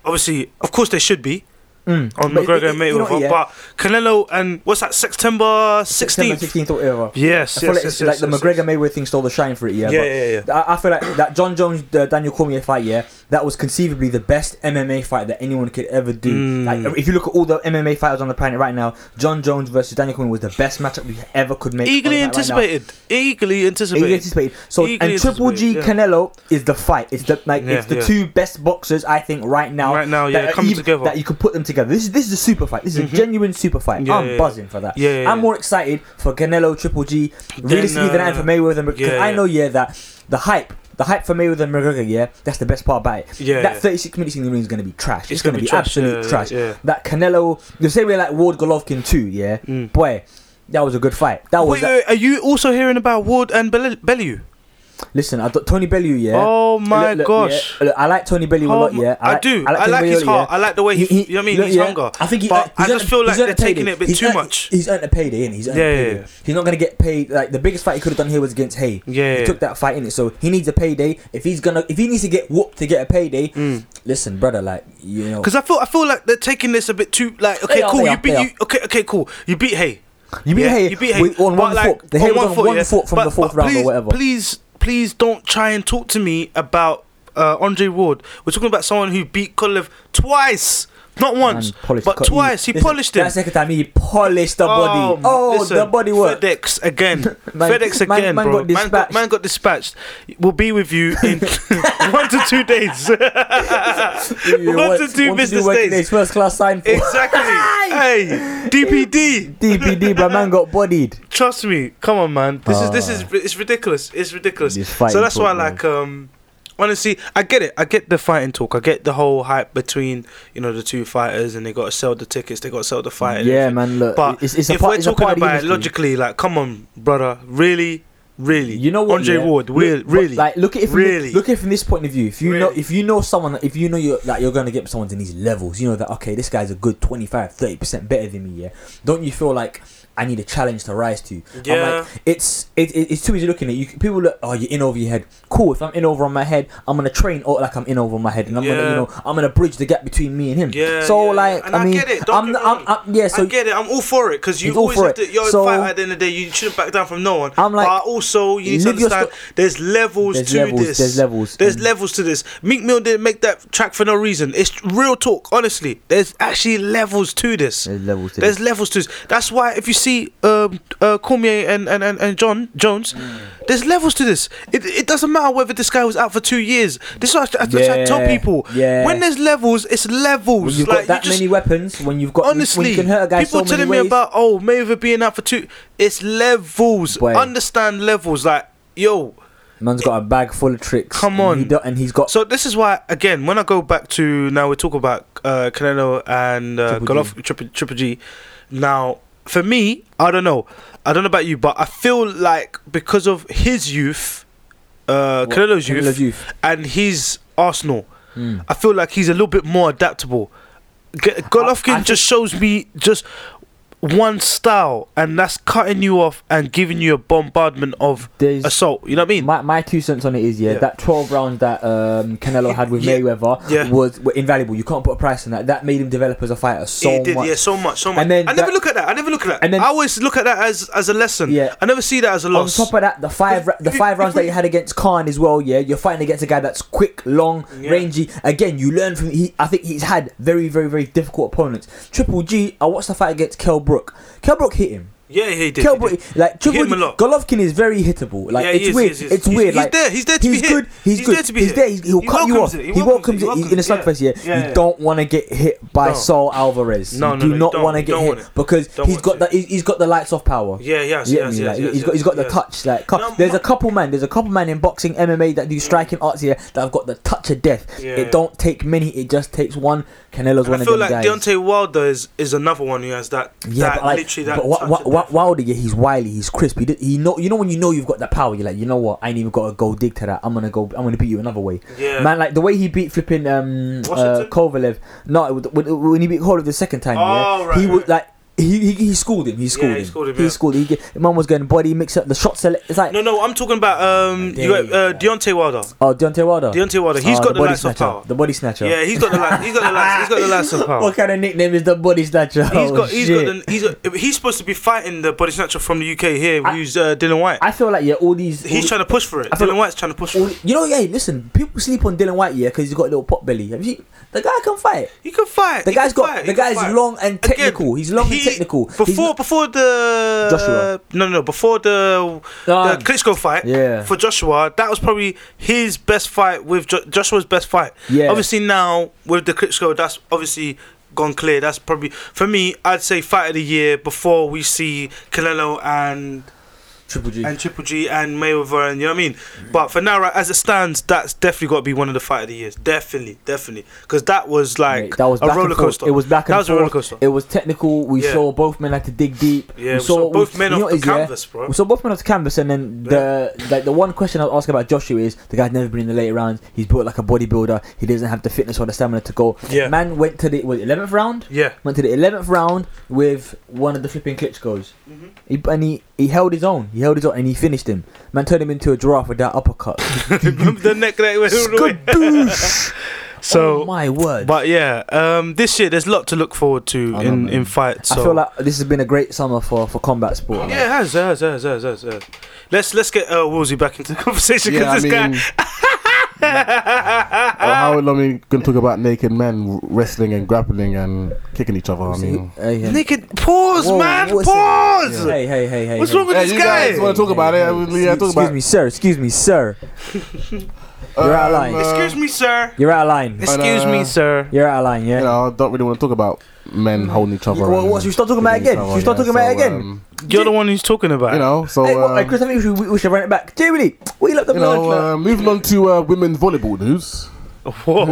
S2: Obviously, of course, there should be
S5: Mm.
S2: on
S5: But it-
S2: Oh, McGregor
S5: it-
S2: and
S5: you know
S2: Mayweather,
S5: what, yeah.
S2: but Canelo and what's that? September
S5: September
S2: sixteenth.
S5: 16th or whatever. I
S2: Yes,
S5: feel
S2: yes,
S5: like,
S2: yes,
S5: it's
S2: yes,
S5: like the
S2: yes,
S5: McGregor Mayweather thing stole the shine for it, yeah.
S2: yes. Yeah,
S5: but
S2: yeah, yeah.
S5: I, I feel like that John Jones uh, Daniel Cormier fight, yeah, that was conceivably the best MMA fight that anyone could ever
S2: Mm.
S5: do. Like, if you look at all the MMA fighters on the planet right now, John Jones versus Daniel Cormier was the best matchup we ever could make. on
S2: Eagerly
S5: the planet right now.
S2: anticipated. Eagerly anticipated.
S5: Eagerly anticipated. So
S2: Eagerly
S5: and Triple G
S2: anticipated, yeah.
S5: Canelo is the fight. It's the like
S2: Yeah,
S5: it's the
S2: yeah.
S5: two best boxers I think right now.
S2: Right now,
S5: that
S2: Oh, yeah,
S5: are
S2: coming
S5: even-
S2: together.
S5: That you could put them together. This is this is a super fight. This is
S2: Mhm.
S5: a genuine super fight.
S2: Yeah,
S5: I'm
S2: yeah, yeah.
S5: buzzing for that.
S2: Yeah, yeah,
S5: I'm
S2: yeah.
S5: more excited for Canelo Triple G realistically than I am
S2: uh,
S5: for Mayweather because
S2: yeah,
S5: I
S2: yeah.
S5: know yeah that the hype. The hype for Mayweather and McGregor, yeah, that's the best part about it.
S2: Yeah,
S5: that
S2: yeah.
S5: 36 minutes in the ring is going to be trash. It's,
S2: It's
S5: going
S2: gonna
S5: to
S2: be
S5: be,
S2: trash,
S5: absolute
S2: yeah,
S5: trash.
S2: yeah.
S5: That Canelo, the same way like Ward Golovkin too, yeah.
S2: Mm.
S5: Boy, that was a good fight. That was.
S2: Wait, wait,
S5: that-
S2: are you also hearing about Ward and Bel- Bellew?
S5: Listen, I th- Tony Bellew, yeah.
S2: Oh my
S5: Look, look,
S2: gosh.
S5: yeah. Look, I like Tony Bellew a
S2: Oh
S5: lot,
S2: my-
S5: yeah.
S2: I, do. I like,
S5: Tony Bellew
S2: his
S5: a lot,
S2: heart. I like the way he, you know what I mean?
S5: look,
S2: his
S5: yeah.
S2: hunger.
S5: I think he,
S2: But
S5: he's
S2: I just
S5: earned-
S2: feel like
S5: he's earned
S2: they're
S5: a payday.
S2: taking it a bit
S5: He's
S2: too
S5: earned-
S2: much.
S5: He's earned a payday, innit? He's earned
S2: Yeah,
S5: a
S2: yeah,
S5: payday.
S2: yeah.
S5: He's not gonna get paid. Like the biggest fight he could have done here was against Hay.
S2: Yeah,
S5: he
S2: yeah.
S5: took that fight in it, so he needs a payday. If he's gonna, if he needs to get whooped to get a payday,
S2: Mm.
S5: listen, brother, like you know,
S2: Because I feel I feel like they're taking this a bit too like okay
S5: They are,
S2: cool
S5: they
S2: you
S5: are,
S2: beat
S5: they
S2: you okay okay cool you beat Hay
S5: you beat
S2: Yeah,
S5: Hay,
S2: You beat
S5: with- on
S2: But
S5: one
S2: like,
S5: foot. The Hay was on one
S2: yeah.
S5: foot from
S2: But-
S5: the fourth
S2: but
S5: round
S2: please,
S5: or whatever.
S2: Please, please don't try and talk to me about uh, Andre Ward. We're talking about someone who beat Kolev twice, not once,
S5: Man, polished
S2: but
S5: cut-
S2: twice. He
S5: listen,
S2: polished him.
S5: That second time, he polished the body.
S2: man,
S5: Oh, the
S2: listen,
S5: body work.
S2: FedEx again.
S5: Man-
S2: FedEx
S5: man-
S2: again,
S5: man
S2: bro. man, got,
S5: got dispatched.
S2: man got dispatched. We'll be with you in one to two days.
S5: You
S2: One
S5: want-
S2: to two
S5: want
S2: business
S5: working
S2: days.
S5: days, First class sign for
S2: exactly. hey, DPD.
S5: DPD, but man got bodied.
S2: Trust me, come on, man. This is this is it's ridiculous. It's ridiculous.
S5: This
S2: So
S5: fighting
S2: that's why,
S5: talk, man.
S2: like, um, honestly, I get it. I get the fighting talk. I get the whole hype between you know the two fighters, and they got to sell the tickets. They got to sell the fight. and
S5: Yeah,
S2: everything.
S5: man. Look,
S2: But
S5: it's, it's a
S2: if
S5: part,
S2: we're
S5: it's a
S2: talking
S5: part of the
S2: about it
S5: industry.
S2: logically, like, come on, brother, really, really,
S5: you know what?
S2: Andre
S5: yeah?
S2: Ward,
S5: Look-
S2: really,
S5: but,
S2: really,
S5: Like, look at it from
S2: Really?
S5: really. look at it from this point of view. If you know,
S2: Really?
S5: if you know someone, if you know you're like you're gonna get someone to these levels, you know that okay, this guy's a good 25 30 percent better than me. Yeah, don't you feel like? I need a challenge to rise to. I'm
S2: Yeah.
S5: like, it's it, it, it's too easy looking at you. People look, oh, you're in over your head. Cool. If I'm in over on my head, I'm gonna train or like I'm in over my head, and I'm gonna
S2: Yeah.
S5: you know I'm gonna bridge the gap between me and him.
S2: yeah.
S5: So
S2: yeah.
S5: like,
S2: and
S5: I mean,
S2: get it. Don't get
S5: I'm,
S2: me
S5: I'm,
S2: wrong.
S5: I'm, yeah. So
S2: I get it. I'm all for it because you
S5: He's all
S2: always
S5: for
S2: have
S5: it.
S2: to. You're
S5: So-
S2: a fighter at the end of the day. You shouldn't back down from no one.
S5: I'm like-
S2: but also you need to
S5: Live your
S2: understand there's levels
S5: There's
S2: to
S5: levels,
S2: this.
S5: there's levels,
S2: There's
S5: and-
S2: levels to this. Meek Mill didn't make that track for no reason. It's real talk, honestly. There's actually levels to this.
S5: there's levels to
S2: There's levels to this. That's why if you see um, uh, Cormier and, and, and, and John Jones,
S5: Mm.
S2: there's levels to this. It, it doesn't matter whether this guy was out for two years. This is what I, I, I tell
S5: Yeah,
S2: people.
S5: yeah.
S2: When there's levels, it's levels.
S5: When you've
S2: like
S5: got that
S2: you just,
S5: many weapons, when you've got when
S2: honestly,
S5: you can hurt a guy
S2: people
S5: so many
S2: telling
S5: ways,
S2: me about oh Mayweather being out for two. It's levels.
S5: Boy.
S2: Understand levels. Like yo,
S5: Man's got a bag full of tricks.
S2: Come
S5: and
S2: on.
S5: he do- and he's got
S2: So this is why, again, when I go back to now we talk about uh, Canelo and uh,
S5: Triple G.
S2: Golovkin, Triple, Triple G. Now, for me, I don't know. I don't know about you, but I feel like because of his youth, uh, Canelo's youth,
S5: Canelo's youth.
S2: and his Arsenal,
S5: Mm.
S2: I feel like he's a little bit more adaptable. G- Golovkin
S5: I
S2: just shows me just one style, and that's cutting you off and giving you a bombardment of
S5: There's
S2: assault. You know what I mean?
S5: My, my two cents on it is yeah,
S2: Yeah.
S5: that 12 rounds that um, Canelo had with
S2: Yeah.
S5: Mayweather
S2: Yeah.
S5: was were invaluable. You can't put a price on that. That made him develop as a fighter so
S2: he did,
S5: much.
S2: yeah, so much, so much.
S5: And then
S2: I never
S5: that-
S2: look at that. I never look at that.
S5: and then-
S2: I always look at that as as a lesson.
S5: Yeah.
S2: I never see that as a
S5: On
S2: loss.
S5: top of that, the five ra- the
S2: If-
S5: five
S2: if
S5: rounds that
S2: we-
S5: you had against Khan as well, yeah, you're fighting against a guy that's quick, long,
S2: Yeah.
S5: rangy. Again, you learn from he. I think he's had very, very, very difficult opponents. Triple G, I watched the fight against Kell Brook. Kell Brook hit him.
S2: yeah, yeah, he did.
S5: Kell
S2: he did.
S5: Brook, like Triple
S2: him
S5: G,
S2: a lot.
S5: Golovkin is very hittable. Like
S2: yeah,
S5: it's
S2: he is,
S5: weird.
S2: he is, he is.
S5: It's
S2: He's-
S5: weird.
S2: He's
S5: like
S2: there. He's there to
S5: he's
S2: be
S5: good.
S2: hit.
S5: He's, good.
S2: there to be
S5: he's
S2: hit.
S5: there. He's, he'll
S2: He
S5: cut you
S2: welcomes
S5: off.
S2: it.
S5: He welcomes it
S2: welcomes
S5: in a
S2: it, yeah.
S5: slugfest. Yeah,
S7: Yeah,
S5: you
S7: yeah.
S5: don't want to get hit by
S2: No.
S5: Saul Alvarez.
S2: No,
S5: you
S2: no,
S5: do
S2: no, you
S5: not
S2: don't-
S5: want to
S2: you
S5: get
S2: don't
S5: hit
S2: want it.
S5: because
S2: Don't
S5: he's
S2: want
S5: got
S2: it.
S5: the he's he's got the lights off power.
S2: Yeah, yes,
S5: You get
S2: yes,
S5: me?
S2: yes,
S5: Like,
S2: yes,
S5: he's got he's got the
S2: yes.
S5: touch. Like cou-
S2: No,
S5: there's
S2: no.
S5: a couple man, there's a couple man in boxing, MMA that do striking arts here that have got the touch of death.
S2: Yeah.
S5: It don't take many. It just takes one.
S2: And
S5: Canelo's one
S2: I
S5: of
S2: feel
S5: them
S2: like
S5: guys.
S2: Deontay Wilder is, is another one who has that.
S5: Yeah,
S2: that
S5: but like,
S2: literally that.
S5: but wa-
S2: touch
S5: wa-
S2: of
S5: wa-
S2: death.
S5: Wilder, yeah, he's wily, he's crisp. He, did, he know, you know, when you know you've got the power, you're like, you know what, I ain't even got to go dig to that. I'm gonna go, I'm gonna beat you another way,
S2: yeah,
S5: man. Like the way he beat flipping um uh,
S2: Washington?
S5: Kovalev. No, it was- when, when he beat Kovalev the second time,
S2: Oh,
S5: yeah,
S2: right,
S5: he was
S2: right.
S5: like. He, he, he schooled him. He schooled
S2: he
S5: him.
S2: schooled him,
S5: He
S2: yeah.
S5: schooled. He get, man was going body mix up the shot select. It's like
S2: No, no, I'm talking about um, you got uh, Deontay Wilder.
S5: oh Deontay Wilder.
S2: Deontay Wilder,
S5: he's
S2: he's got the,
S5: body
S2: lights of
S5: snatcher.
S2: power.
S5: The body snatcher.
S2: Yeah, he's got the lights. He's got the lights. He's got the lights of power.
S5: What kind of nickname is the body snatcher?
S2: He's
S5: Oh,
S2: got, he's
S5: shit.
S2: got, the, he's got, he's supposed to be fighting the body snatcher from the UK here,
S5: I-
S2: who's uh, Dylan White.
S5: I feel like yeah, all these. all
S2: He's trying to push for it.
S5: I feel
S2: Dylan
S5: like-
S2: White's trying to push for
S5: All-
S2: it.
S5: You know, yeah. Listen, people sleep on Dylan White, yeah, because he's got a little pot belly. Have you? seen- The guy can fight.
S2: He can fight.
S5: The
S2: he can
S5: guy's got.
S2: fight, he
S5: the
S2: can
S5: guy's
S2: fight.
S5: long and
S2: Again,
S5: technical. he's long and
S2: he-
S5: technical. He's
S2: Before before the
S5: Joshua.
S2: no, no, no, before the
S5: Ah.
S2: the Klitschko fight
S5: Yeah.
S2: for Joshua, that was probably his best fight with jo- Joshua's best fight.
S5: Yeah.
S2: Obviously now with the Klitschko, that's obviously gone clear. That's probably for me. I'd say fight of the year before we see Canelo and
S5: Triple G.
S2: and Triple G and Mayweather and you know what I mean. But for now, right, as it stands, that's definitely got to be one of the fight of the years. Definitely, definitely, because that was like
S5: Mate, that was
S2: a
S5: back and
S2: roller
S5: forth.
S2: coaster.
S5: It was back and
S2: that was a
S5: forth.
S2: roller coaster.
S5: It was technical. We
S2: Yeah.
S5: saw both men had to dig deep.
S2: Yeah, we saw both men
S5: you know
S2: off the
S5: what it is, yeah?
S2: canvas, bro.
S5: We saw both men off the canvas, and then the like the one question I was asking about Joshua is the guy's never been in the later rounds. He's built like a bodybuilder. He doesn't have the fitness or the stamina to go.
S2: Yeah.
S5: man went to the was eleventh round.
S2: Yeah,
S5: Went to the eleventh round with one of the flipping Klitschko's,
S2: Mm-hmm.
S5: he, and he, he held his own. He held his own, and he finished him. Man turned him into a giraffe with that uppercut.
S2: Remember the neck that went all the way.
S5: Skadoosh!
S2: So,
S5: oh my word!
S2: but yeah, um, this year there's a lot to look forward to
S5: I know,
S2: in
S5: man.
S2: in fights. So.
S5: I feel like this has been a great summer for, for combat sport.
S2: yeah, it has, it has, it has, it has, it has, it has. Let's let's get uh, Woolsey back into the conversation because
S4: Yeah, I
S2: this
S4: mean,
S2: guy.
S4: uh, how long are we going to talk about naked men wrestling and grappling and kicking each other? I
S5: See,
S4: mean,
S5: hey, hey.
S2: Nigga, pause,
S5: Whoa,
S2: man,
S5: what's
S2: pause.
S5: Hey, hey, hey, hey.
S2: What's
S5: hey.
S2: wrong with
S4: Yeah,
S2: this
S4: you
S2: guy?
S4: guys wanna talk about it? I mean, yeah, talk
S5: excuse
S4: about it.
S5: me, sir. Excuse me, sir. You're out of
S4: Um,
S5: line.
S2: Excuse me, sir.
S5: You're out of line.
S2: Excuse me,
S4: uh,
S2: sir.
S5: You're out of line,
S4: You
S5: yeah?
S4: know, I don't really want to talk about men holding each other.
S5: Well,
S4: and
S5: what, should we start talking about it
S4: kicking each
S5: again?
S4: other,
S5: Should we start
S4: yeah,
S5: talking about it
S4: so,
S5: again?
S4: um,
S2: You're the one who's talking about.
S4: you
S2: it.
S4: know, so
S5: Hey, what, hey,
S4: um,
S5: Chris, I think we should, we should run it back. Germany, what you left up
S4: you
S5: the
S4: know, uh, moving on to uh, women's volleyball news.
S2: Whoa.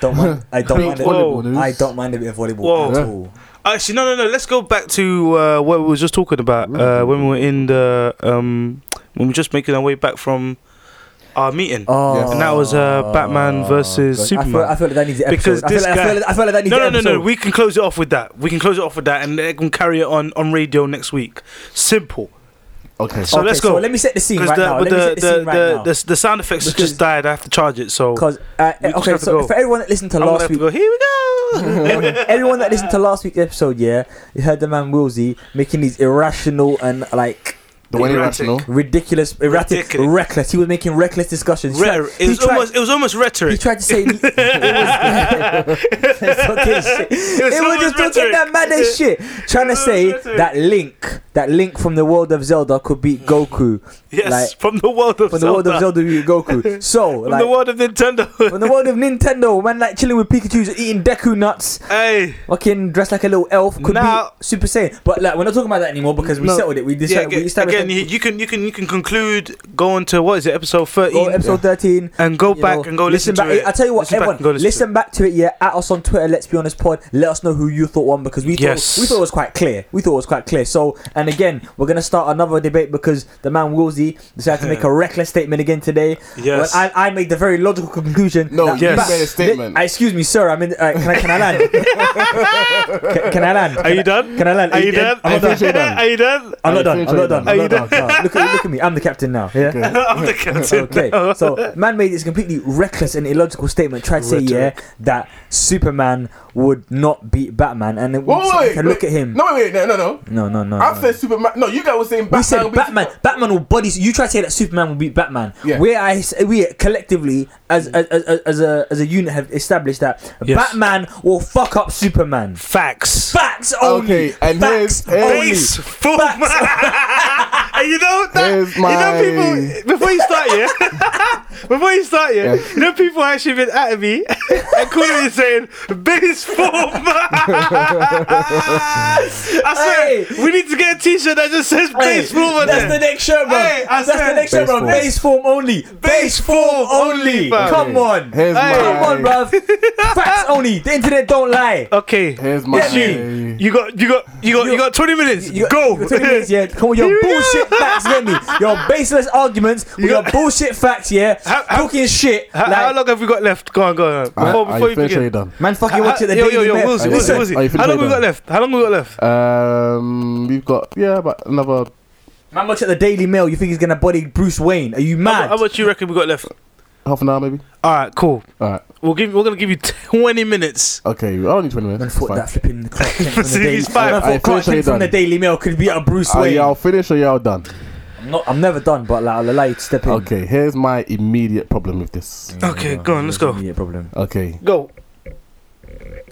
S5: Don't mind. I don't
S2: Whoa.
S5: mind. it.
S4: volleyball news.
S5: I don't mind a bit of volleyball
S2: Whoa.
S5: at all.
S2: Actually, no, no, no. Let's go back to uh, what we were just talking about
S5: Mm.
S2: uh, when we were in the um, when we were just making our way back from our meeting.
S5: Oh,
S4: Yes.
S2: And that was, uh, Batman versus
S5: God. I feel,
S2: Superman.
S5: I feel like that needs an episode.
S2: Because
S5: I feel
S2: this
S5: like, I
S2: guy-
S5: feel like, I feel like that needs
S2: no,
S5: an
S2: no, no,
S5: episode.
S2: no. We can close it off with that. We can close it off with that, and they can carry it on on radio next week. Simple.
S4: Okay,
S2: So
S5: okay,
S2: let's go.
S5: So let me set the scene
S2: Because
S5: right
S2: the,
S5: now.
S2: but
S5: Let me
S2: the,
S5: set the
S2: the,
S5: scene right now.
S2: the, the, the sound effects
S5: Because-
S2: just died. I have to charge it, so
S5: Because uh,
S2: We just
S5: okay,
S2: have to
S5: so
S2: go.
S5: for everyone that listened to
S2: I'm gonna
S5: last
S2: have to
S5: week,
S2: go. Here we go.
S5: everyone that listened to last week's episode, yeah, you heard the man Wilsey making these irrational and like
S4: the one
S2: erratic.
S4: irrational.
S5: ridiculous, erratic,
S2: Ridiculous.
S5: reckless. He was making reckless discussions. He
S2: Rare.
S5: tried-
S2: It
S5: he
S2: was
S5: tried-
S2: almost. It was almost
S5: He
S2: rhetoric.
S5: tried to say it was, It's okay, shit. It was,
S2: almost
S5: just talking
S2: rhetoric.
S5: that madness shit, trying to
S2: was
S5: say
S2: rhetoric.
S5: that Link, that Link from the world of Zelda could beat Goku
S2: Yes,
S5: like-
S2: from the world of
S5: from the
S2: Zelda.
S5: world of Zelda could beat Goku. So
S2: From
S5: like
S2: the world of Nintendo.
S5: from the world of Nintendo, man, like chilling with Pikachu's, eating Deku nuts,
S2: hey.
S5: fucking dressed like a little elf could
S2: Now-
S5: be Super Saiyan. But like, we're not talking about that anymore because we
S2: No.
S5: settled it. We decided
S2: Yeah,
S5: we
S2: again,
S5: established
S2: again, you, you can you can you can conclude. Go on to what is it, episode
S5: Go
S2: thirteen,
S5: episteen. episode 13.
S2: and go
S5: you
S2: back
S5: know,
S2: and go listen,
S5: back.
S2: to it.
S5: I tell you what,
S2: Listen back
S5: everyone,
S2: and go
S5: listen,
S2: listen to
S5: back to it. Yeah, at us on Twitter. Let's be honest, pod. Let us know who you thought won because we thought
S2: Yes.
S5: we thought it was quite clear. We thought it was quite clear. So, and again, we're gonna start another debate because the man Woolsey decided to make a reckless statement again today.
S2: Yes.
S5: Well, I, I made the very logical conclusion.
S4: No,
S5: that-
S4: you
S2: Yes.
S4: made a statement.
S5: Uh, excuse me, sir. I mean, uh, can I can I land? can, can I land?
S2: Are you done?
S5: Can I land? Uh,
S2: Are you done?
S5: I'm not done.
S2: Are you done?
S5: I'm not done. I'm not done.
S2: Are
S5: I'm
S2: you
S5: not done. No, Look at look at me. I'm the captain now. Yeah.
S2: I'm the captain.
S5: Okay, so man made this completely reckless and illogical statement. Tried to say, yeah, that Superman would not beat Batman, and then we
S4: Whoa, wait,
S5: take a
S4: wait,
S5: look at him.
S4: No, wait, wait, no, no, no.
S5: no, no, no.
S4: I
S5: no.
S4: said Superman. No, you guys were saying Batman.
S5: we said
S4: beats-
S5: Batman. Batman will body. You try to say that Superman will beat Batman.
S4: Yeah.
S5: Where I s- we collectively as as, as as a as a unit have established that
S2: Yes.
S5: Batman will fuck up Superman.
S2: Facts.
S5: Facts only.
S4: Okay, and here's-
S5: Facts
S4: here's-
S5: only.
S2: Face full
S5: Facts.
S2: man. and you know that
S4: Here's
S2: you know
S4: my-
S2: people before you start yeah before you start
S4: Yeah.
S2: yeah, you know people actually been at me and calling me and saying base form I swear
S5: Hey.
S2: we need to get a t-shirt that just says base form on
S5: That's the
S2: there.
S5: next show, bro.
S2: Hey, I
S5: That's the
S2: said-
S5: next show,
S4: Base
S5: bro.
S4: form.
S5: Base form only. Base form only.
S2: bro.
S5: Come on.
S4: Here's
S2: Hey.
S4: my.
S5: Come on, bro. Facts only. The internet don't lie.
S2: Okay,
S4: Here's my.
S5: Get
S2: you got you got you got you,
S5: You-
S2: got 20 minutes.
S5: You got-
S2: go.
S5: you got 20 minutes, yeah. Come on, your
S2: Here we go.
S5: bullshit facts, get me. Your baseless arguments with your
S2: got-
S5: bullshit facts, yeah.
S2: How- how-
S5: Talking shit.
S2: How,
S5: like,
S2: how long have we got left? Go on, go on. Before,
S4: Are- are
S2: before you
S4: finished or
S2: begin.
S4: done?
S5: man, fucking watch it. The
S2: yo,
S5: Daily
S2: yo, yo,
S5: Mail.
S2: Wilson,
S4: Are you
S2: Wilson,
S4: finished?
S2: Wilson.
S4: Are you finished
S2: How long
S4: or
S2: we got
S4: done?
S2: left? How long we got left?
S4: Um, we've got yeah, about another
S5: Man, watch at the Daily Mail. You think he's gonna body Bruce Wayne? Are you
S2: How,
S5: mad?
S2: how much you reckon we got left?
S4: half an hour maybe.
S2: All right, cool.
S4: All right,
S2: We'll give. We're gonna give you twenty minutes.
S4: okay. I don't need twenty
S5: Man
S4: minutes.
S5: thought that
S4: It's
S5: flipping Clark Kent from the
S2: See,
S5: Daily
S2: he's fine.
S5: Man
S4: I- I
S5: thought Clark
S4: officially
S5: Kent from the
S4: done.
S5: Daily Mail could be a Bruce
S4: fine. Are
S5: Wayne.
S4: y'all finished or y'all done?
S5: I'm not. I'm never done, but like I'll allow you to step in.
S4: Okay, here's my immediate problem with this.
S5: Mm.
S2: Okay, go on. Let's go.
S5: Immediate problem.
S4: Okay,
S2: Go.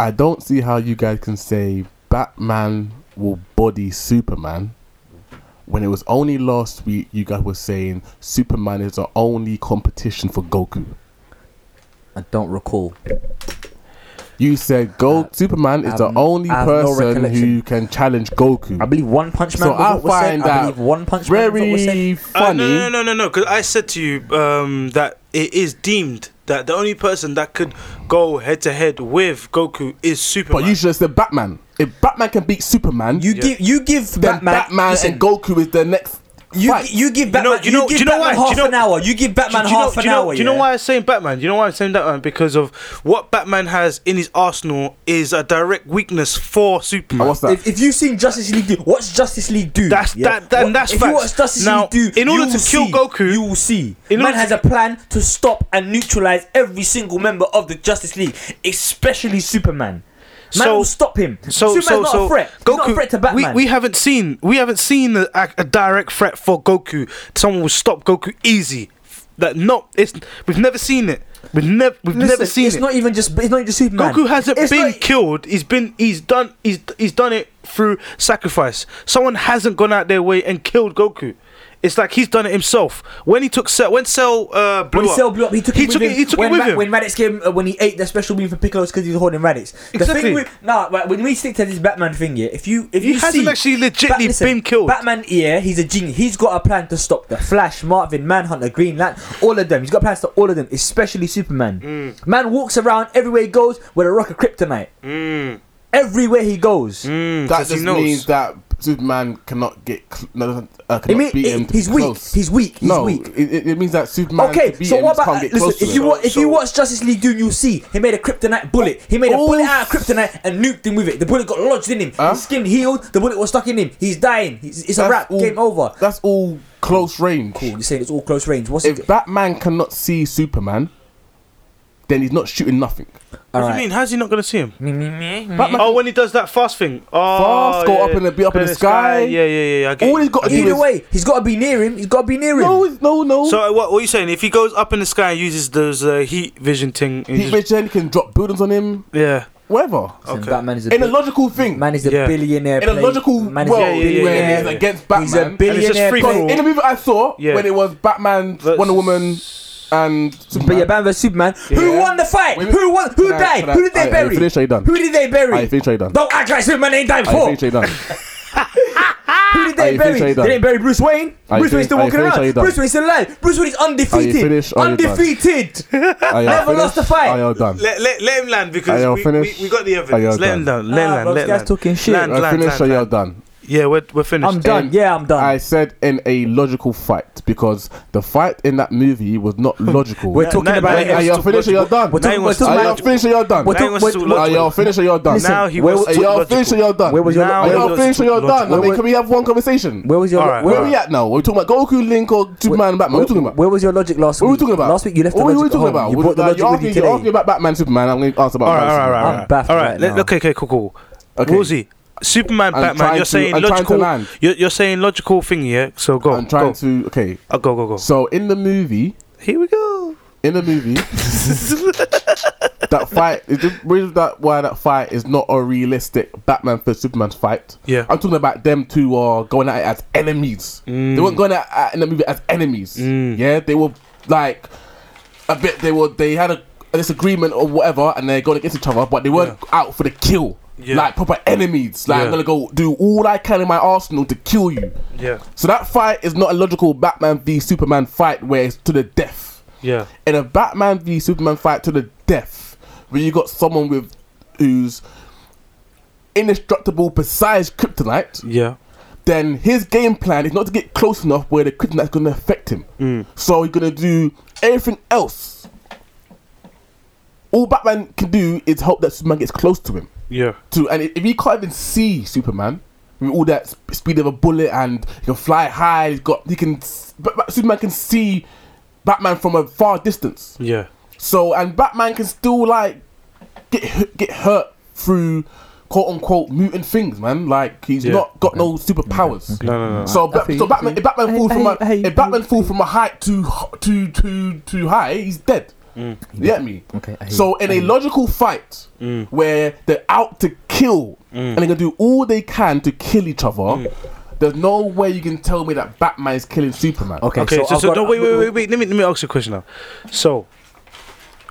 S4: I don't see how you guys can say Batman will body Superman when it was only last week you guys were saying Superman is the only competition for Goku.
S5: I don't recall.
S4: You said Go Superman is
S5: I
S4: the
S5: have-
S4: only
S5: Uh, um, I have no
S4: person who
S5: recollection.
S4: can challenge Goku.
S5: I believe One Punch Man.
S4: so
S5: was what
S4: I
S5: was said.
S4: find
S5: I
S4: that
S5: believe One Punch Man. was what was said.
S4: very
S2: Uh,
S4: funny.
S2: no, no, no, no, no. Because I said to you um, that it is deemed that the only person that could go head to head with Goku is Superman.
S4: But you should have said Batman. If Batman can beat Superman,
S5: You
S4: you
S5: give. You give
S4: then
S5: Batman.
S4: Batman,
S5: listen,
S4: and Goku is the next.
S5: You,
S4: fight.
S5: you give
S2: know-
S5: Batman.
S2: you know-
S5: give
S2: do you know
S5: Batman
S2: why? Do
S5: half
S2: you know-
S5: an hour. You give Batman
S2: do you know,
S5: half
S2: do
S5: an
S2: you know,
S5: hour.
S2: Do you know
S5: yeah?
S2: why I'm saying Batman? Do you know why I'm saying Batman? Because of what Batman has in his arsenal is a direct weakness for Superman.
S4: What's that?
S5: If, if you've seen Justice League do, what's Justice League do?
S2: That's- that- that-
S5: What-
S2: that's
S5: if you
S2: facts.
S5: watch Justice
S2: Now,
S5: League do,
S2: in order to
S5: you will
S2: kill
S5: see-
S2: Goku-
S5: you will see.
S2: in
S5: Man
S2: order
S5: has a plan to stop and neutralize every single member of the Justice League, especially Superman. Man
S2: So-
S5: will stop him.
S2: So,
S5: Superman's
S2: so,
S5: not
S2: so
S5: a threat. He's not a threat to Batman.
S2: We, we haven't seen we haven't seen a, a, a direct threat for Goku. Someone will stop Goku easy. That no, it's we've never seen it. We've never we've never
S5: Listen,
S2: seen
S5: it's
S2: it.
S5: not even just it's not just Superman.
S2: Goku hasn't
S5: It's
S2: been
S5: not-
S2: killed. He's been he's done he's he's done it through sacrifice. Someone hasn't gone out their way and killed Goku. It's like he's done it himself. When he took Cell, when Cell uh, blew
S5: When
S2: up,
S5: Cell blew up, he took
S2: he
S5: it with
S2: took
S5: him.
S2: it. He took
S5: when
S2: it with
S5: Ra-
S2: him.
S5: When Raditz came, uh, when he ate the special bean for Piccolo's because he was holding Raditz. The
S2: Exactly.
S5: thing with, nah, right, when we stick to this Batman thing, yeah, if you if
S2: he
S5: you
S2: hasn't
S5: see,
S2: actually
S5: Bat-
S2: legitly
S5: listen,
S2: been killed.
S5: Batman, yeah, he's a genius. He's got a plan to stop the Flash, Marvin, Manhunter, Green Lantern, all of them. He's got plans to all of them, especially Superman.
S2: Mm.
S5: Man walks around everywhere he goes with a rock of kryptonite. Everywhere he goes,
S2: Mm,
S4: that
S2: 'cause he
S4: just
S2: knows.
S4: means that Superman cannot get cl- no, uh,
S5: I
S4: cannot
S5: mean,
S4: beat him.
S5: it,
S4: to
S5: he's
S4: be
S5: weak.
S4: close.
S5: He's weak. He's
S4: no,
S5: weak.
S4: It, it means that Superman
S5: Okay,
S4: to beat
S5: so
S4: him
S5: what
S4: just can't
S5: about
S4: get
S5: listen?
S4: close to
S5: If you
S4: him.
S5: wa- if you
S2: So-
S5: watch Justice League Dune, you'll see he made a kryptonite bullet. He made a
S4: Oh,
S5: bullet out of kryptonite and nuked him with it. The bullet got lodged in him.
S4: Huh?
S5: His skin healed. The bullet was stuck in him. He's dying. He's, it's a
S4: That's
S5: wrap.
S4: all-
S5: Game over.
S4: That's all close range.
S5: Cool. You're saying it's all close range. What's
S4: If
S5: it?
S4: Batman cannot see Superman, then he's not shooting nothing.
S2: What do
S5: Alright.
S2: you mean? How's he not going to see him?
S4: Batman,
S2: Oh, when he does that fast thing. Oh,
S4: Fast, go
S2: yeah,
S4: up in the- be up in the sky.
S2: Yeah, yeah, yeah. I get
S4: all
S2: you.
S4: he's got to do
S5: Either
S4: is
S5: way, he's got to be near him. He's got to be near him.
S4: no, it's- no, no.
S2: So uh, what, what are you saying? If he goes up in the sky and uses those uh, heat vision thing, and
S4: Heat
S2: just- Oh.
S4: vision can drop buildings on him,
S2: yeah,
S4: whatever.
S5: Listen,
S2: okay.
S5: Batman is a
S4: In a
S5: bi-
S4: logical thing,
S5: man is a
S2: Yeah.
S5: billionaire.
S4: in a
S5: play-
S4: logical
S5: man is a
S4: world
S2: Yeah, yeah, yeah,
S4: where
S2: yeah,
S4: he's
S2: yeah.
S4: against
S5: He's a
S4: Batman.
S5: billionaire.
S2: free
S5: play-
S2: for all.
S4: in the movie I saw,
S2: Yeah.
S4: when it was Batman, Wonder Woman, and
S5: But yeah,
S4: Superman.
S5: Batman vs Superman. Who
S4: Yeah.
S5: won the fight?
S4: Wait,
S5: Who won? Who
S4: can I-
S5: died?
S4: can I-
S5: Who did
S4: I-
S5: they
S4: I
S5: bury?
S4: finish, are you done?
S5: Who did they bury?
S4: I think you're done.
S5: Don't act like Superman ain't died
S4: I
S5: before.
S4: think you're done.
S5: Who did
S4: Are
S5: they
S4: you
S5: bury?
S4: finished? Are you
S5: They
S4: done?
S5: didn't bury Bruce Wayne.
S4: Are you
S5: Bruce Wayne's
S4: finished?
S5: still
S4: Are you
S5: walking
S4: finished? Are you
S5: around.
S4: done?
S5: Bruce Wayne's still alive. Bruce Wayne's undefeated.
S4: finished? Are you done?
S5: Undefeated.
S4: Are y'all
S5: Never
S4: finished?
S5: lost a fight.
S4: Are y'all done?
S2: Let, let, let him land
S4: Are
S2: because
S4: y'all
S2: we, we,
S4: finished?
S2: we got the
S4: Are
S2: evidence.
S4: y'all
S2: Let him
S4: done?
S2: land. Let him
S5: Nah,
S2: land.
S5: bro,
S2: Let
S5: this
S2: him
S5: guy's
S2: land.
S5: talking shit.
S2: Land,
S4: Are
S2: land,
S4: finished? Are
S2: land,
S4: y'all
S2: land.
S4: done?
S2: Yeah, we're, we're finished.
S5: I'm done.
S4: And
S5: Yeah, I'm done.
S4: I said in a logical fight because the fight in that movie was not logical.
S5: We're talking
S2: no,
S5: about
S2: no,
S5: it.
S2: no,
S4: Are
S2: it's
S4: y'all
S2: too
S4: finished? Are y'all
S2: logical.
S4: done?
S5: We're
S2: Now he
S5: talking-
S2: wants
S5: we're
S4: Are
S2: to
S5: talking
S4: y'all
S5: about-
S2: logical.
S4: finished? Are y'all done?
S5: We're
S2: Now he wants to do
S5: Wait, wait,
S4: Are y'all
S2: logical.
S4: finished? Are y'all done?
S2: Now he
S5: where
S4: Are
S2: wants to do
S4: y'all finished? Are
S2: logical.
S4: y'all done?
S5: Where was your?
S2: Now
S4: Are
S2: he
S5: Where,
S4: y'all
S2: wants
S4: finished? Are
S2: to do
S4: y'all done?
S2: logical.
S4: I mean, can we have one conversation?
S5: where was your?
S2: Alright,
S4: Where
S2: Bro.
S4: are we at now? Are we talking about Goku, Link, or Superman, and Batman? What are we talking about?
S5: Where was your logic last
S4: What
S5: week?
S4: are we talking about?
S5: Last week you left
S4: What
S5: the
S4: are we
S5: logic at
S4: talking
S5: home.
S4: about?
S5: You brought the
S4: Like,
S5: logic
S4: you're
S5: with you
S4: asking- You're asking
S5: today.
S4: about Batman, Superman. I'm going to answer about
S2: All right, all
S4: Batman,
S2: right, all right,
S4: Superman.
S2: all
S5: I'm
S2: right. all
S5: baffled right
S2: right. let-
S5: now.
S2: okay, okay, cool, cool.
S4: Okay.
S2: Woolsey, Superman,
S4: I'm
S2: Batman.
S4: trying
S2: You're
S4: to-
S2: saying
S4: I'm trying to
S2: logical.
S4: land.
S2: You're, you're saying logical thing, yeah. So go.
S4: I'm trying
S2: go.
S4: to. Okay,
S2: Uh, go, go, go.
S4: so in the movie,
S2: Here we go.
S4: in the movie, that fight is the reason that why that fight is not a realistic Batman versus Superman fight.
S2: Yeah.
S4: I'm talking about them two are going at it as enemies. They
S2: Mm.
S4: weren't going at, at in the movie as enemies. Yeah, they were like a bit. They were they had a, a disagreement or whatever, and they're going against each other, but they weren't out for the kill.
S2: Yeah.
S4: Like proper enemies. Like
S2: Yeah.
S4: I'm gonna go do all I can in my arsenal to kill you.
S2: Yeah,
S4: So that fight is not a logical Batman v Superman fight where it's to the death
S2: yeah,
S4: in a Batman v Superman fight to the death, where you got someone with who's indestructible besides kryptonite,
S2: yeah.
S4: then his game plan is not to get close enough where the kryptonite's gonna affect him. So he's gonna do everything else. All Batman can do is hope that Superman gets close to him.
S2: Yeah.
S4: To and if he can't even see Superman with all that sp- speed of a bullet and he can fly high, he's got he can. s- But, but Superman can see Batman from a far distance.
S2: Yeah.
S4: So and Batman can still like get hu- get hurt through quote unquote mutant things, man. Like he's
S2: Yeah.
S4: not got no superpowers.
S2: No, no, no.
S4: So, Ba-
S8: feel
S4: so
S8: you,
S4: Batman, if Batman falls from a, if Batman falls from a height too h- too too too high, he's dead. You get me?
S8: Mm. Okay, I hear Mm.
S4: So in a logical fight where they're out to kill and they're gonna do all they can to kill each other,
S8: Mm.
S4: there's no way you can tell me that Batman is killing Superman.
S8: Okay,
S2: Okay. So, so,
S8: I've got-
S2: no, wait, wait, wait, wait. Let me let me ask you a question now. So,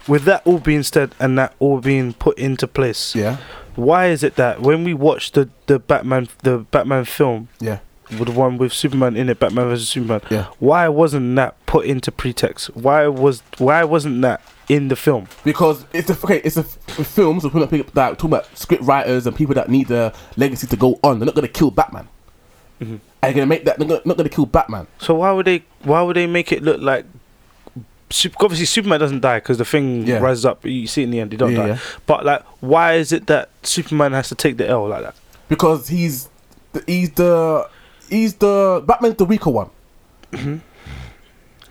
S2: with that all being said and that all being put into place,
S4: Yeah.
S2: why is it that when we watch the the Batman the Batman film
S4: Yeah.
S2: with the one with Superman in it, Batman versus Superman,
S4: Yeah.
S2: why wasn't that put into pretext? Why was why wasn't that in the film?
S4: because it's a okay, it's a, f- a film, so people that pick up that talking about script writers and people that need their legacy to go on. They're not gonna kill Batman.
S8: Mm-hmm.
S4: And they're gonna make that. They're gonna, not gonna kill Batman.
S2: So why would they why would they make it look like Sup- obviously Superman doesn't die because the thing
S4: Yeah.
S2: rises up. You see it in the end, he don't
S4: Yeah,
S2: die.
S4: yeah.
S2: But like, why is it that Superman has to take the L like that?
S4: because he's the, he's the he's the Batman's the weaker one.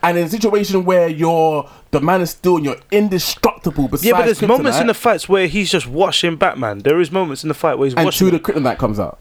S4: And in a situation where you're the man is still and you're indestructible. Besides
S2: Yeah, but there's moments in the
S4: kryptonite,
S2: fights where he's just washing Batman. There is moments in the fight where he's
S4: and
S2: washing.
S4: through the kryptonite comes out.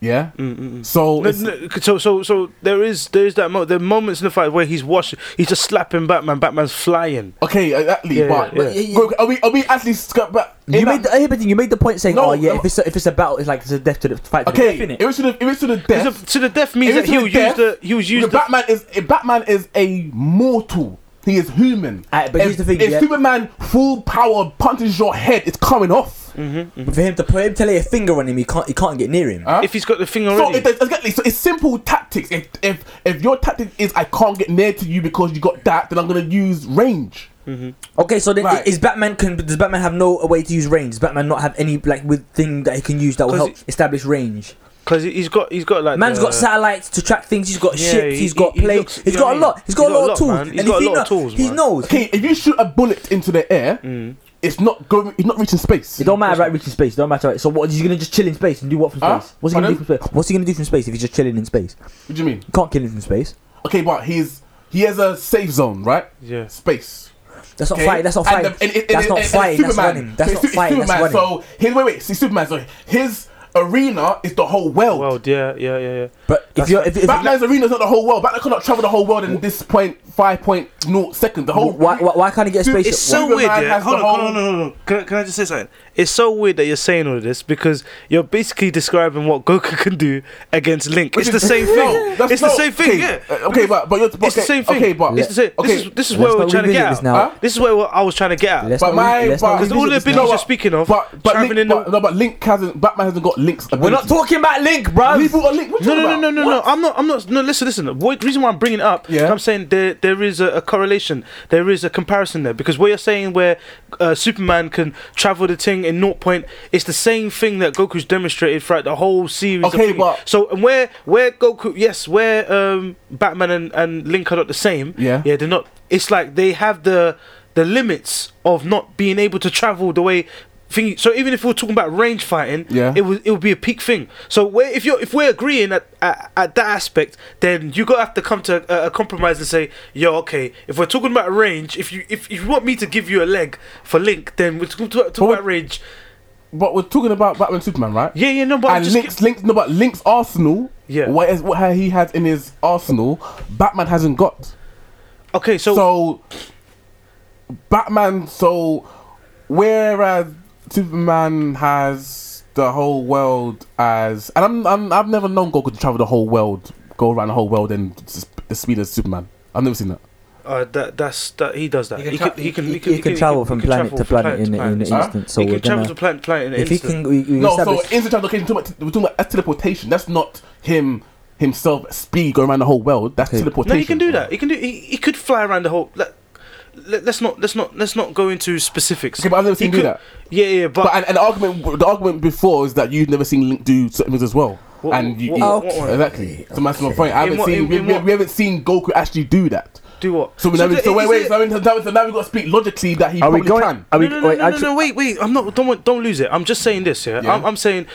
S4: Yeah.
S2: mm,
S4: So
S2: No,
S4: it's-
S2: no, c- so so so there is there is that mo- there are moments in the fight where he's washing. He's just slapping Batman. Batman's flying.
S4: okay, exactly.
S2: Yeah,
S4: but
S2: yeah,
S4: but are we are we actually sc- but in
S8: You
S4: that-
S8: made the, I hear, but you made the point saying,
S4: No,
S8: oh yeah,
S4: no.
S8: if it's a, if it's a battle, it's like it's a death to the fight to
S4: okay?
S8: the death,
S4: If
S8: innit?
S4: it's to the if it's to the
S2: 'Cause
S4: death,
S2: if- To the death means
S4: If
S2: that
S4: it's to
S2: he'll
S4: the
S2: use
S4: death,
S2: the he'll use
S4: the
S2: the
S4: Batman is a Batman is a mortal. He is human.
S8: Aight, but
S4: if,
S8: here's the thing,
S4: if
S8: yeah.
S4: Superman full power punches your head, it's coming off.
S8: Mm. For him to put him to lay a finger on him, he can't he can't get near him.
S4: Huh?
S2: if he's got the thing
S4: So
S2: already.
S4: it, exactly. So it's simple tactics. If if if your tactic is I can't get near to you because you got that, then I'm gonna use range.
S8: Mm. Okay, so then i-
S4: Right.
S8: is Batman can does Batman have no way to use range? Does Batman not have any like with thing that he can use that will
S2: 'Cause
S8: help establish range?
S2: Because he's got he's got like
S8: Man's
S2: the-
S8: got satellites to track things. He's got
S2: Yeah,
S8: ships.
S2: he-
S8: he's got
S2: he- he
S8: planes.
S2: looks-
S8: he's
S2: you know
S8: got
S2: what
S8: a
S2: I
S8: lot.
S2: mean?
S8: He's got a lot of tools.
S2: man. He's
S8: and
S2: got
S8: if
S2: a
S8: he
S2: lot of
S8: kno-
S2: tools,
S8: He
S2: man.
S8: knows.
S4: Okay, if you shoot a bullet into the air,
S8: Mm.
S4: it's not going. It's not reaching space.
S5: It don't matter about reaching space. It don't matter. Right? So what? Is he gonna just chill in space and do what from
S4: Huh?
S5: space? What's he gonna do
S4: Pardon?
S5: from space?
S8: What's he gonna do from space if he's just chilling in space?
S4: What do you mean?
S8: You can't kill him from space.
S4: Okay, but he's he has a safe zone, right?
S2: Yeah.
S4: Space.
S8: That's not
S4: Okay?
S8: fighting. That's not
S4: And
S8: fighting.
S4: the- and- and-
S8: That's
S4: and-
S8: not
S4: and- and
S8: fighting. That's
S4: Superman.
S8: running. That's
S4: So
S8: not
S4: it's
S8: fighting. That's
S4: Superman.
S8: running.
S4: So his wait, wait, see Superman. So his arena is the whole world.
S2: Well, yeah, yeah, yeah, yeah.
S8: But if
S2: That's
S8: you're
S2: fine.
S8: if, if
S4: Batman's arena is not the whole world. Batman cannot travel the whole world in this point five point zero seconds. The whole
S8: why, why, why can't he get a
S4: Dude,
S8: spaceship?
S2: It's so
S4: Wonder
S2: weird.
S4: Man
S2: Yeah.
S4: has
S2: Hold on,
S4: the
S2: hold
S4: whole-
S2: on, no, no, no. Can, I- can I just say something? It's so weird that you're saying all this because you're basically describing what Goku can do against Link. it's the same thing.
S4: No, that's
S2: it's the
S4: not-
S2: same thing.
S4: Okay,
S2: Yeah.
S4: uh, okay, but but you're, but
S2: It's the
S4: okay,
S2: same thing.
S4: Okay, but
S2: it's the same.
S4: okay,
S2: This is this is
S8: Let's
S2: where we're
S8: not
S2: trying to
S8: revisit
S2: get
S8: this
S2: out.
S8: now.
S4: Huh?
S2: This is where we're- I was trying to get out.
S8: Let's
S4: but
S8: not
S4: my
S8: re- let's
S4: but
S8: not
S2: Because all the
S8: revisit this
S2: abilities
S8: now.
S2: you're speaking of,
S4: but but
S2: traveling
S4: Link,
S2: in the-
S4: but, no, but Link hasn't. Batman hasn't got Link's
S5: We're not
S4: ability.
S5: talking about Link, bro.
S4: We brought a Link. What you
S2: No, no, no,
S4: talking
S2: no,
S4: about?
S2: no, no. I'm not. I'm not. No, listen, listen. What, the reason why I'm bringing it up,
S4: Yeah.
S2: I'm saying there there is a, a correlation. There is a comparison there because what you're saying, where uh, Superman can travel the thing in naught point, it's the same thing that Goku's demonstrated throughout the whole series. of
S4: Okay,
S2: things.
S4: but-
S2: so and where where Goku, yes, where um, Batman and, and Link are not the same.
S4: Yeah.
S2: yeah, they're not. It's like they have the the limits of not being able to travel the way. Thing. So even if we're talking about range fighting,
S4: Yeah.
S2: it would it would be a peak thing. So where, if you're if we're agreeing at, at, at that aspect, then you gotta have to come to a, a compromise and say, yo, okay, if we're talking about range, if you if, if you want me to give you a leg for Link, then we're talking, talking
S4: But-
S2: about range.
S4: But we're talking about Batman, Superman, right?
S2: Yeah, yeah, no, but I'm
S4: and
S2: just
S4: Link's, Link's no, but Link's arsenal.
S2: Yeah.
S4: What, is, what he has in his arsenal, Batman hasn't got.
S2: gi- okay. So,
S4: So, Batman. So, whereas Superman has the whole world as, and I'm, I'm I've never known Goku to travel the whole world, go around the whole world in s- the speed of Superman. I've never seen that.
S2: uh, that that's that he does that.
S5: He can
S2: He
S5: tra-
S2: can he can
S5: he-
S2: he can-
S8: he can travel from planet to planet in in an
S2: instant.
S8: instant. So
S2: he
S8: we're
S2: can travel to
S8: gonna
S2: planet to planet in an
S8: if he
S2: instant.
S8: can we, we
S4: No, so
S8: establish
S4: instant translocation. We're talking about, we're talking about that's teleportation. That's not him himself speed going around the whole world. That's
S8: Okay.
S4: teleportation.
S2: No, he can do that. He can do. He, he could fly around the whole. Let, let, let's not let's not let's not go into specifics.
S4: Okay, but I've never
S2: He
S4: seen him do
S2: could-
S4: that.
S2: Yeah, yeah, but,
S4: But and, and the argument, the argument before is that you've never seen Link do certain things as well.
S2: What-
S4: and you,
S2: what-
S4: yeah,
S2: what- what-
S4: exactly. So that's my point. I haven't
S2: what-
S4: seen
S2: in-
S4: we,
S2: in
S4: we-
S2: what-
S4: we haven't seen Goku actually do that.
S2: do what?
S4: So, we now, we-
S2: the-
S4: so wait,
S2: is
S4: wait.
S2: it-
S4: So, I mean, now, so now we've got to speak logically that he
S8: Are we
S4: probably
S8: going? uh,
S4: can.
S8: Are we?
S2: no, no, no,
S8: wait,
S2: no, no,
S8: actually-
S2: no, wait, wait. I'm not. Don't want- don't lose it. I'm just saying this. Yeah,
S4: Yeah.
S2: I'm, I'm saying.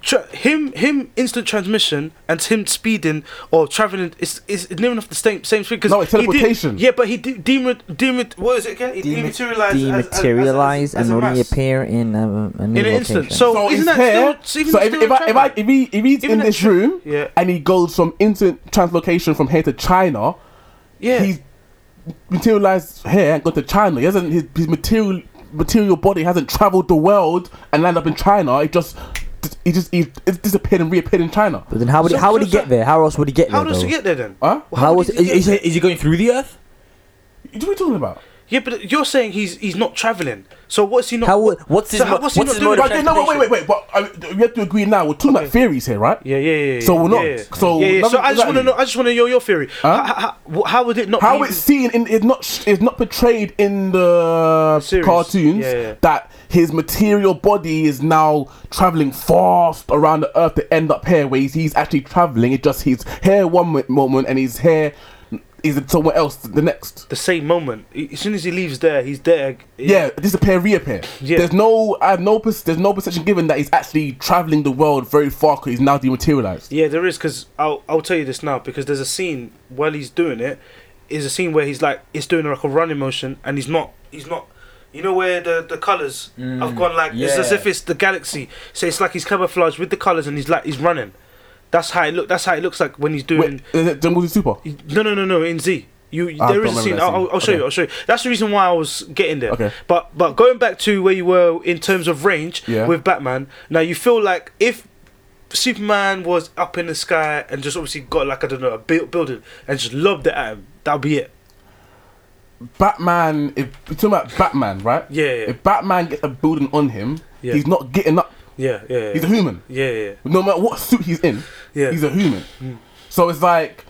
S2: Tra- him, him, instant transmission, and him speeding or traveling is is near enough the same same thing. 'cause
S4: No, it's
S2: he did-
S4: teleportation.
S2: yeah, but he de- demat demat what is it again? He dematerialized, as- as- as-
S6: dematerialize
S2: as
S6: and
S2: a mass.
S6: reappear in um, a new
S2: in an
S6: location.
S2: instant. So,
S4: So
S2: isn't
S4: he's
S2: that
S4: here.
S2: still? even
S4: so if,
S2: still
S4: if, I, if I
S2: traveling?
S4: if he if he's
S2: Even
S4: in
S2: that
S4: this
S2: tra-
S4: room
S2: Yeah.
S4: and he goes from instant translocation from here to China,
S2: yeah,
S4: he's materialized here and got to China. He hasn't his, his material material body hasn't traveled the world and landed up in China. It just he just he it's disappeared and reappeared in China.
S8: But then how would
S2: So-
S8: how would
S2: so-
S8: he get
S2: so-
S8: there? How else would he get
S2: how
S8: there?
S2: does
S8: though?
S2: he get there then?
S4: Huh?
S2: Well,
S8: How
S2: did
S8: was
S2: he get
S8: is,
S2: there?
S8: is, is he going through the earth?
S4: What are we talking about?
S2: Yeah, but you're saying he's he's not traveling. So what's he not?
S8: How would
S7: What's his
S2: So how-
S7: mo-
S2: what's
S7: what's,
S2: he
S7: his
S2: not doing?
S7: mode of
S4: But then, no, wait, wait, wait. But uh, we have to agree now. We're talking about theories here, right?
S2: yeah, yeah, yeah, yeah.
S4: So we're not-
S2: Yeah, yeah.
S4: so
S2: yeah, yeah. So
S4: nothing-
S2: I just want to
S4: exactly.
S2: know. I just want to know your theory.
S4: Huh?
S2: How, how, how, how would it not?
S4: How
S2: be-
S4: it's seen in is not sh- is not portrayed in the
S2: Series.
S4: cartoons
S2: Yeah, yeah.
S4: that his material body is now traveling fast around the earth to end up here where he's, he's actually traveling. It's just he's here one mo- moment and he's here is somewhere else the next.
S2: the same moment. As soon as he leaves there, he's there.
S4: Yeah, disappear, reappear.
S2: Yeah.
S4: There's no, I have no, pers- there's no perception given that he's actually traveling the world very far because he's now dematerialized.
S2: Yeah, there is because I'll I'll tell you this now because there's a scene while he's doing it, is a scene where he's like he's doing like a running motion and he's not he's not. You know where the the colors have gone like it's as
S5: yeah.
S2: if it's the galaxy. So it's like he's camouflaged with the colors and he's like he's running. That's how it look. That's how it looks like when he's doing.
S4: Wait, is it Dragon Ball Z Super?
S2: No, no, no, no. In Z, you
S4: Ah, I don't
S2: there is a
S4: remember
S2: scene.
S4: that
S2: I'll,
S4: scene.
S2: I'll show
S4: Okay.
S2: you. I'll show you. That's the reason why I was getting there.
S4: Okay.
S2: But but going back to where you were in terms of range
S4: Yeah.
S2: with Batman. Now you feel like if Superman was up in the sky and just obviously got like I don't know a bu- building and just lobbed it at him, that'll be it.
S4: Batman, if we're talking about Batman, right?
S2: Yeah, yeah.
S4: If Batman gets a building on him,
S2: Yeah.
S4: he's not getting up.
S2: Yeah, yeah,
S4: He's a
S2: yeah,
S4: human.
S2: yeah, yeah.
S4: No matter what suit he's in,
S2: Yeah.
S4: he's a human. So it's like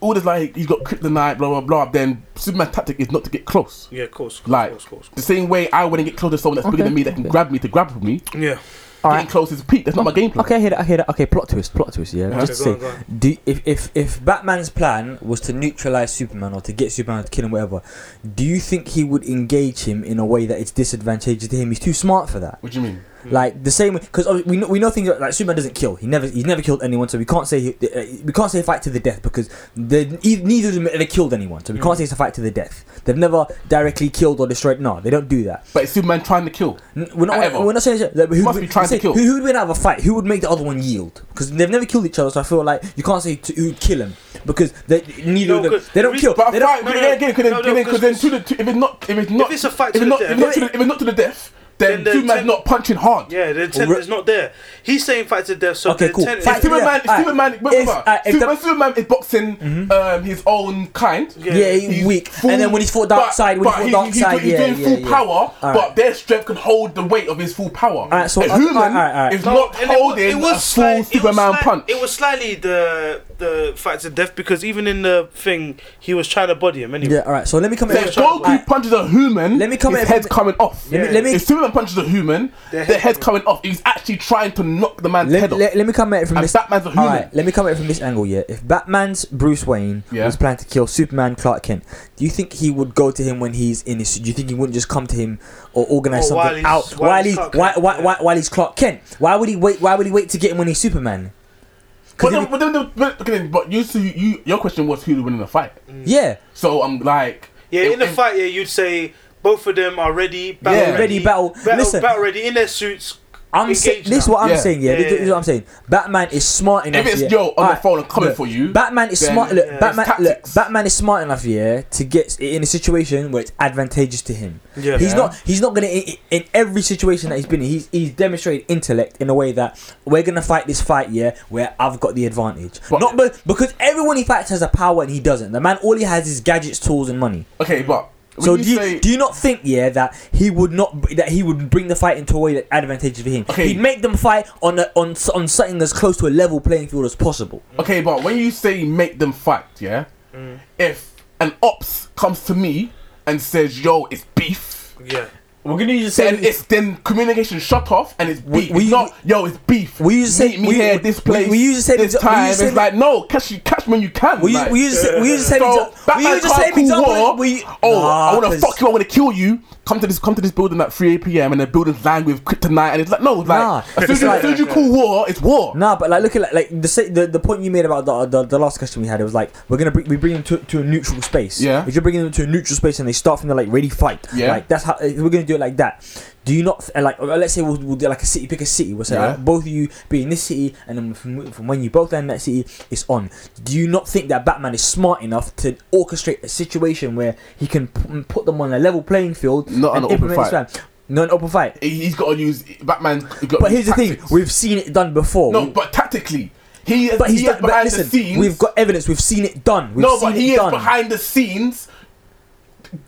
S4: all this like he's got kryptonite, blah blah blah. Then Superman's tactic is not to get close.
S2: Yeah, of course, of course,
S4: Like
S2: of course, of course,
S4: the same way I wouldn't get close to someone that's bigger than me that can grab me to grab with me.
S2: yeah.
S8: Alright.
S4: Getting close is peak. That's not my game plan.
S8: Okay, I hear that. I hear that. Okay, plot twist. Plot twist. Yeah,
S2: Okay,
S8: just to
S2: go
S8: say,
S2: on, go on.
S8: do, if if if Batman's plan was to neutralize Superman or to get Superman to kill him, whatever, do you think he would engage him in a way that it's disadvantageous to him? He's too smart for that.
S4: What do you mean?
S2: Mm-hmm.
S8: Like the same, because we know, we know things like, like Superman doesn't kill. He never he's never killed anyone, so we can't say he, uh, we can't say fight to the death because they, e- neither of them ever killed anyone, so we
S2: Mm.
S8: can't say it's a fight to the death. They've never directly killed or destroyed. No, they don't do that.
S4: But it's Superman trying to kill.
S8: N- We're not.
S4: Ever.
S8: We're not saying that. Like, who
S4: Must
S8: would-
S4: be trying to
S8: say,
S4: kill.
S8: Who, who would win out of a fight? Who would make the other one yield? Because they've never killed each other, so I feel like you can't say to, who'd kill him because they neither
S2: No,
S8: of them.
S2: 'cause
S8: They
S2: the
S8: don't kill.
S2: reason-
S4: But
S8: They
S4: a
S8: don't,
S4: fight,
S2: no,
S4: no,
S2: no,
S4: again, because
S2: no,
S4: then,
S2: no,
S4: because then,
S2: 'cause-
S4: to the, to, if it's not, if it's not,
S2: it's a
S4: if
S2: fight to
S4: it's
S2: the
S4: not,
S2: death-
S4: if it's not to the, if it's not to the death, then,
S2: Then the
S4: two men
S2: ten-
S4: not punching hard.
S2: Yeah, the intent
S5: Re-
S2: is not there. He's saying fight to death, so
S5: Okay,
S2: the
S5: cool.
S2: intent
S5: Fight
S2: is
S5: to death.
S4: Superman,
S5: Yeah,
S4: Superman,
S5: alright.
S4: wait, wait,
S5: If-
S4: wait.
S5: uh, if
S4: Super-
S5: that-
S4: Superman is boxing um, his own kind.
S2: Yeah.
S5: Yeah, he
S4: He's
S5: weak.
S4: full-
S5: and then when he's fought
S4: but-
S5: outside, when
S4: but
S5: he's fought
S4: he-
S5: dark
S4: he's
S5: side,
S4: doing- he's
S5: yeah,
S4: doing
S5: yeah,
S4: full
S5: yeah.
S4: power,
S5: Alright.
S4: but their strength can hold the weight of his full power.
S5: Alright, so- uh,
S4: a
S5: alright,
S4: human
S5: alright, alright.
S4: is not
S2: and it wa-
S4: holding a full
S2: slight- it was
S4: Superman
S2: slight-
S4: punch.
S2: It was slightly the the fight to death because even in the thing he was trying to body him anyway.
S5: Yeah, all right. So let me come
S4: So
S5: in.
S4: if Goku punches a human,
S5: Let me come
S4: his
S5: at-
S4: head's coming off.
S5: Let me- let me-
S4: if Superman punches a human, their, head's coming off. He's actually trying to knock the man's
S5: Let,
S4: head off.
S5: let, let me come at it from
S4: and
S5: this.
S4: Batman's a
S5: All
S4: human.
S5: right, let me come at it from this angle. Yeah, if Batman's Bruce Wayne
S4: Yeah.
S5: was planning to kill Superman Clark Kent, do you think he would go to him when he's in his? Do you think he wouldn't just come to him or organize
S2: Or while
S5: something
S2: he's-
S5: out
S2: while
S5: while
S2: he's
S5: he
S2: Clark
S5: why,
S2: Kent,
S5: why,
S2: yeah.
S5: why, while he's Clark Kent? Why would he wait? Why would he wait to get him when he's Superman? 'Cause
S4: But, then,
S5: if
S4: but, then, the- but, okay, but you, see, you, your question was who would win in the fight.
S5: he- yeah,
S4: So I'm like,
S2: Yeah,
S4: if-
S2: in the
S4: if-
S2: fight, yeah, you'd say both of them are ready, battle
S4: Yeah.
S2: ready,
S5: Ready, battle.
S2: battle,
S5: Listen.
S2: battle ready in their suits.
S5: I'm
S2: Engage
S5: saying this. Is
S2: now.
S5: what I'm
S4: Yeah.
S5: saying. Yeah,
S2: Yeah,
S5: this,
S2: yeah,
S5: this is what I'm saying. Batman is smart enough.
S4: If it's
S5: yeah.
S4: Joe on the
S5: Alright,
S4: phone and coming
S5: look,
S4: for you,
S5: Batman is
S4: then-
S5: smart. Look,
S2: yeah.
S5: Batman.
S4: It's
S5: Look,
S4: tactics.
S5: Batman is smart enough, yeah, to get in a situation where it's advantageous to him.
S2: Yeah.
S5: He's
S4: Yeah.
S5: not. He's not gonna. In, in every situation that he's been in, he's he's demonstrated intellect in a way that we're gonna fight this fight, yeah, where I've got the advantage.
S4: But-
S5: not be, because everyone he fights has a power and he doesn't. The man, all he has is gadgets, tools, and money.
S4: okay, but when
S5: So
S4: you
S5: do you,
S4: say,
S5: do you not think yeah that he would not br- that he would bring the fight into a way that advantageous for him?
S4: Okay.
S5: He'd make them fight on a, on s- on something as close to a level playing field as possible.
S4: okay, but when you say make them fight, yeah, if an ops comes to me and says, "Yo, it's beef,"
S2: Yeah.
S9: We're gonna use the
S4: then
S9: same.
S4: it's then communication shut off and it's beef.
S5: we-
S4: it's not, "Yo, it's beef."
S5: we used to
S4: Meet
S5: say-
S4: me
S5: we-
S4: here,
S5: we-
S4: this
S5: we-
S4: place,
S5: we used to say
S4: this
S5: the- we
S4: time.
S5: used to
S4: It's
S5: say-
S4: like, no, catch you, catch when you can.
S5: We use
S4: like.
S5: we use the sa- we use the same
S4: So,
S5: exa- we
S4: Batman
S5: use the same
S4: can't
S5: example.
S4: call
S5: We,
S4: war. Oh, I want to
S5: 'cause-
S4: fuck you. I want to kill you. Come to this, come to this building at 3 p.m. and the building's lined with kryptonite. And it's like, no, like
S5: Nah,
S4: as, soon
S5: it's
S4: as, as
S5: like-
S4: soon as you call war, it's war.
S5: Nah, but like look at like, like the, sa- the the point you made about the, the the last question we had. It was like we're gonna bring we bring them to, to a neutral space.
S4: Yeah.
S5: If you're bringing them to a neutral space and they start from the like ready fight.
S4: Yeah.
S5: Like that's how if we're gonna do it like that. Do you not and like or let's say we'll, we'll do like a city pick a city. We'll say
S4: Yeah.
S5: like, both of you be in this city and then from, from when you both end that city, it's on. Do you not think that Batman is smart enough to orchestrate a situation where he can p- put them on a level playing field?
S4: Not an
S5: and
S4: open
S5: implement his
S4: fight.
S5: plan? Not an open fight.
S4: He- He's got to use Batman.
S5: But here's the thing: we've seen it done before.
S4: no, but tactically, he is,
S5: But he's
S4: he is
S5: done, but
S4: behind
S5: listen,
S4: the scenes.
S5: we've got evidence. We've seen it done. We've
S4: no,
S5: seen
S4: but he
S5: it
S4: is
S5: done.
S4: behind the scenes.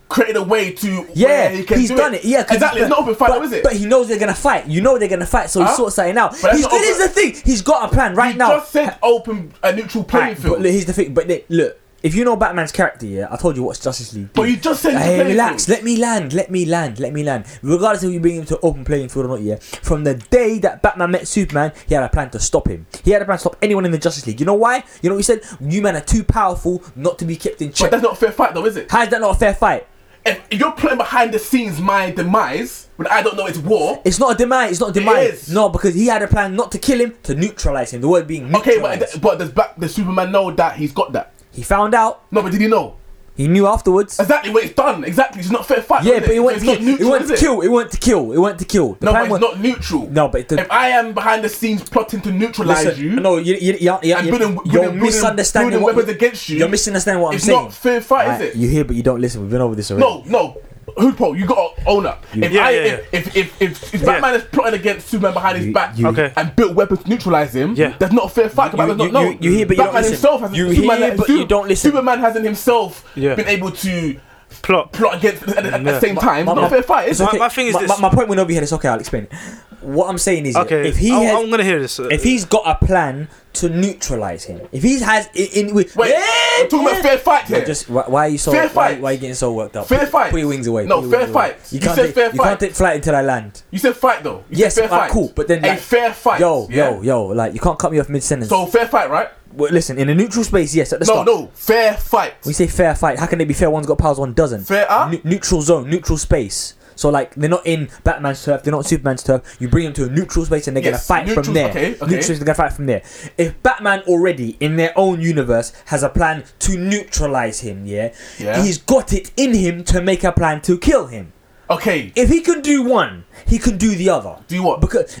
S4: Created a way to
S5: yeah,
S4: where he can
S5: he's
S4: do
S5: done it. Yeah, 'cause
S4: exactly.
S5: he's
S4: It's
S5: done-
S4: not open fight,
S5: but,
S4: though, is it?
S5: But he knows they're gonna fight. You know they're gonna fight, so he
S4: Huh?
S5: sorts something out.
S4: that's
S5: He's,
S4: not
S5: it is the
S4: open-
S5: thing. He's got a plan right
S4: You
S5: now.
S4: just said open a neutral playing
S5: Right, but
S4: field.
S5: look, here's the thing. But they- look, if you know Batman's character, yeah, I told you what's Justice League.
S4: But
S5: did.
S4: you just said
S5: Hey,
S4: playing
S5: relax.
S4: field.
S5: Let me land. Let me land. Let me land. Regardless of you bring him to open playing field or not, yeah. From the day that Batman met Superman, he had a plan to stop him. He had a plan to stop anyone in the Justice League. You know why? You know what he said? You men are too powerful not to be kept in
S4: But
S5: check.
S4: that's not a fair fight, though, is it?
S5: How is that not a fair fight?
S4: If you're playing behind the scenes my demise when I don't know it's war.
S5: It's not a demise. It's not a
S4: is.
S5: demise. No, because he had a plan not to kill him, to neutralize him. The word being
S4: Okay,
S5: neutralized.
S4: but, but does Bat, does Superman know that he's got that?
S5: he found out.
S4: No, but did he know?
S5: He knew afterwards.
S4: Exactly what it's done. Exactly, it's not fair fight.
S5: yeah,
S4: is
S5: but
S4: it?
S5: he went to
S4: It's
S5: kill.
S4: not
S5: He
S4: neutral,
S5: went
S4: is
S5: to
S4: it?
S5: kill. He went to kill. He went to kill. The
S4: No,
S5: plan
S4: but it's
S5: was-
S4: not neutral.
S5: No, but the-
S4: if I am behind the scenes plotting to neutralize
S5: Listen,
S4: you,
S5: No, you, you, you, you,
S4: And building-
S5: you, you're
S4: building- building-
S5: misunderstanding
S4: building
S5: what
S4: weapons against you,
S5: You're misunderstanding what I'm
S4: it's
S5: saying.
S4: not fair fight,
S5: Right,
S4: is it?
S5: You hear, but you don't listen. We've been over this already.
S4: no, no. Hoopo, you gotta own up. If,
S2: Yeah,
S4: I,
S2: yeah,
S4: if, if, if, if, if Batman is plotting against Superman behind his
S5: You-
S4: back
S5: you-
S2: Okay.
S4: and built weapons to neutralize him,
S2: Yeah.
S4: that's not a fair fight. 'cause
S5: You-
S4: Batman's
S5: you-
S4: not
S5: you-
S4: known.
S5: you hear, but you don't
S4: Batman
S5: listen.
S4: himself hasn't.
S5: You
S4: Superman,
S5: hear, but you
S4: Sup-
S5: don't listen.
S4: Superman hasn't himself
S2: Yeah.
S4: been able to
S2: Plot.
S4: plot against at, the- at the
S2: Yeah.
S4: same time.
S5: My-
S4: It's not a
S5: my-
S4: fair fight, is it?
S5: it's
S2: My- my thing is
S5: my,
S2: this.
S5: my- my point went over your head. It's okay. I'll explain. it. What I'm saying is, yeah,
S2: Okay.
S5: if he
S2: I,
S5: has,
S2: I'm gonna hear this. uh,
S5: if he's got a plan to neutralize him, if he has in, in with,
S4: Wait,
S5: Yeah,
S4: we're talking
S5: yeah.
S4: about fair fight here.
S5: Wait, just why, why are you so
S4: Fair
S5: why,
S4: fight.
S5: why are you getting so worked up?
S4: Fair
S5: Put-
S4: fight.
S5: Put your wings away.
S4: No,
S5: put your
S4: fair
S5: wings away.
S4: fight.
S5: You
S4: You
S5: can't
S4: said
S5: take,
S4: fair
S5: you can't
S4: fight.
S5: take flight until I land.
S4: you said fight though. You
S5: yes,
S4: said fair
S5: alright,
S4: fight.
S5: cool. But then
S4: a
S5: like,
S4: fair fight.
S5: Yo,
S4: yeah?
S5: yo, yo! Like you can't cut me off mid sentence.
S4: So fair fight, right?
S5: Well, listen, in a neutral space, yes, at the
S4: No,
S5: start.
S4: no, fair fight.
S5: We say fair fight. How can they be fair? One's got powers, one doesn't.
S4: Fair up?
S5: Ne- neutral zone, neutral space. So like they're not in Batman's turf, they're not Superman's turf. You bring them to a neutral space and they're gonna
S4: Yes,
S5: fight
S4: neutral-
S5: from there.
S4: okay, okay.
S5: Neutral space, they're gonna fight from there. If Batman already in their own universe has a plan to neutralize him, yeah,
S4: Yeah.
S5: he's got it in him to make a plan to kill him.
S4: Okay.
S5: If he can do one, he can do the other.
S4: Do what?
S5: Because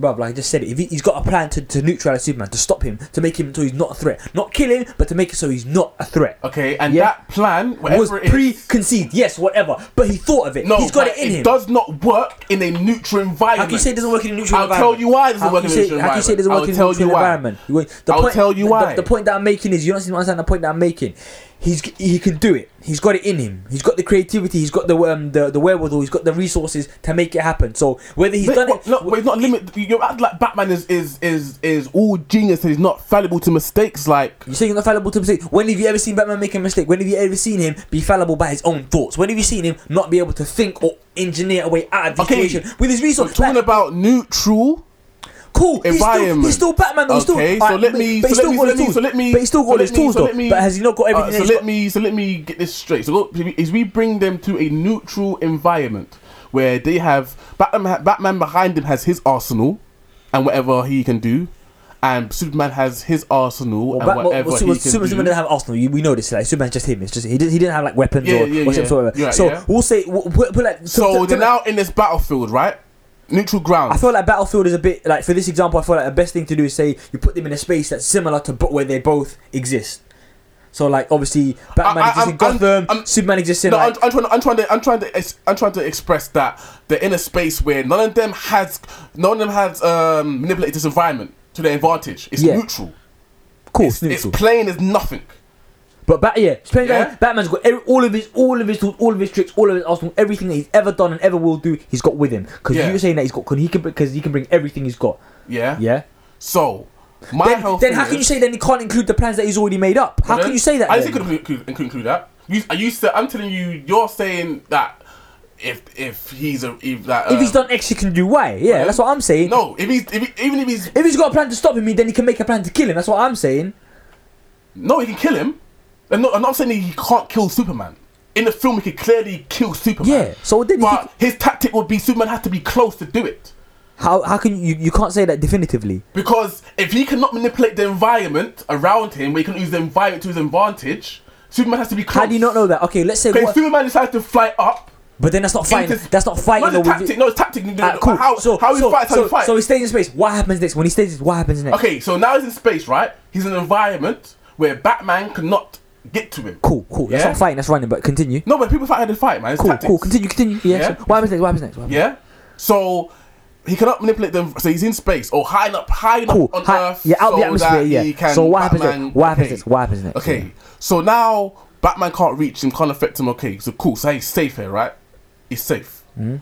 S5: Bruv, like I just said, it, if he, he's got a plan to, to neutralize Superman, to stop him, to make him so he's not a threat, not kill him, but to make it so he's not a threat.
S4: Okay, and
S5: Yeah.
S4: that plan,
S5: Was
S4: whatever it is,
S5: preconceived, yes, whatever, but he thought of it.
S4: no,
S5: he's got
S4: but
S5: it in him.
S4: does not work in a neutral environment.
S5: How can you say it doesn't work in a neutral
S4: I'll
S5: environment?
S4: tell you why it doesn't
S5: How
S4: work
S5: can
S4: in
S5: you
S4: a
S5: say-
S4: neutral
S5: How can you say it doesn't
S4: environment?
S5: work in a
S4: I'll tell
S5: neutral
S4: you why.
S5: environment? You won't- the
S4: I'll tell you
S5: the-
S4: why.
S5: The, point that I'm making is you don't seem to understand the point that I'm making. He's he can do it. He's got it in him. He's got the creativity. He's got the um the, the wherewithal. He's got the resources to make it happen. So whether he's
S4: But-
S5: done
S4: but
S5: it,
S4: look, but it's not limit. You act like Batman is is is is all genius and he's not fallible to mistakes. Like
S5: You say you're not fallible to mistake. When have you ever seen Batman make a mistake? When have you ever seen him be fallible by his own thoughts? When have you seen him not be able to think or engineer a way out of the
S4: Okay,
S5: situation with his
S4: we're
S5: resources?
S4: talking about neutral.
S5: cool. He's still,
S4: environment.
S5: he's still Batman. Though. He's still,
S4: Okay, so
S5: alright,
S4: let
S5: but-
S4: me.
S5: But he's
S4: so let
S5: still
S4: me-
S5: got
S4: so let
S5: his
S4: me-
S5: tools.
S4: So let me.
S5: But he's still
S4: so
S5: got
S4: let
S5: his
S4: me-
S5: tools
S4: so
S5: though.
S4: let me-
S5: But has he not got
S4: Alright,
S5: everything?
S4: so
S5: that he's
S4: let
S5: got?
S4: me. So let me get this straight. So look, is we bring them to a neutral environment where they have Batman. Batman behind him has his arsenal, and whatever he can do, and Superman has his arsenal
S5: Well,
S4: and
S5: Batman,
S4: whatever
S5: well,
S4: he
S5: Superman,
S4: can
S5: Superman
S4: do.
S5: didn't have Arsenal. You, we know this. Like Superman's just him. It's just he didn't. He didn't have like weapons
S4: Yeah,
S5: or,
S4: yeah,
S5: or some
S4: yeah.
S5: sort of.
S4: You're right,
S5: so
S4: yeah.
S5: we'll say we'll, we'll, put like
S4: So
S5: to- to-
S4: they're now in this battlefield, right? Neutral ground.
S5: I feel like Battlefield is a bit like for this example. I feel like the best thing to do is say you put them in a space that's similar to bo- where they both exist. So like obviously Batman
S4: I-
S5: exists in
S4: I'm- I'm-
S5: Gotham,
S4: I'm-
S5: Superman exists in
S4: No,
S5: like.
S4: I'm, I'm trying. To, I'm trying to. I'm trying to. ex- I'm trying to express that they're in a space where none of them has. None of them has um, manipulated this environment to their advantage. It's
S5: Yeah.
S4: neutral.
S5: cool,
S4: It's,
S5: neutral.
S4: it's plain as nothing.
S5: but Bat yeah, it's playing
S4: Yeah?
S5: Batman- Batman's got every, all of his all of his tools, all of his tricks, all of his arsenal, everything that he's ever done and ever will do, he's got with him. Because
S4: Yeah.
S5: you're saying that he's got, cause he can because he can bring everything he's got.
S4: Yeah.
S5: Yeah.
S4: So my
S5: Then,
S4: whole
S5: then
S4: thing
S5: how can
S4: is-
S5: you say then he can't include the plans that he's already made up? How
S4: Well,
S5: can
S4: then-
S5: you say that?
S4: I
S5: then?
S4: think could include, could include that. You, are you sa- I'm telling you, you're saying that if if he's a if that
S5: if he's
S4: um,
S5: done X, he can do Y. Yeah, that's what I'm saying.
S4: no, if he's if he, even if he's
S5: If he's got a plan to stop him, then he can make a plan to kill him. That's what I'm saying.
S4: No, he can kill him. I'm not, I'm not saying he can't kill Superman. In the film, he could clearly kill Superman.
S5: Yeah, so then he
S4: but his tactic would be Superman had to be close to do it
S5: How how can you you can't say that definitively?
S4: because if he cannot manipulate the environment around him, where he can use the environment to his advantage, Superman has to be close.
S5: How do you not know that? Okay, let's say.
S4: Okay,
S5: what-
S4: Superman decides to fly up.
S5: but then that's not fighting.
S4: into-
S5: that's not
S4: No,
S5: fighting.
S4: it's
S5: though, with-
S4: tactic. No, it's tactic. No,
S5: Ah,
S4: no,
S5: cool.
S4: How,
S5: so
S4: how he
S5: so,
S4: fights, how
S5: so,
S4: he fights.
S5: so he stays in space. What happens next? When he stays, in- what happens next?
S4: okay, so now he's in space, right? He's in an environment where Batman cannot get to him.
S5: Cool, cool. That's
S4: Yeah?
S5: not fighting. That's running. But continue.
S4: No, but people fight how they fight, man. It's
S5: Cool,
S4: tactics.
S5: cool. Continue, continue. Yeah.
S4: Yeah?
S5: sure. What happens next? What happens next? What happens
S4: Yeah. So he cannot manipulate them. So he's in space or high up, high
S5: next? Cool.
S4: up on
S5: Hi-
S4: Earth.
S5: yeah, out
S4: so
S5: the
S4: that
S5: atmosphere.
S4: he
S5: Yeah.
S4: can
S5: So what happens
S4: Batman-
S5: next? What happens
S4: okay.
S5: next? What happens next?
S4: Okay. So now Batman can't reach him, can't affect him. Okay. So cool. So he's safe here, right? He's safe.
S5: Hmm?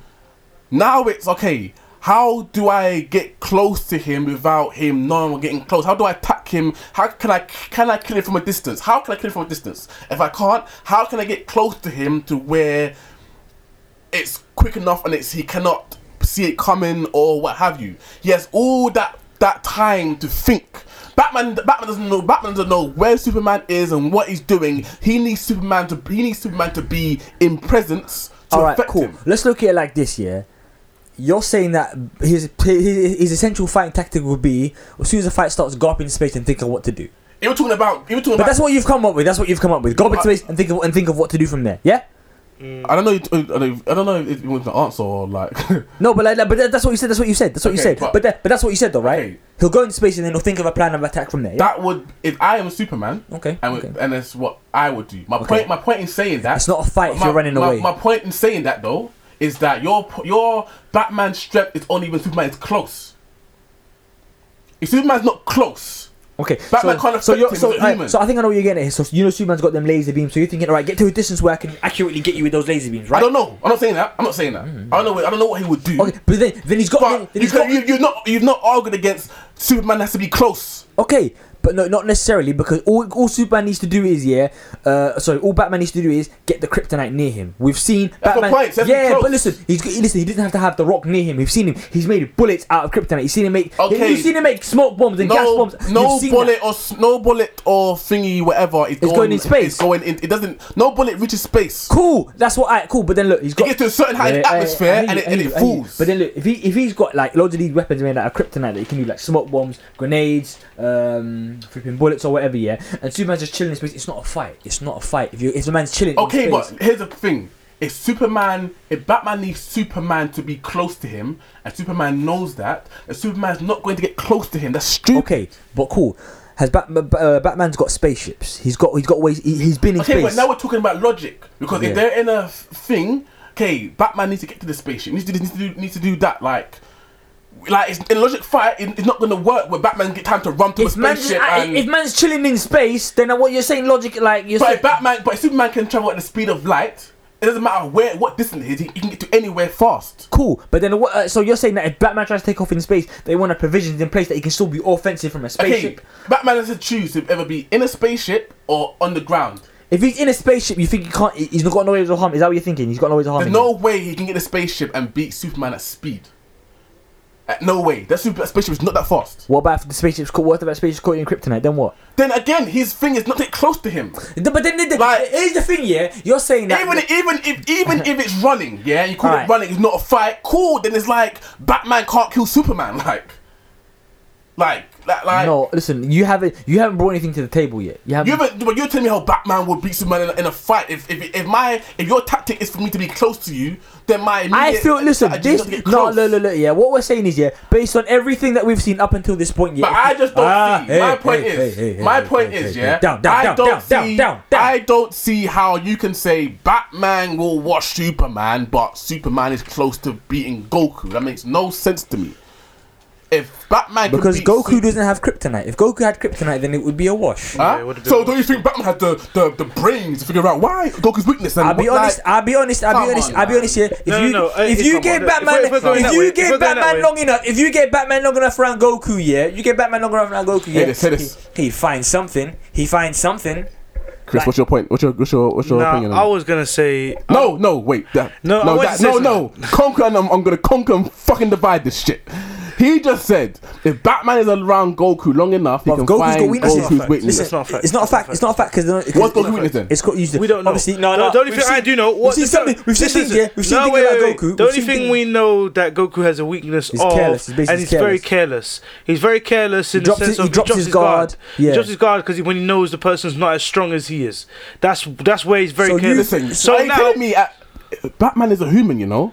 S4: Now it's okay. How do I get close to him without him knowing I'm getting close? How do I attack him? How can I can I kill him from a distance? How can I kill him from a distance? If I can't, how can I get close to him to where it's quick enough and it's he cannot see it coming or what have you. He has all that that time to think. Batman, Batman doesn't know. Batman doesn't know where Superman is and what he's doing. He needs Superman to. He needs Superman to be in presence to
S5: All right,
S4: affect
S5: cool.
S4: him.
S5: Let's look at it like this, yeah. You're saying that his, his his essential fighting tactic would be as soon as the fight starts, go up in space and think of what to do.
S4: You were talking about. You were talking
S5: But
S4: about.
S5: that's what you've come up with. That's what you've come up with. Go up in
S4: I-
S5: space and think of and think of what to do from there. Yeah.
S4: I don't know. I don't- I don't know if you want the answer or like.
S5: No, but like, that- but that- that's what you said. That's what you said. That's what you
S4: Okay,
S5: said.
S4: but-
S5: But that, but that's what you said though, right?
S4: Okay.
S5: He'll go into space and then he'll think of a plan of attack from there. Yeah?
S4: that would. If I am Superman.
S5: okay.
S4: And,
S5: okay.
S4: and that's what I would do. My point. My point in saying that.
S5: It's not a fight if you're running
S4: my,
S5: away.
S4: My point in saying that though is that your your Batman's strength is only when Superman is close. If Superman's not close,
S5: Okay,
S4: Batman
S5: so,
S4: can't affect
S5: so, you're,
S4: him,
S5: so,
S4: he's a
S5: I-
S4: human.
S5: so I think I know what you're getting at. here. So you know Superman's got them laser beams. So you're thinking, all right, get to a distance where I can accurately get you with those laser beams,
S4: I
S5: right? Mm-hmm.
S4: don't know. I'm not saying that. I'm not saying that. I don't know. what- I don't know what he would do.
S5: Okay, but then then he's got then,
S4: But
S5: then
S4: you
S5: he's got
S4: can, you, you're not you've not argued against Superman has to be close.
S5: Okay, but no, not necessarily because all, all Superman needs to do is yeah, uh, sorry, all Batman needs to do is get the kryptonite near him. We've seen
S4: That's the
S5: Batman.
S4: point, that's the
S5: yeah,
S4: close.
S5: but listen, he's got- listen. He didn't have to have the rock near him. We've seen him. He's made bullets out of kryptonite. He's seen him make.
S4: Okay.
S5: You've seen him make smoke bombs and gas
S4: No,
S5: bombs.
S4: no
S5: You've seen
S4: bullet
S5: that.
S4: or s- no bullet or thingy whatever is
S5: It's going in space.
S4: It's going in. It doesn't. No bullet reaches space.
S5: Cool. That's what I cool. But then look, he's
S4: It
S5: got.
S4: gets to a certain height in
S5: Yeah, I- I-
S4: atmosphere
S5: I hear
S4: and
S5: you,
S4: it,
S5: I
S4: and
S5: hear
S4: it
S5: you, I hear you.
S4: falls.
S5: But then look, if he if he's got like loads of these weapons made out of kryptonite that he can do like smoke bombs, grenades, um, flipping bullets or whatever, yeah. And Superman's just chilling in space. It's not a fight. It's not a fight. If you if the man's chilling, in
S4: Okay,
S5: space,
S4: but here's the thing. if Superman, if Batman needs Superman to be close to him, and Superman knows that, and Superman's not going to get close to him, that's stupid.
S5: Okay, but cool. Has Batman? Uh, Batman's got spaceships. He's got. He's got ways. He, he's been in
S4: Okay, but
S5: space.
S4: now we're talking about logic because
S5: Yeah.
S4: if they're in a f- thing, okay, Batman needs to get to the spaceship. Needs to do- needs to do, needs to do that. Like, like it's, in logic fight, it, it's not going to work where Batman get time to run to a
S5: if man's,
S4: spaceship. and,
S5: if man's chilling in space, then what you're saying logic like you're
S4: but
S5: saying,
S4: if Batman, but if Superman can travel at the speed of light. It doesn't matter where what distance it is. He, he can get to anywhere fast.
S5: cool. But then what? Uh, so you're saying that if Batman tries to take off in space, they want a provisions in place that he can still be offensive from a spaceship.
S4: Okay, Batman has to choose to ever be in a spaceship or on the ground.
S5: If he's in a spaceship, you think he can't? he- He's not got no way to harm. Is that what you're thinking? He's got no way to harm.
S4: There's
S5: him.
S4: no way he can get in a spaceship and beat Superman at speed. Uh, no way. That, super, that spaceship is not that fast.
S5: What about if the spaceship's caught? What if that spaceship's caught in kryptonite? Then what?
S4: Then again, his thing is not that close to him.
S5: Th- But then, the- the-
S4: Like-
S5: here's the thing, yeah. You're saying that
S4: even even if even if it's running, yeah, you call
S5: Alright.
S4: it running. It's not a fight. Cool. Then it's like Batman can't kill Superman. Like, like, like. like
S5: no. Listen, you haven't you haven't brought anything to the table yet. You haven't.
S4: You haven't, but you're telling me how Batman would beat Superman in a, in a fight. If, if if my if your tactic is for me to be close to you, then my
S5: I
S4: immediate
S5: feel. Listen,
S4: strategy is
S5: this.
S4: not to get
S5: No,
S4: close.
S5: no, no, no. Yeah, what we're saying is, yeah, based on everything that we've seen up until this point, yeah.
S4: But
S5: if-
S4: I just don't
S5: Ah,
S4: see. my
S5: hey,
S4: point
S5: hey,
S4: is,
S5: hey, hey,
S4: my
S5: hey,
S4: point
S5: hey,
S4: is,
S5: hey,
S4: yeah.
S5: hey. Down, down,
S4: I
S5: down,
S4: don't
S5: down,
S4: see,
S5: down, down, down.
S4: I don't see how you can say Batman will wash Superman, but Superman is close to beating Goku. That makes no sense to me. If Batman could
S5: because
S4: beat
S5: Goku
S4: Sup-
S5: doesn't have kryptonite. If Goku had kryptonite, then it would be a wash.
S4: Huh?
S2: Yeah, it would've been-
S4: so don't you think Batman had the, the, the brains to figure out why Goku's weakness? And
S5: I'll be
S4: what,
S5: honest.
S4: like-
S5: I'll be honest. I'll
S4: Come
S5: be honest.
S4: on,
S5: I'll be
S4: man.
S5: honest here. If
S2: No,
S5: you
S2: no, uh,
S5: if
S2: if
S5: you
S2: come
S5: get
S2: on, if
S5: Batman,
S2: we're- if we're going
S5: if
S2: that way-
S5: you
S2: if we're
S5: get
S2: going that
S5: Batman
S2: way-
S5: long enough, if you get Batman long enough around Goku, yeah, you get Batman long enough around Goku, yeah,
S4: this, say this.
S5: He, he finds something. He finds something.
S4: Chris, what's your point? What's your what's your what's your opinion?
S2: Nah,
S4: On
S2: I
S4: it?
S2: was gonna say
S4: No, no, wait. That,
S2: No,
S4: no,
S2: I
S4: no,
S2: wanted
S4: that,
S2: to say
S4: no, no. Conquer and I'm, I'm gonna conquer and fucking divide this shit. He just said if Batman is around Goku long enough, he
S5: But
S4: can
S5: Goku's got
S4: find
S5: weaknesses.
S2: That's not
S4: Goku's
S2: a fact.
S4: weakness.
S2: Listen, It's not a fact.
S5: It's not a fact. It's not a fact because
S4: What's Goku's weakness then?
S5: It's got used.
S2: We don't know.
S5: Obviously, no,
S2: The-
S5: no.
S2: The only
S5: we've
S2: thing I
S5: seen-
S2: do know.
S5: We've
S2: What,
S5: seen
S2: the-
S5: something. We've seen
S2: listen,
S5: things. Yeah, we've seen
S2: no,
S5: things
S2: wait,
S5: about
S2: wait, wait.
S5: Goku.
S2: The
S5: We've
S2: only
S5: seen
S2: thing
S5: things-
S2: we know that Goku has a weakness
S5: He's
S2: of,
S5: careless. He's basically
S2: and he's very careless. He's very careless in
S5: drops
S2: the
S5: his-
S2: sense
S5: he
S2: of
S5: drops his guard.
S2: He
S5: Yeah.
S2: drops his guard because when he knows the person's not as strong as he is, that's that's where he's very
S5: So you-
S2: careless.
S4: Listen,
S2: so
S4: so you
S2: now,
S4: telling me uh, Batman is a human, you know,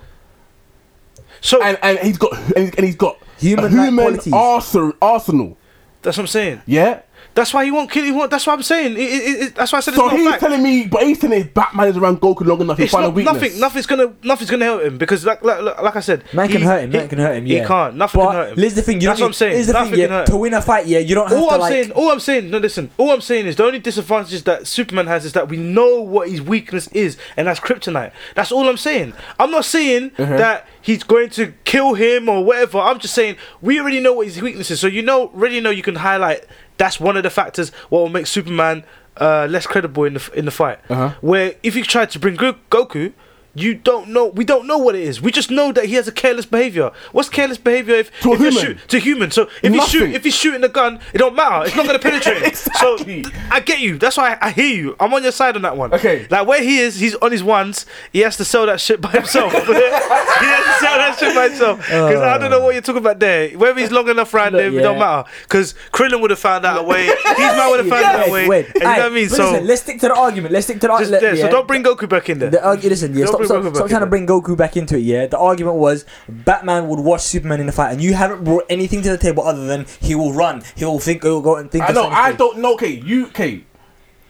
S2: so
S4: and and he's got and, and he's got
S5: Human-like
S4: a human
S5: qualities.
S4: arsenal, arsenal.
S2: that's what I'm saying.
S4: Yeah.
S2: That's why he won't kill. He won't. That's what I'm saying. It, it, it, that's why I said
S4: So
S2: it's not
S4: he's
S2: a fact.
S4: telling me, but he's telling me if Batman is around Goku long enough, he
S2: It's
S4: find a
S2: not,
S4: weakness.
S2: nothing. Nothing's gonna. Nothing's gonna help him because, like, like, like like I said,
S5: Man can
S2: he-
S5: hurt him.
S2: he-
S5: Man can hurt him.
S2: He
S5: Yeah.
S2: can't. Nothing
S5: But
S2: can hurt him.
S5: here's the thing. You
S2: That's
S5: don't
S2: what I'm saying.
S5: need- Here's the
S2: Nothing
S5: thing.
S2: can
S5: Yeah,
S2: hurt
S5: to
S2: him.
S5: win a fight, yeah, you don't have
S2: All
S5: to
S2: I'm
S5: like.
S2: saying, all I'm saying, no, listen. All I'm saying is the only disadvantage that Superman has is that we know what his weakness is, and that's kryptonite. That's all I'm saying. I'm not saying
S4: Uh-huh.
S2: that he's going to kill him or whatever. I'm just saying we already know what his weakness is, so you know, already know you can highlight. That's one of the factors what will make Superman uh, less credible in the in the fight.
S4: Uh-huh.
S2: Where if you try to bring Go- Goku. You don't know. We don't know what it is. We just know that he has a careless behavior. What's careless behavior? If
S4: To a
S2: if you
S4: human.
S2: shoot to human. So if you shoot,
S4: Nothing.
S2: if he's shooting a gun, it don't matter. It's not going to penetrate.
S4: Exactly.
S2: So I get you. That's why I, I hear you. I'm on your side on that one.
S4: Okay.
S2: Like where he is, he's on his ones. He has to sell that shit by himself. he has to sell that shit by himself. Because I don't know what you're talking about there. Whether he's long enough around him, it don't
S5: yeah.
S2: matter. Because Krillin would have found out a way. His man would have found out a way. And you know what I mean? So
S5: listen, let's stick to the argument. Let's stick to the
S2: just
S5: argument.
S2: there. So don't bring Goku back in there.
S5: The argu- listen, yeah,
S2: Don't
S5: stop,
S2: bring Goku
S5: stop, stop
S2: back
S5: trying to
S2: in
S5: bring Goku back into it, yeah? The argument was Batman would watch Superman in a fight, and you haven't brought anything to the table other than he will run, he will think, he'll go and think.
S4: I
S5: of
S4: know.
S5: something.
S4: I don't know. Okay, you. Okay,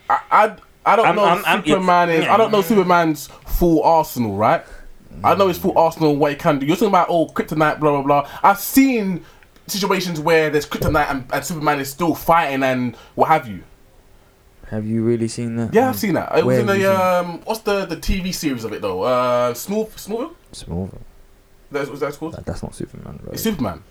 S4: I. I, I don't
S7: I'm-
S4: know
S7: I'm- I'm-
S4: Superman is. I
S6: Mm.
S4: don't know Superman's full arsenal, right? I know his full arsenal and what he can do. You're talking about oh kryptonite, blah blah blah. I've seen situations where there's kryptonite and, and Superman is still fighting and what have you.
S6: Have you really seen that?
S7: Mm.
S4: Yeah, I've seen that. It was
S6: Where
S4: in
S6: have you
S4: the
S6: seen it?
S4: um, what's the the TV series of it though? Uh, Small Smallville.
S6: Small.
S4: That's what that's called.
S6: That, that's not Superman, bro.
S4: It's Superman.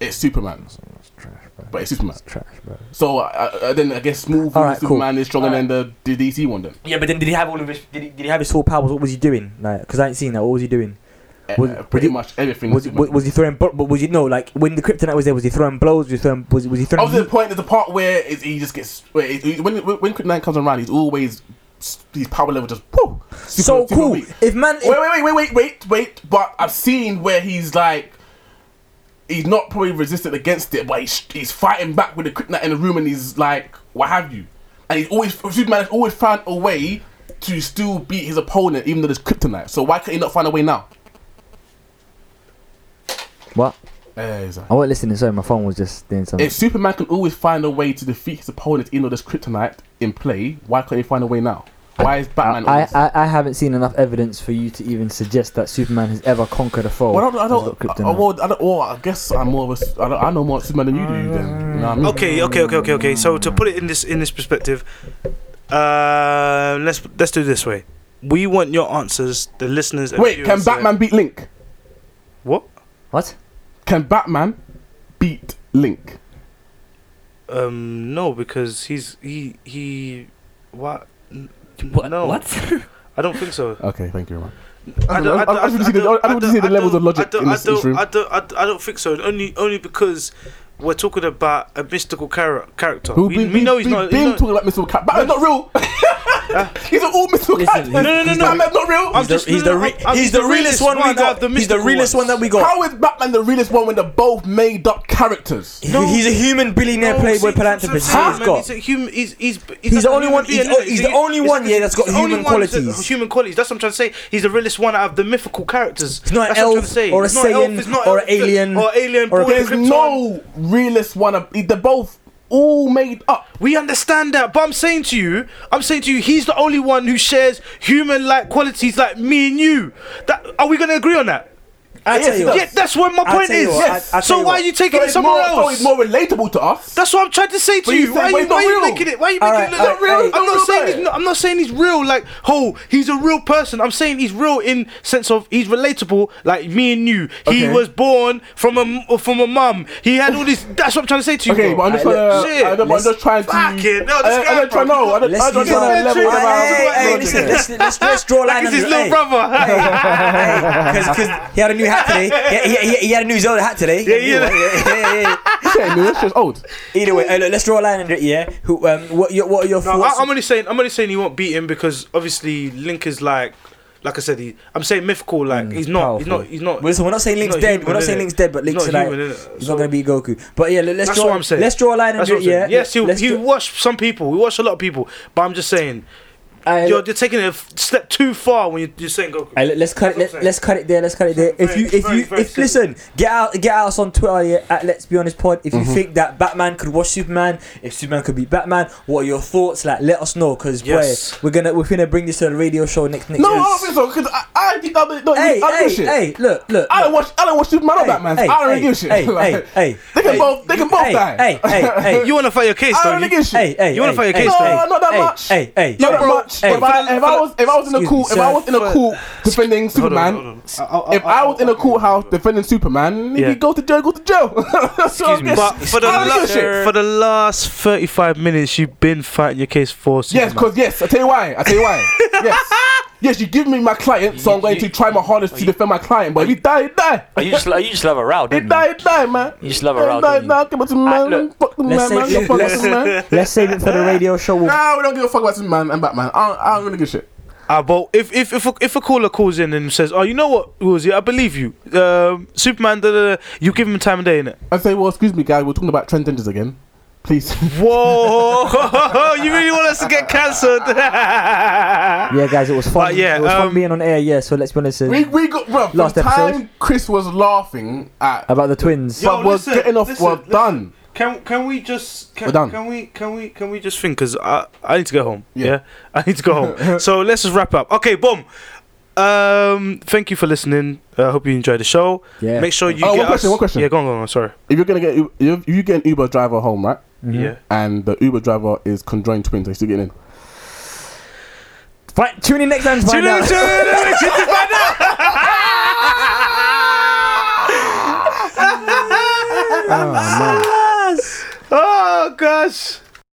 S4: It's Superman,
S6: That's trash, bro.
S4: but it's Superman.
S6: That's trash, bro.
S4: So uh, uh, then I guess Smallville
S5: Alright, cool.
S4: Superman is stronger than the, the DC one then.
S5: Yeah, but then did he have all of his? Did he, did he have his full powers? What was he doing? Like, because I ain't seen that. What was he doing?
S4: Uh,
S5: Was-
S4: pretty
S5: was it-
S4: much everything.
S5: Was,
S4: that
S5: was, was he throwing? But was he no? Like when the kryptonite was there, was he throwing blows? Was he throwing? Was, was he throwing?
S4: Up to the point, there's a part where it, he just gets where it, it- when when Kryptonite comes around, he's always his power level just woo, super-
S5: so
S4: super
S5: cool.
S4: weak.
S5: If man, if,
S4: Wait, wait, wait, wait, wait, wait, wait. But I've seen where he's like. He's not probably resistant against it, but he's, he's fighting back with the kryptonite in the room, and he's like, "What have you?" And he's always Superman has always found a way to still beat his opponent, even though there's kryptonite. So why can't he not find a way now?
S6: What? I
S4: Exactly.
S6: wasn't listening, sorry, my phone was just doing something.
S4: Eh, If Superman can always find a way to defeat his opponent, even though there's kryptonite in play, why can't he find a way now? Why is Batman?
S6: I,
S4: always...
S6: I, I haven't seen enough evidence for you to even suggest that Superman has ever conquered a foe.
S4: well, I don't. I
S6: that's
S4: don't.
S6: got
S4: I,
S6: kryptonite.
S4: well, I, don't well, I guess I'm more of a. I, don't, I know more Superman than you do. Then. You know what I mean?
S2: Okay, okay, okay, okay, okay. So to put it in this in this perspective, uh, let's let's do it this way. We want your answers, the listeners. and
S4: Wait, can
S2: viewers, uh,
S4: Batman beat Link?
S2: what?
S6: What?
S4: Can Batman beat Link?
S2: Um, no, because he's he he what? N- No, I don't think so.
S4: Okay, thank you very much.
S2: I
S4: I
S2: don't- I
S4: don't
S2: don't-
S4: I don't
S2: I
S4: see the- I
S2: don't-
S4: don't see the
S2: I
S4: levels of
S2: don't-
S4: logic
S2: I don't-
S4: in
S2: I
S4: this in this
S2: don't-
S4: room.
S2: I don't, I don't, I don't think so. Only, only because we're talking about a mystical char- character.
S4: Who
S2: we, we know Ah. he's not.
S4: Been
S2: he's not-
S4: talking about Mr. Cat. Batman's not real. he's an all Mr. Cat.
S2: no, no, no, no.
S4: Batman's not real.
S2: I'm
S5: He's the,
S2: just-
S5: he's
S2: no,
S5: the,
S2: no,
S5: re-
S2: I'm-
S5: he's the realest one we
S2: out of
S5: got.
S2: the
S5: he's the
S2: mystical
S5: realest one
S2: ones.
S5: that we got.
S4: How is Batman the realest one when they're both made up characters?
S2: No.
S5: He's a human billionaire
S2: No, see,
S5: playboy
S2: so-
S5: philanthropist.
S2: so- so,
S5: He's
S2: man,
S5: got.
S2: He's, a human, he's, he's,
S5: He's the
S2: like a
S5: only
S2: human
S5: one-
S2: being,
S5: he's-
S2: innit?
S5: he's the only
S2: he's-
S5: one, yeah, that's got
S2: he's the only
S5: human
S2: one that's-
S5: qualities.
S2: Human qualities. That's what I'm trying to say. He's the realest one out of the mythical characters.
S5: He's not an
S2: That's what I'm trying
S5: elf
S2: to say.
S5: or a
S2: He's not an elf,
S5: Saiyan
S2: he's not
S5: or
S2: elf,
S5: an alien
S2: or alien.
S5: or a-
S2: born in
S4: There's
S2: Krypton.
S4: no realest one. Of, they're both all made up.
S2: We understand that, but I'm saying to you, I'm saying to you, he's the only one who shares human-like qualities like me and you. That are we going to agree on that?
S5: I tell you what.
S2: Yeah, that's what my
S5: I'll
S2: point
S5: tell you
S2: is.
S5: what, I- I'll
S2: So
S5: tell you
S2: why
S5: what.
S2: are you taking
S4: So
S2: it
S4: it's
S2: somewhere
S4: more, so
S2: else?
S4: it's more relatable to us.
S2: That's what I'm trying to say to
S4: But you
S2: you.
S4: said,
S2: Why,
S4: but
S2: you,
S4: he's not
S2: why you
S4: real.
S2: making it? Why you making
S5: Alright,
S2: it look not
S5: alright,
S2: real?
S5: hey.
S2: I'm
S4: Don't
S2: not saying
S4: say it.
S2: he's not, I'm not saying he's real. Like, oh, he's a real person. I'm saying he's real in sense of he's relatable. Like me and you. He
S4: Okay.
S2: was born from a m- from a mum. He had all this. That's what I'm trying to say to you.
S4: Okay, but
S2: bro.
S4: I'm just, trying
S2: look, shit,
S4: to, I don't, I'm
S5: let's-
S4: just trying to.
S2: Fucking
S4: I,
S2: hell, this guy,
S4: I don't try,
S2: bro.
S4: no, I don't,
S5: Let's
S4: I don't
S5: use our-
S4: try to level
S5: Hey,
S4: them
S5: hey,
S4: out.
S5: hey, listen, let's- let's- let's draw a line
S2: like it's
S5: under-
S2: his little
S5: hey.
S2: brother.
S5: because he had a new hat today. He, he, he, he had a new Zelda hat today.
S2: Yeah, yeah.
S5: yeah, yeah.
S4: Yeah, man, that's just old.
S5: Either way, uh, look, let's draw a line under it. Yeah. Who? Um. What? Your, what are your
S2: No,
S5: thoughts?
S2: I, I'm only saying I'm only saying he won't beat him because obviously Link is like, like I said, he, I'm saying mythical. Like
S4: Mm,
S2: he's not, he's not, he's not.
S5: well, listen, we're not saying Link's
S2: not
S5: dead.
S2: human,
S5: we're not
S2: innit?
S5: saying Link's dead, but Link's
S2: not
S5: like
S2: human, innit?
S5: he's
S2: So-
S5: not gonna be Goku. But yeah, let- let's
S2: That's
S5: draw.
S2: what I'm saying.
S5: Let's draw a line
S2: That's
S5: under
S2: what
S5: it.
S2: I'm saying.
S5: Yeah.
S2: Yes, he,
S5: Let's
S2: he
S5: draw-
S2: watched some people. He watched a lot of people. But I'm just saying,
S5: Aye,
S2: you're, you're taking it a f- step too far when you're, you're saying Goku.
S5: Hey, let- let's cut it.
S2: That's
S5: Let,
S2: what I'm
S5: let's cut it there. Let's cut it there. If
S2: Very-
S5: you, if
S2: very,
S5: you,
S2: very
S5: if listen, get out, get out us on Twitter yeah, at Let's Be Honest Pod. If you think that Batman could watch Superman, if Superman could beat Batman, what are your thoughts? Like, let us know because
S2: Yes.
S5: we're gonna we're gonna bring this to the radio show next next.
S4: No, I
S5: year.
S4: don't think so. Because I, I think I'm no,
S5: Hey,
S4: I don't give a
S5: hey,
S4: shit.
S5: hey! Look, look.
S4: I don't
S5: look.
S4: watch. I don't watch Superman or
S5: Hey,
S4: Batman.
S5: hey,
S4: I don't really
S5: hey,
S4: give a shit.
S5: Hey,
S4: Like,
S5: hey, hey!
S4: they can
S5: hey,
S4: both. They can both
S5: hey,
S4: die.
S5: Hey, hey, hey!
S2: you want to fight your case,
S4: I
S2: don't
S4: don't
S2: you?
S4: give a shit.
S5: Hey, hey,
S2: You wanna
S5: hey,
S2: fight your
S5: hey,
S2: case,
S4: No,
S2: though?
S5: hey,
S4: not that
S5: hey,
S4: much.
S5: Hey, hey,
S4: Not
S5: hey.
S4: that much.
S5: hey,
S4: if, I, if I was, if I was in a
S5: Excuse
S4: cool,
S5: me,
S4: if I
S5: sir.
S4: was in a cool defending
S2: Hold on,
S4: Superman,
S2: hold on.
S4: if I was in a courthouse defending Superman,
S2: Yeah.
S4: if you go to jail, go to jail. Excuse
S5: me.
S2: But for the,
S4: I don't give a shit.
S2: la- for the last 35 minutes, you've been fighting your case for
S4: Yes,
S2: Superman.
S4: because yes, I tell you why. I tell you why. yes, yes, you give me my client, so I'm going to try my hardest to defend my client. But if he die, he die.
S10: Oh, you just, lo- you just love a row,
S4: He
S10: don't you?
S4: die, he die, man.
S10: You just love a row,
S4: Nah,
S10: don't you?
S4: nah, give it to me,
S10: Ah,
S4: man.
S10: look,
S4: Fuck the
S6: let's
S4: man, man.
S6: say-
S4: Don't fuck
S6: let's-
S4: this man.
S6: Let's save it for the radio show. We'll
S4: Nah, we don't give a fuck about this man and Batman. I don't, I don't really give a shit.
S2: Ah, but if if if a, if a caller calls in and says, "Oh, you know what, Uzi, I believe you, um, Superman," Da, da, da, you give him time of day in it.
S4: I say, well, excuse me, guy. We're talking about transgenders again, please.
S2: Whoa, you really want us to get cancelled?
S6: Yeah, guys, it was fun.
S2: But yeah,
S6: it was
S2: um,
S6: fun being on air. Yeah, so let's be honest uh,
S4: we we got bro.
S6: Last
S4: Last time
S6: episode.
S4: Chris was laughing at,
S6: about the twins.
S2: Yo,
S4: but we're
S2: listen,
S4: getting off.
S2: listen,
S4: we're
S2: listen.
S4: done.
S2: can can we just can,
S4: We're done.
S2: can we can we can we just think? Cause I I need to go home. Yeah,
S4: Yeah.
S2: I need to go home. so let's just wrap up. Okay, boom. Um, thank you for listening. I hope you enjoyed the show.
S6: Yeah.
S2: Make sure you
S4: Oh,
S2: get
S4: one question,
S2: us-
S4: one question.
S2: Yeah, go on, go on. Sorry.
S4: If you're gonna get, if you- you get an Uber driver home, right?
S2: Yeah.
S4: And the Uber driver is conjoined twins. Are you still getting in?
S6: Fight, tune in next time. to find
S2: Tune in,
S6: out.
S2: tune in, tune in to find out.
S6: Oh, man.
S2: Oh gosh.